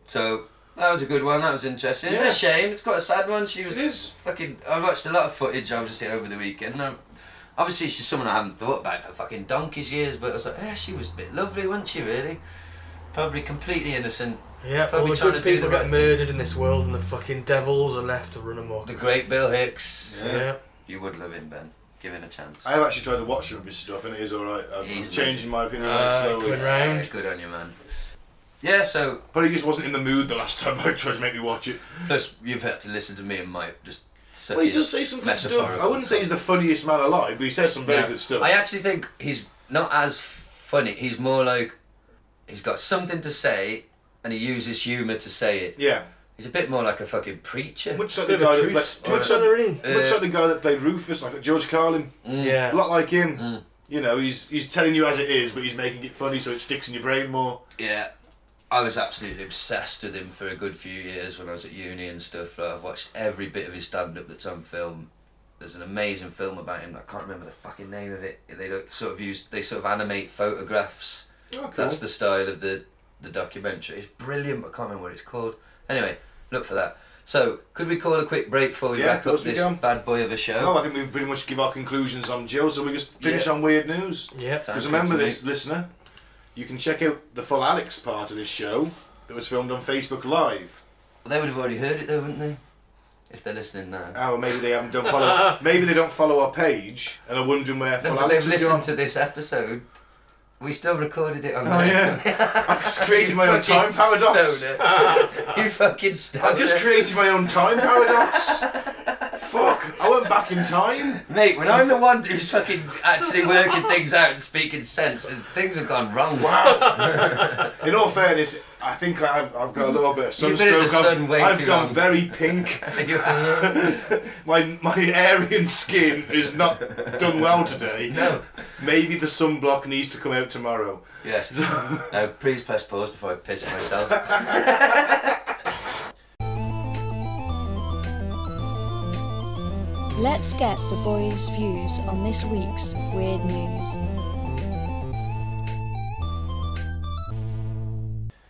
So That was a good one. That was interesting.
Yeah.
It's a shame. It's quite a sad one. She was fucking. I watched a lot of footage. I was just here over the weekend. And I, obviously, she's someone I haven't thought about for fucking donkey's years. But I was like, yeah, she was a bit lovely, wasn't she? Really? Probably completely innocent.
Yeah, all
Probably
the
trying
good
to do
people
the
get
right-
murdered in this world, and the fucking devils are left to run amok.
The great Bill Hicks.
Yeah. Yeah.
You would love him, Ben. Give him a chance.
I have actually tried to watch some of his stuff, and it is all right. I'm
He's
changing my opinion on it
Ah,
slowly.
good round. Yeah, good on you, man. Yeah, so.
But he just wasn't in the mood the last time I tried to make me watch it.
Plus, you've had to listen to me and Mike just. suck
Well, he
his
does say some good stuff.
metaphorical
I wouldn't say he's the funniest man alive, but he says some very
Yeah.
good stuff.
I actually think he's not as funny. He's more like he's got something to say, and he uses humour to say it.
Yeah.
He's a bit more like a fucking preacher.
Much like, the guy that, played- much, like,
Uh,
much like the guy that played Rufus, like George Carlin.
Mm.
Yeah.
A lot like him. You know, he's he's telling you as it is, but he's making it funny so it sticks in your brain more.
Yeah. I was absolutely obsessed with him for a good few years when I was at uni and stuff. Like, I've watched every bit of his stand up that's on film. There's an amazing film about him. that I can't remember the fucking name of it. They don't sort of use they sort of animate photographs.
Oh, cool.
That's the style of the the documentary. It's brilliant. but I can't remember what it's called. Anyway, look for that. So, could we call a quick break before we
Yeah, of
wrap up
course we
this
can.
bad boy of a show?
No, Oh, I think we've pretty much give our conclusions on Jill, so we just finish
Oh. Yeah.
on weird news.
Yeah. Sounds
Because remember
good to
this, listener, you can check out the full Alex part of this show that was filmed on Facebook Live.
Well, they would have already heard it though, wouldn't they? If they're listening now.
Oh, well, maybe they haven't done follow. maybe they don't follow our page and are wondering where
No,
full
but
Alex
they've
is
listened
gone.
to this episode. We still recorded it on
Oh,
there.
yeah. I've just created my own time
Fucking
paradox.
stoner. you fucking stoner.
I've just created my own time paradox. Fuck, I went back in time.
Mate, when I'm the one who's fucking actually working things out and speaking sense, and things have gone wrong.
Wow. In all fairness, I think I've, I've got a little bit of
You've been in
sunstroke.
the sun
I've,
way
I've
too
gone
long.
very pink. my my Aryan skin is not done well today.
No.
Maybe the sunblock needs to come out tomorrow.
Yes. no, please press pause before I piss myself.
Let's get the boys' views on this week's weird news.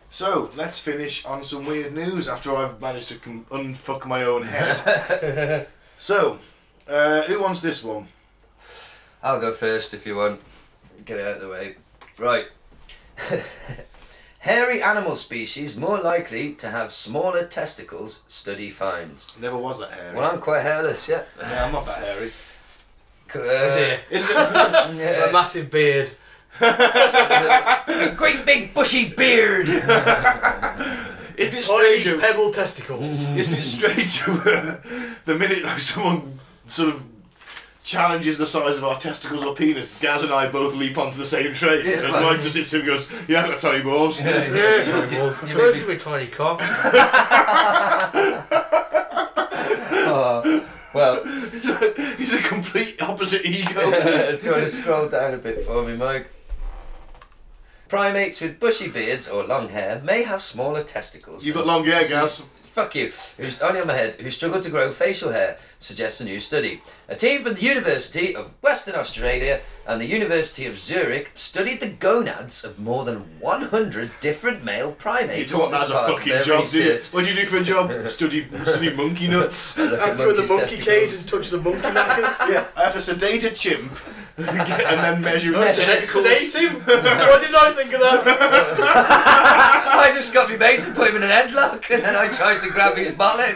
So let's finish on some weird news after I've managed to com- unfuck my own head. so, uh, who wants this one?
I'll go first if you want. Get it out of the way. Right. Hairy animal species more likely to have smaller testicles, study finds.
Never was that hairy.
Well, I'm quite hairless, yeah.
Yeah, I'm not that hairy.
Uh,
With a massive beard.
a great big bushy beard.
Isn't it
strange? pebble testicles.
Isn't it strange uh, the minute like, someone sort of challenges the size of our testicles or penis, Gaz and I both leap onto the same train.
Yeah,
as
like-
Mike just sits here and goes, Yeah, I've got tiny balls.
Yeah, Most of them are tiny cock.
Oh, well,
he's a complete opposite ego.
Do you want to scroll down a bit for me, Mike? Primates with bushy beards or long hair may have smaller testicles.
You've
than-
got long hair, Gaz.
Fuck you. Who's only on my head? Who struggle to grow facial hair? Suggests a new study. A team from the University of Western Australia and the University of Zurich studied the gonads of more than 100 different male
You
primates.
don't want that as
as
a
part of
fucking
their
job, do you?
research.
What do you do for a job? study, study monkey nuts.
I look at After the monkey's monkey testicles.
and touch the monkey knackers? yeah, I have to sedate a chimp and then measure his
Sedate-
testicles.
sedate him? Why didn't I think of
that? I just got my mate to put him in an headlock and then I tried to grab his bollock.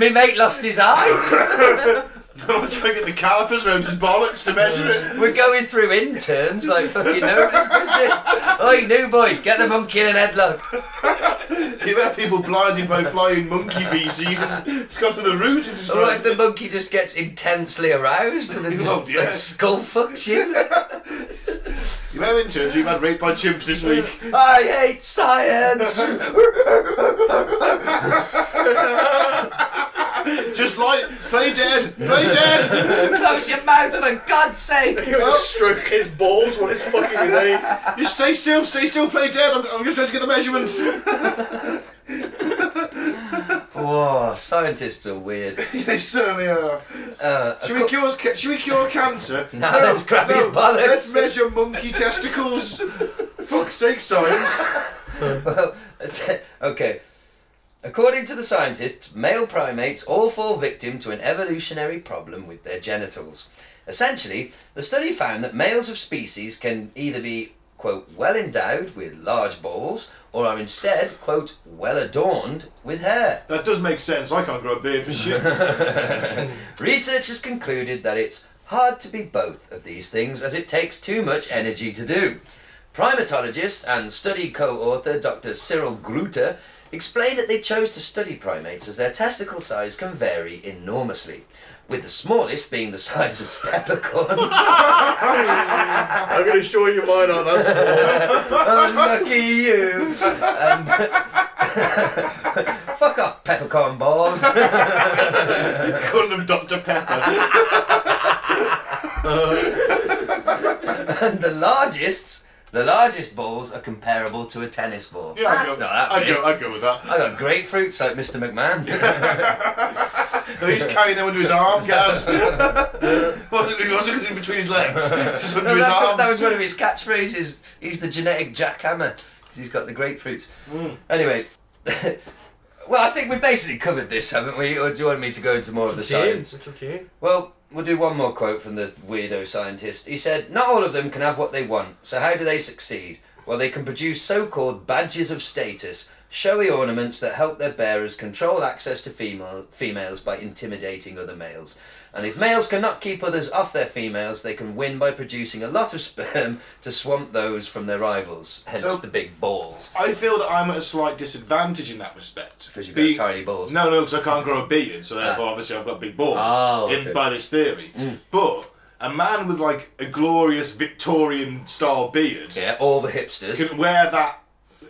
my mate lost his eye.
I'm trying to get the calipers around his bollocks to measure it.
We're going through interns like fucking nobody's business. Oi, new boy, get the monkey in an headlock.
You've had people blinded by flying monkey feces. It's gone to the root. It's
Or like the monkey just gets intensely aroused and then just like, skull fucks you.
You know, in terms, you've had rape by chimps this week.
I hate science.
Just like play dead, play dead. Oh,
Close your mouth for God's sake.
You just stroke his balls while it's fucking in there.
You stay still, stay still, play dead. I'm, I'm just trying to get the measurement.
Whoa, scientists are weird.
they certainly are.
uh,
should, we cure, ca- should we cure cancer?
No, let's grab his bollocks.
Let's measure monkey testicles. Fuck's sake, science.
well, okay. According to the scientists, male primates all fall victim to an evolutionary problem with their genitals. Essentially, the study found that males of species can either be, quote, well endowed with large balls or are instead, quote, well adorned with hair.
That does make sense. I can't grow a beard for shit.
Researchers concluded that it's hard to be both of these things as it takes too much energy to do. Primatologist and study co author Dr. Cyril Gruter explained that they chose to study primates as their testicle size can vary enormously, with the smallest being the size of peppercorns.
I'm going to show you mine on that
Unlucky you. Um, fuck off, peppercorn balls.
Call them Dr. Pepper.
and the largest, the largest balls are comparable to a tennis ball.
Yeah, I'd
That's
go-
not that
I'd
big.
go- I'd go with that.
I got grapefruits like Mr. McMahon.
He's carrying them under his arm, Gaz. What- he also got it between his legs. Just under
No,
his
that's
arms.
what- that was one of his catchphrases. He's the genetic jackhammer because he's got the grapefruits.
Mm.
Anyway, well, I think we basically covered this, haven't we? Or do you want me to go into more of the science?
It's up to you.
Well, we'll do one more quote from the weirdo scientist. He said, Not all of them can have what they want, so how do they succeed? Well, they can produce so called badges of status, showy ornaments that help their bearers control access to female, females by intimidating other males. And if males cannot keep others off their females, they can win by producing a lot of sperm to swamp those from their rivals, hence
So-
the big balls.
I feel that I'm at a slight disadvantage in that respect. Because
you've got tiny balls. Ah.
No, no, because I can't grow a beard, so therefore obviously I've got big balls.
Oh,
in-
okay. Mm.
by this theory. But a man with like a glorious Victorian style beard
Yeah, all the hipsters.
can wear that.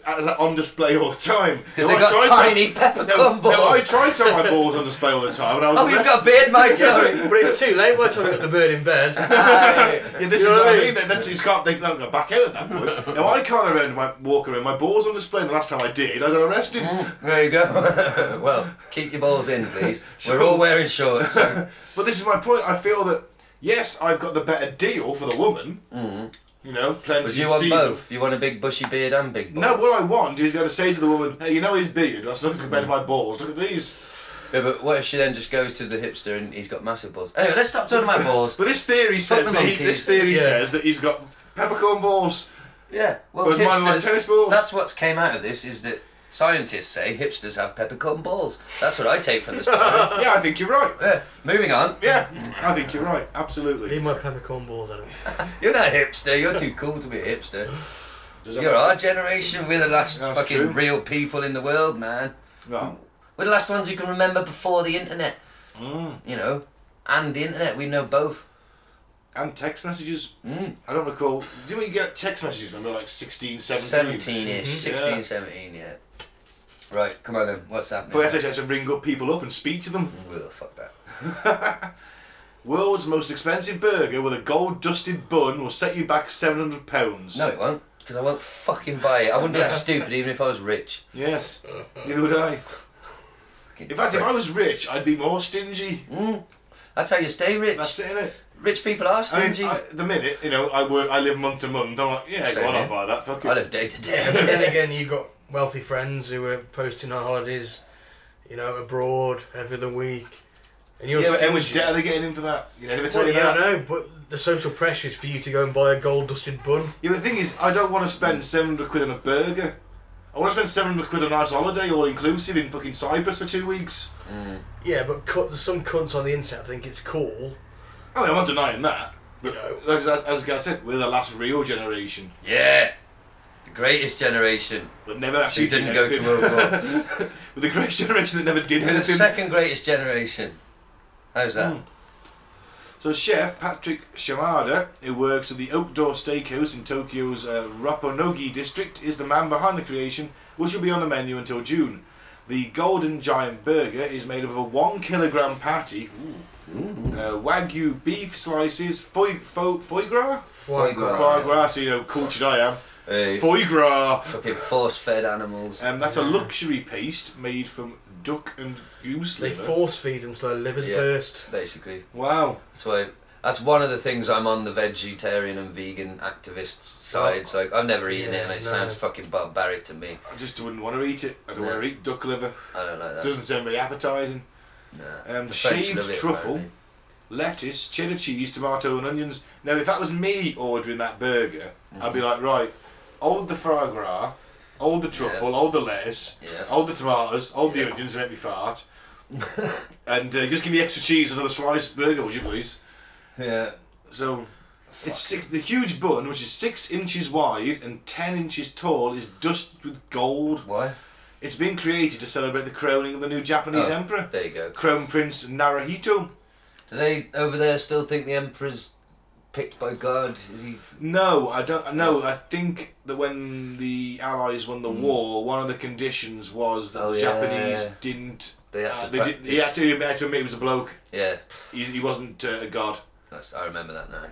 As that on display all the time.
'Cause
No,
they've
I
got
tried
tiny
to,
peppercorn
no, No, I
balls.
tried to have my balls on display all the time, and I was.
Oh, you've got a beard, Mike, sorry.
But it's too late by the time you got the bird in bed.
Yeah, this
You
is
know
what
what
I
I
mean. Then that's, you can't, they're not going to back out at that point. now I can't around my walk around. My balls on display. And the last time I did, I got arrested.
There you go. well, keep your balls in, please. We're all wearing shorts. so-
But this is my point. I feel that yes, I've got the better deal for the woman. You know, plenty.
Mm. But you want
semen.
both? You want a big bushy beard and big balls?
No, what I want is to be able to say to the woman, "Hey, you know his beard. That's nothing compared to my balls. Look at these."
Yeah, but what if she then just goes to the hipster and he's got massive balls? Anyway, let's stop talking about balls.
But this theory says
the
that he,
monkeys.
this theory
Yeah.
says that he's got peppercorn balls.
Yeah, well,
Whereas mine are like
hipsters-
tennis balls.
That's what's came out of this is that scientists say hipsters have peppercorn balls. That's what I take from the story.
Yeah, I think you're right.
yeah, moving on.
Yeah, I think you're right. Absolutely.
Leave my peppercorn balls at him.
You're not a hipster. You're too cool to be a hipster.
Does that
You're
make-
our generation. We're the last
That's
fucking
true.
real people in the world, man.
Well,
We're the last ones who can remember before the internet.
Mm.
You know, and the internet. We know both.
and text messages.
Mm.
I don't recall. Didn't we get text messages when we were like 16, 17?
17 ish, 16,
Yeah.
17, yeah. Right, come on then, what's happening?
But we actually have to ring up people up and speak to them.
Well, fuck that.
World's most expensive burger with a gold dusted bun will set you back seven hundred pounds.
No, it won't, because I won't fucking buy it. I wouldn't be that stupid even if I was rich.
Yes. Neither would I.
Fucking
In fact, if I
prick.
was rich, I'd be more stingy.
That's how you stay rich.
That's it, innit?
Rich people are
I mean,
stingy.
I, the minute you know, I work, I live month to month. I'm like, yeah,
Same
go on, I'll
here.
buy that. Fuck it.
I live day to
And then
day.
again, you've got wealthy friends who are posting on holidays, you know, abroad every other week. And you're
yeah, but how
stingy.
much debt are they getting in for that? You know, never tell
Well,
you
yeah, I
that.
know, but the social pressure is for you to go and buy a gold dusted bun.
Yeah, but the thing is, I don't want to spend 700 quid on a burger. I want to spend 700 quid on a nice holiday, all inclusive, in fucking Cyprus for two weeks.
Yeah, but cut, there's some cunts on the internet think it's cool.
I mean, I'm not denying that.
You know,
As, as, as I said, we're the last real generation
yeah! The greatest generation
that never actually
who
did
didn't go to
anything.
World War.
We're the greatest generation that never did
We're the
anything.
second greatest generation. How's that?
So, chef Patrick Shimada, who works at the Outdoor Steakhouse in Tokyo's uh, Roppongi district, is the man behind the creation, which will be on the menu until June. The Golden Giant Burger is made up of a one kilogram patty, uh, wagyu beef slices, foie, foie, foie gras,
foie
gras.
foie gras. So you know, cultured I am.
Hey,
Foie gras.
Uh, fucking force fed animals.
Um, that's a luxury paste made from duck and goose
They
liver.
force feed them so their livers
Yeah.
burst.
Basically.
wow.
That's why That's one of the things I'm on the vegetarian and vegan activists side. It's like I've never eaten it, and
Yeah,
it
no.
sounds fucking barbaric to me.
I just wouldn't want to eat it. I don't
No.
want to eat duck liver.
I don't like that.
Doesn't sound very appetising.
No.
Um,
The French
shaved
love it,
truffle,
apparently.
lettuce, cheddar cheese, tomato, and onions. Now, if that was me ordering that burger, I'd be
Mm-hmm.
like, right, old the foie gras, old the truffle, old the lettuce, old the tomatoes, old the onions, and let me fart. and uh, just give me extra cheese, and another sliced burger, would you please?
Yeah.
So. It's six, the huge bun, which is six inches wide and ten inches tall, is dusted with gold.
Why?
It's been created to celebrate the crowning of the new Japanese
Oh,
emperor.
There you go.
Crown Prince Naruhito.
Do they over there still think the emperor's picked by God? Is he?
No, I don't. No, I think that when the Allies won the war, one of the conditions was that
Hmm. Oh,
the
yeah.
Japanese didn't. uh,
They had to
they did, he had
practice.
to admit, to admit he was a bloke.
Yeah.
He, he wasn't uh, a god.
That's, I remember that now.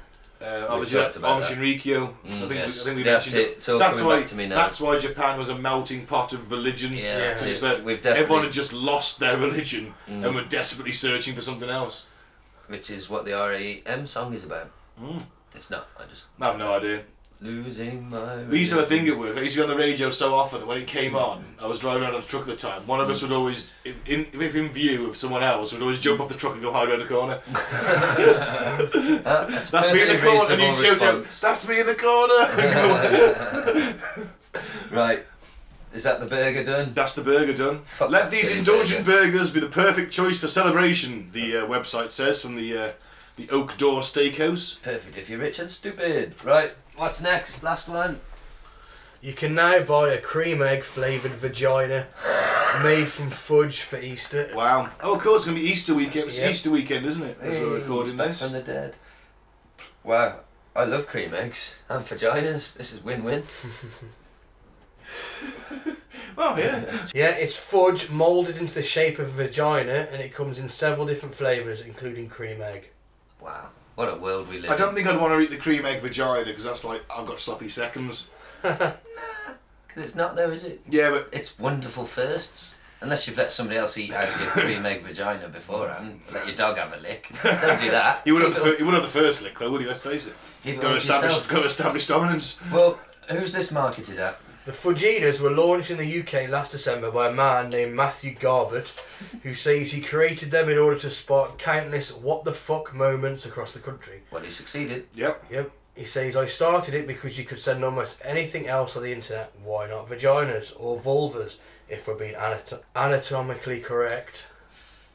Uh,
We've
obviously,
talked
that,
about that.
Onshinrikyo. I
Mm,
think,
yes.
we, I think we
That's
mentioned
it. It's all
that's
coming
why.
back to me now.
That's why Japan was a melting pot of religion. Yeah,
that's it. We've definitely-
everyone had just lost their religion
Mm.
and were desperately searching for something else.
Which is what the REM song is about.
Mm.
It's not. I just
I have no idea.
losing my.
We used to have a thing at work. I used to be on the radio so often that when it
Mm.
came on, I was driving around on a truck at the time. One of us would always, if in, if in view of someone else, would always jump off the truck and go hide around the corner.
that's
me in the
perfectly
corner, and you
reasonable
shout out,
response.
"That's me in the corner!"
right. Is that the burger done?
That's the burger done. Let these
silly
indulgent burgers be the perfect choice for celebration. The uh, website says from the uh, the Oak Door Steakhouse.
Perfect if you're rich and stupid. Right. What's next? Last one.
You can now buy a cream egg flavoured vagina made from fudge for Easter.
Wow. Oh, of course, it's going to be Easter weekend. It's
Yep.
Easter weekend, isn't it? As we're
Hey,
recording
back
this.
from the dead. Wow. I love cream eggs and vaginas. This is win-win.
Well, yeah.
Yeah, it's fudge moulded into the shape of a vagina and it comes in several different flavours, including cream egg.
Wow. What a world we live
I don't think I'd want to eat the cream egg vagina because that's like I've got sloppy seconds.
Because it's not there, is it?
Yeah, but
it's wonderful firsts. Unless you've let somebody else eat out your cream egg vagina beforehand, let your dog have a lick. Don't do that.
He would have
Keep
the
it
fir- he would have the first lick though, would he? Let's face it.
Keep it
Got to
all to
establish
yourself.
got to establish dominance.
Well, who's this marketed at?
The Fujitas were launched in the UK last December by a man named Matthew Garbett, who says he created them in order to spark countless what the fuck moments across the country.
Well, he succeeded.
Yep.
Yep. He says, I started it because you could send almost anything else on the internet. Why not vaginas or vulvas, if we're being anato- anatomically correct?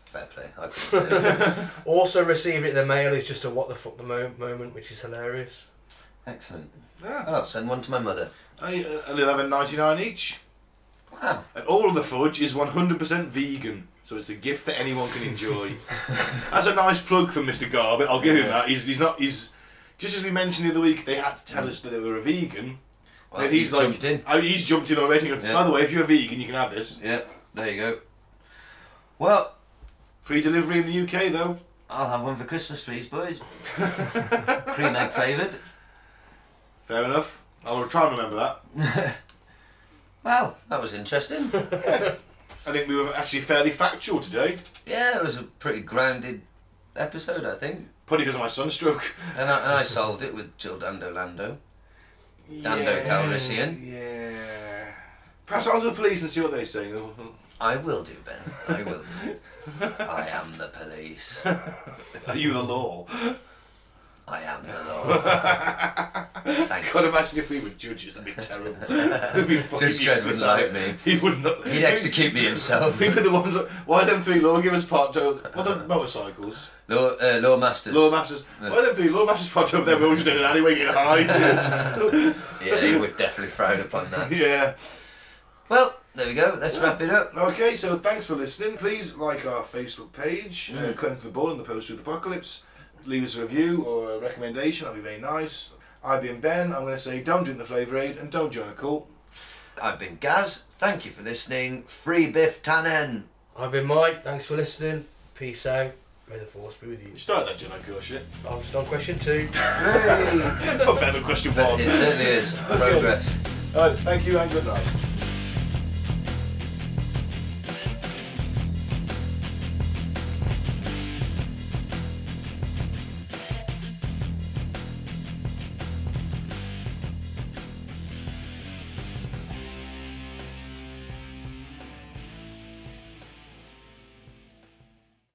Fair play. I couldn't say that.
also received it in the mail is just a what the fuck the mo- moment, which is hilarious.
Excellent.
Yeah.
I'll send one to my mother.
Only uh, eleven ninety nine each.
Wow.
And all of the fudge is one hundred percent vegan, so it's a gift that anyone can enjoy. That's a nice plug from Mr. Garbett. I'll give him that. He's, he's not. He's just as we mentioned the other week. They had to tell us that they were a vegan.
Well,
Now
he's jumped in.
Oh, he's jumped in already. By the way, if you're a vegan, you can have this.
Yeah, there you go. Well,
Free delivery in the UK though.
I'll have one for Christmas, please, boys. cream egg flavoured.
Fair enough. I'll try and remember that.
Wow, that was interesting.
I think we were actually fairly factual today.
yeah, it was a pretty grounded episode, I think.
Probably because of my sunstroke.
And I, and I solved it with Jill Dando Lando. Dando Calrissian.
Yeah. Pass it on to the police and see what they say.
I will do, Ben. I will. I am the police.
Are you the law?
I am the law. Thank
God,
you.
imagine if we were judges, that'd be terrible. It'd be fucking
Judge Dredd
useless,
wouldn't like
wouldn't it?
me.
He would not.
He'd execute me himself.
We'd be the ones. That, why them three lawgivers parked over? Why them motorcycles?
Law, uh, law masters.
Law masters. Why them three law masters parked over there? We're all just in an alleyway getting high.
yeah, he would definitely frown upon that.
yeah.
Well, there we go. Let's wrap it up.
Okay, so thanks for listening. Please like our Facebook page, uh, Cutting to the Ball and the Poster of the Apocalypse. Leave us a review or a recommendation, that'd be very nice. I've been Ben, I'm going to say don't drink the flavour aid and don't join a cult.
I've been Gaz. Thank you for listening. Free Biff Tannen.
I've been Mike, thanks for listening. Peace out. May the force be with you.
You started that Jono Cool shit.
I'm just on question two.
Not better than question one.
It certainly is.
Okay.
Progress.
Alright, thank you and good night.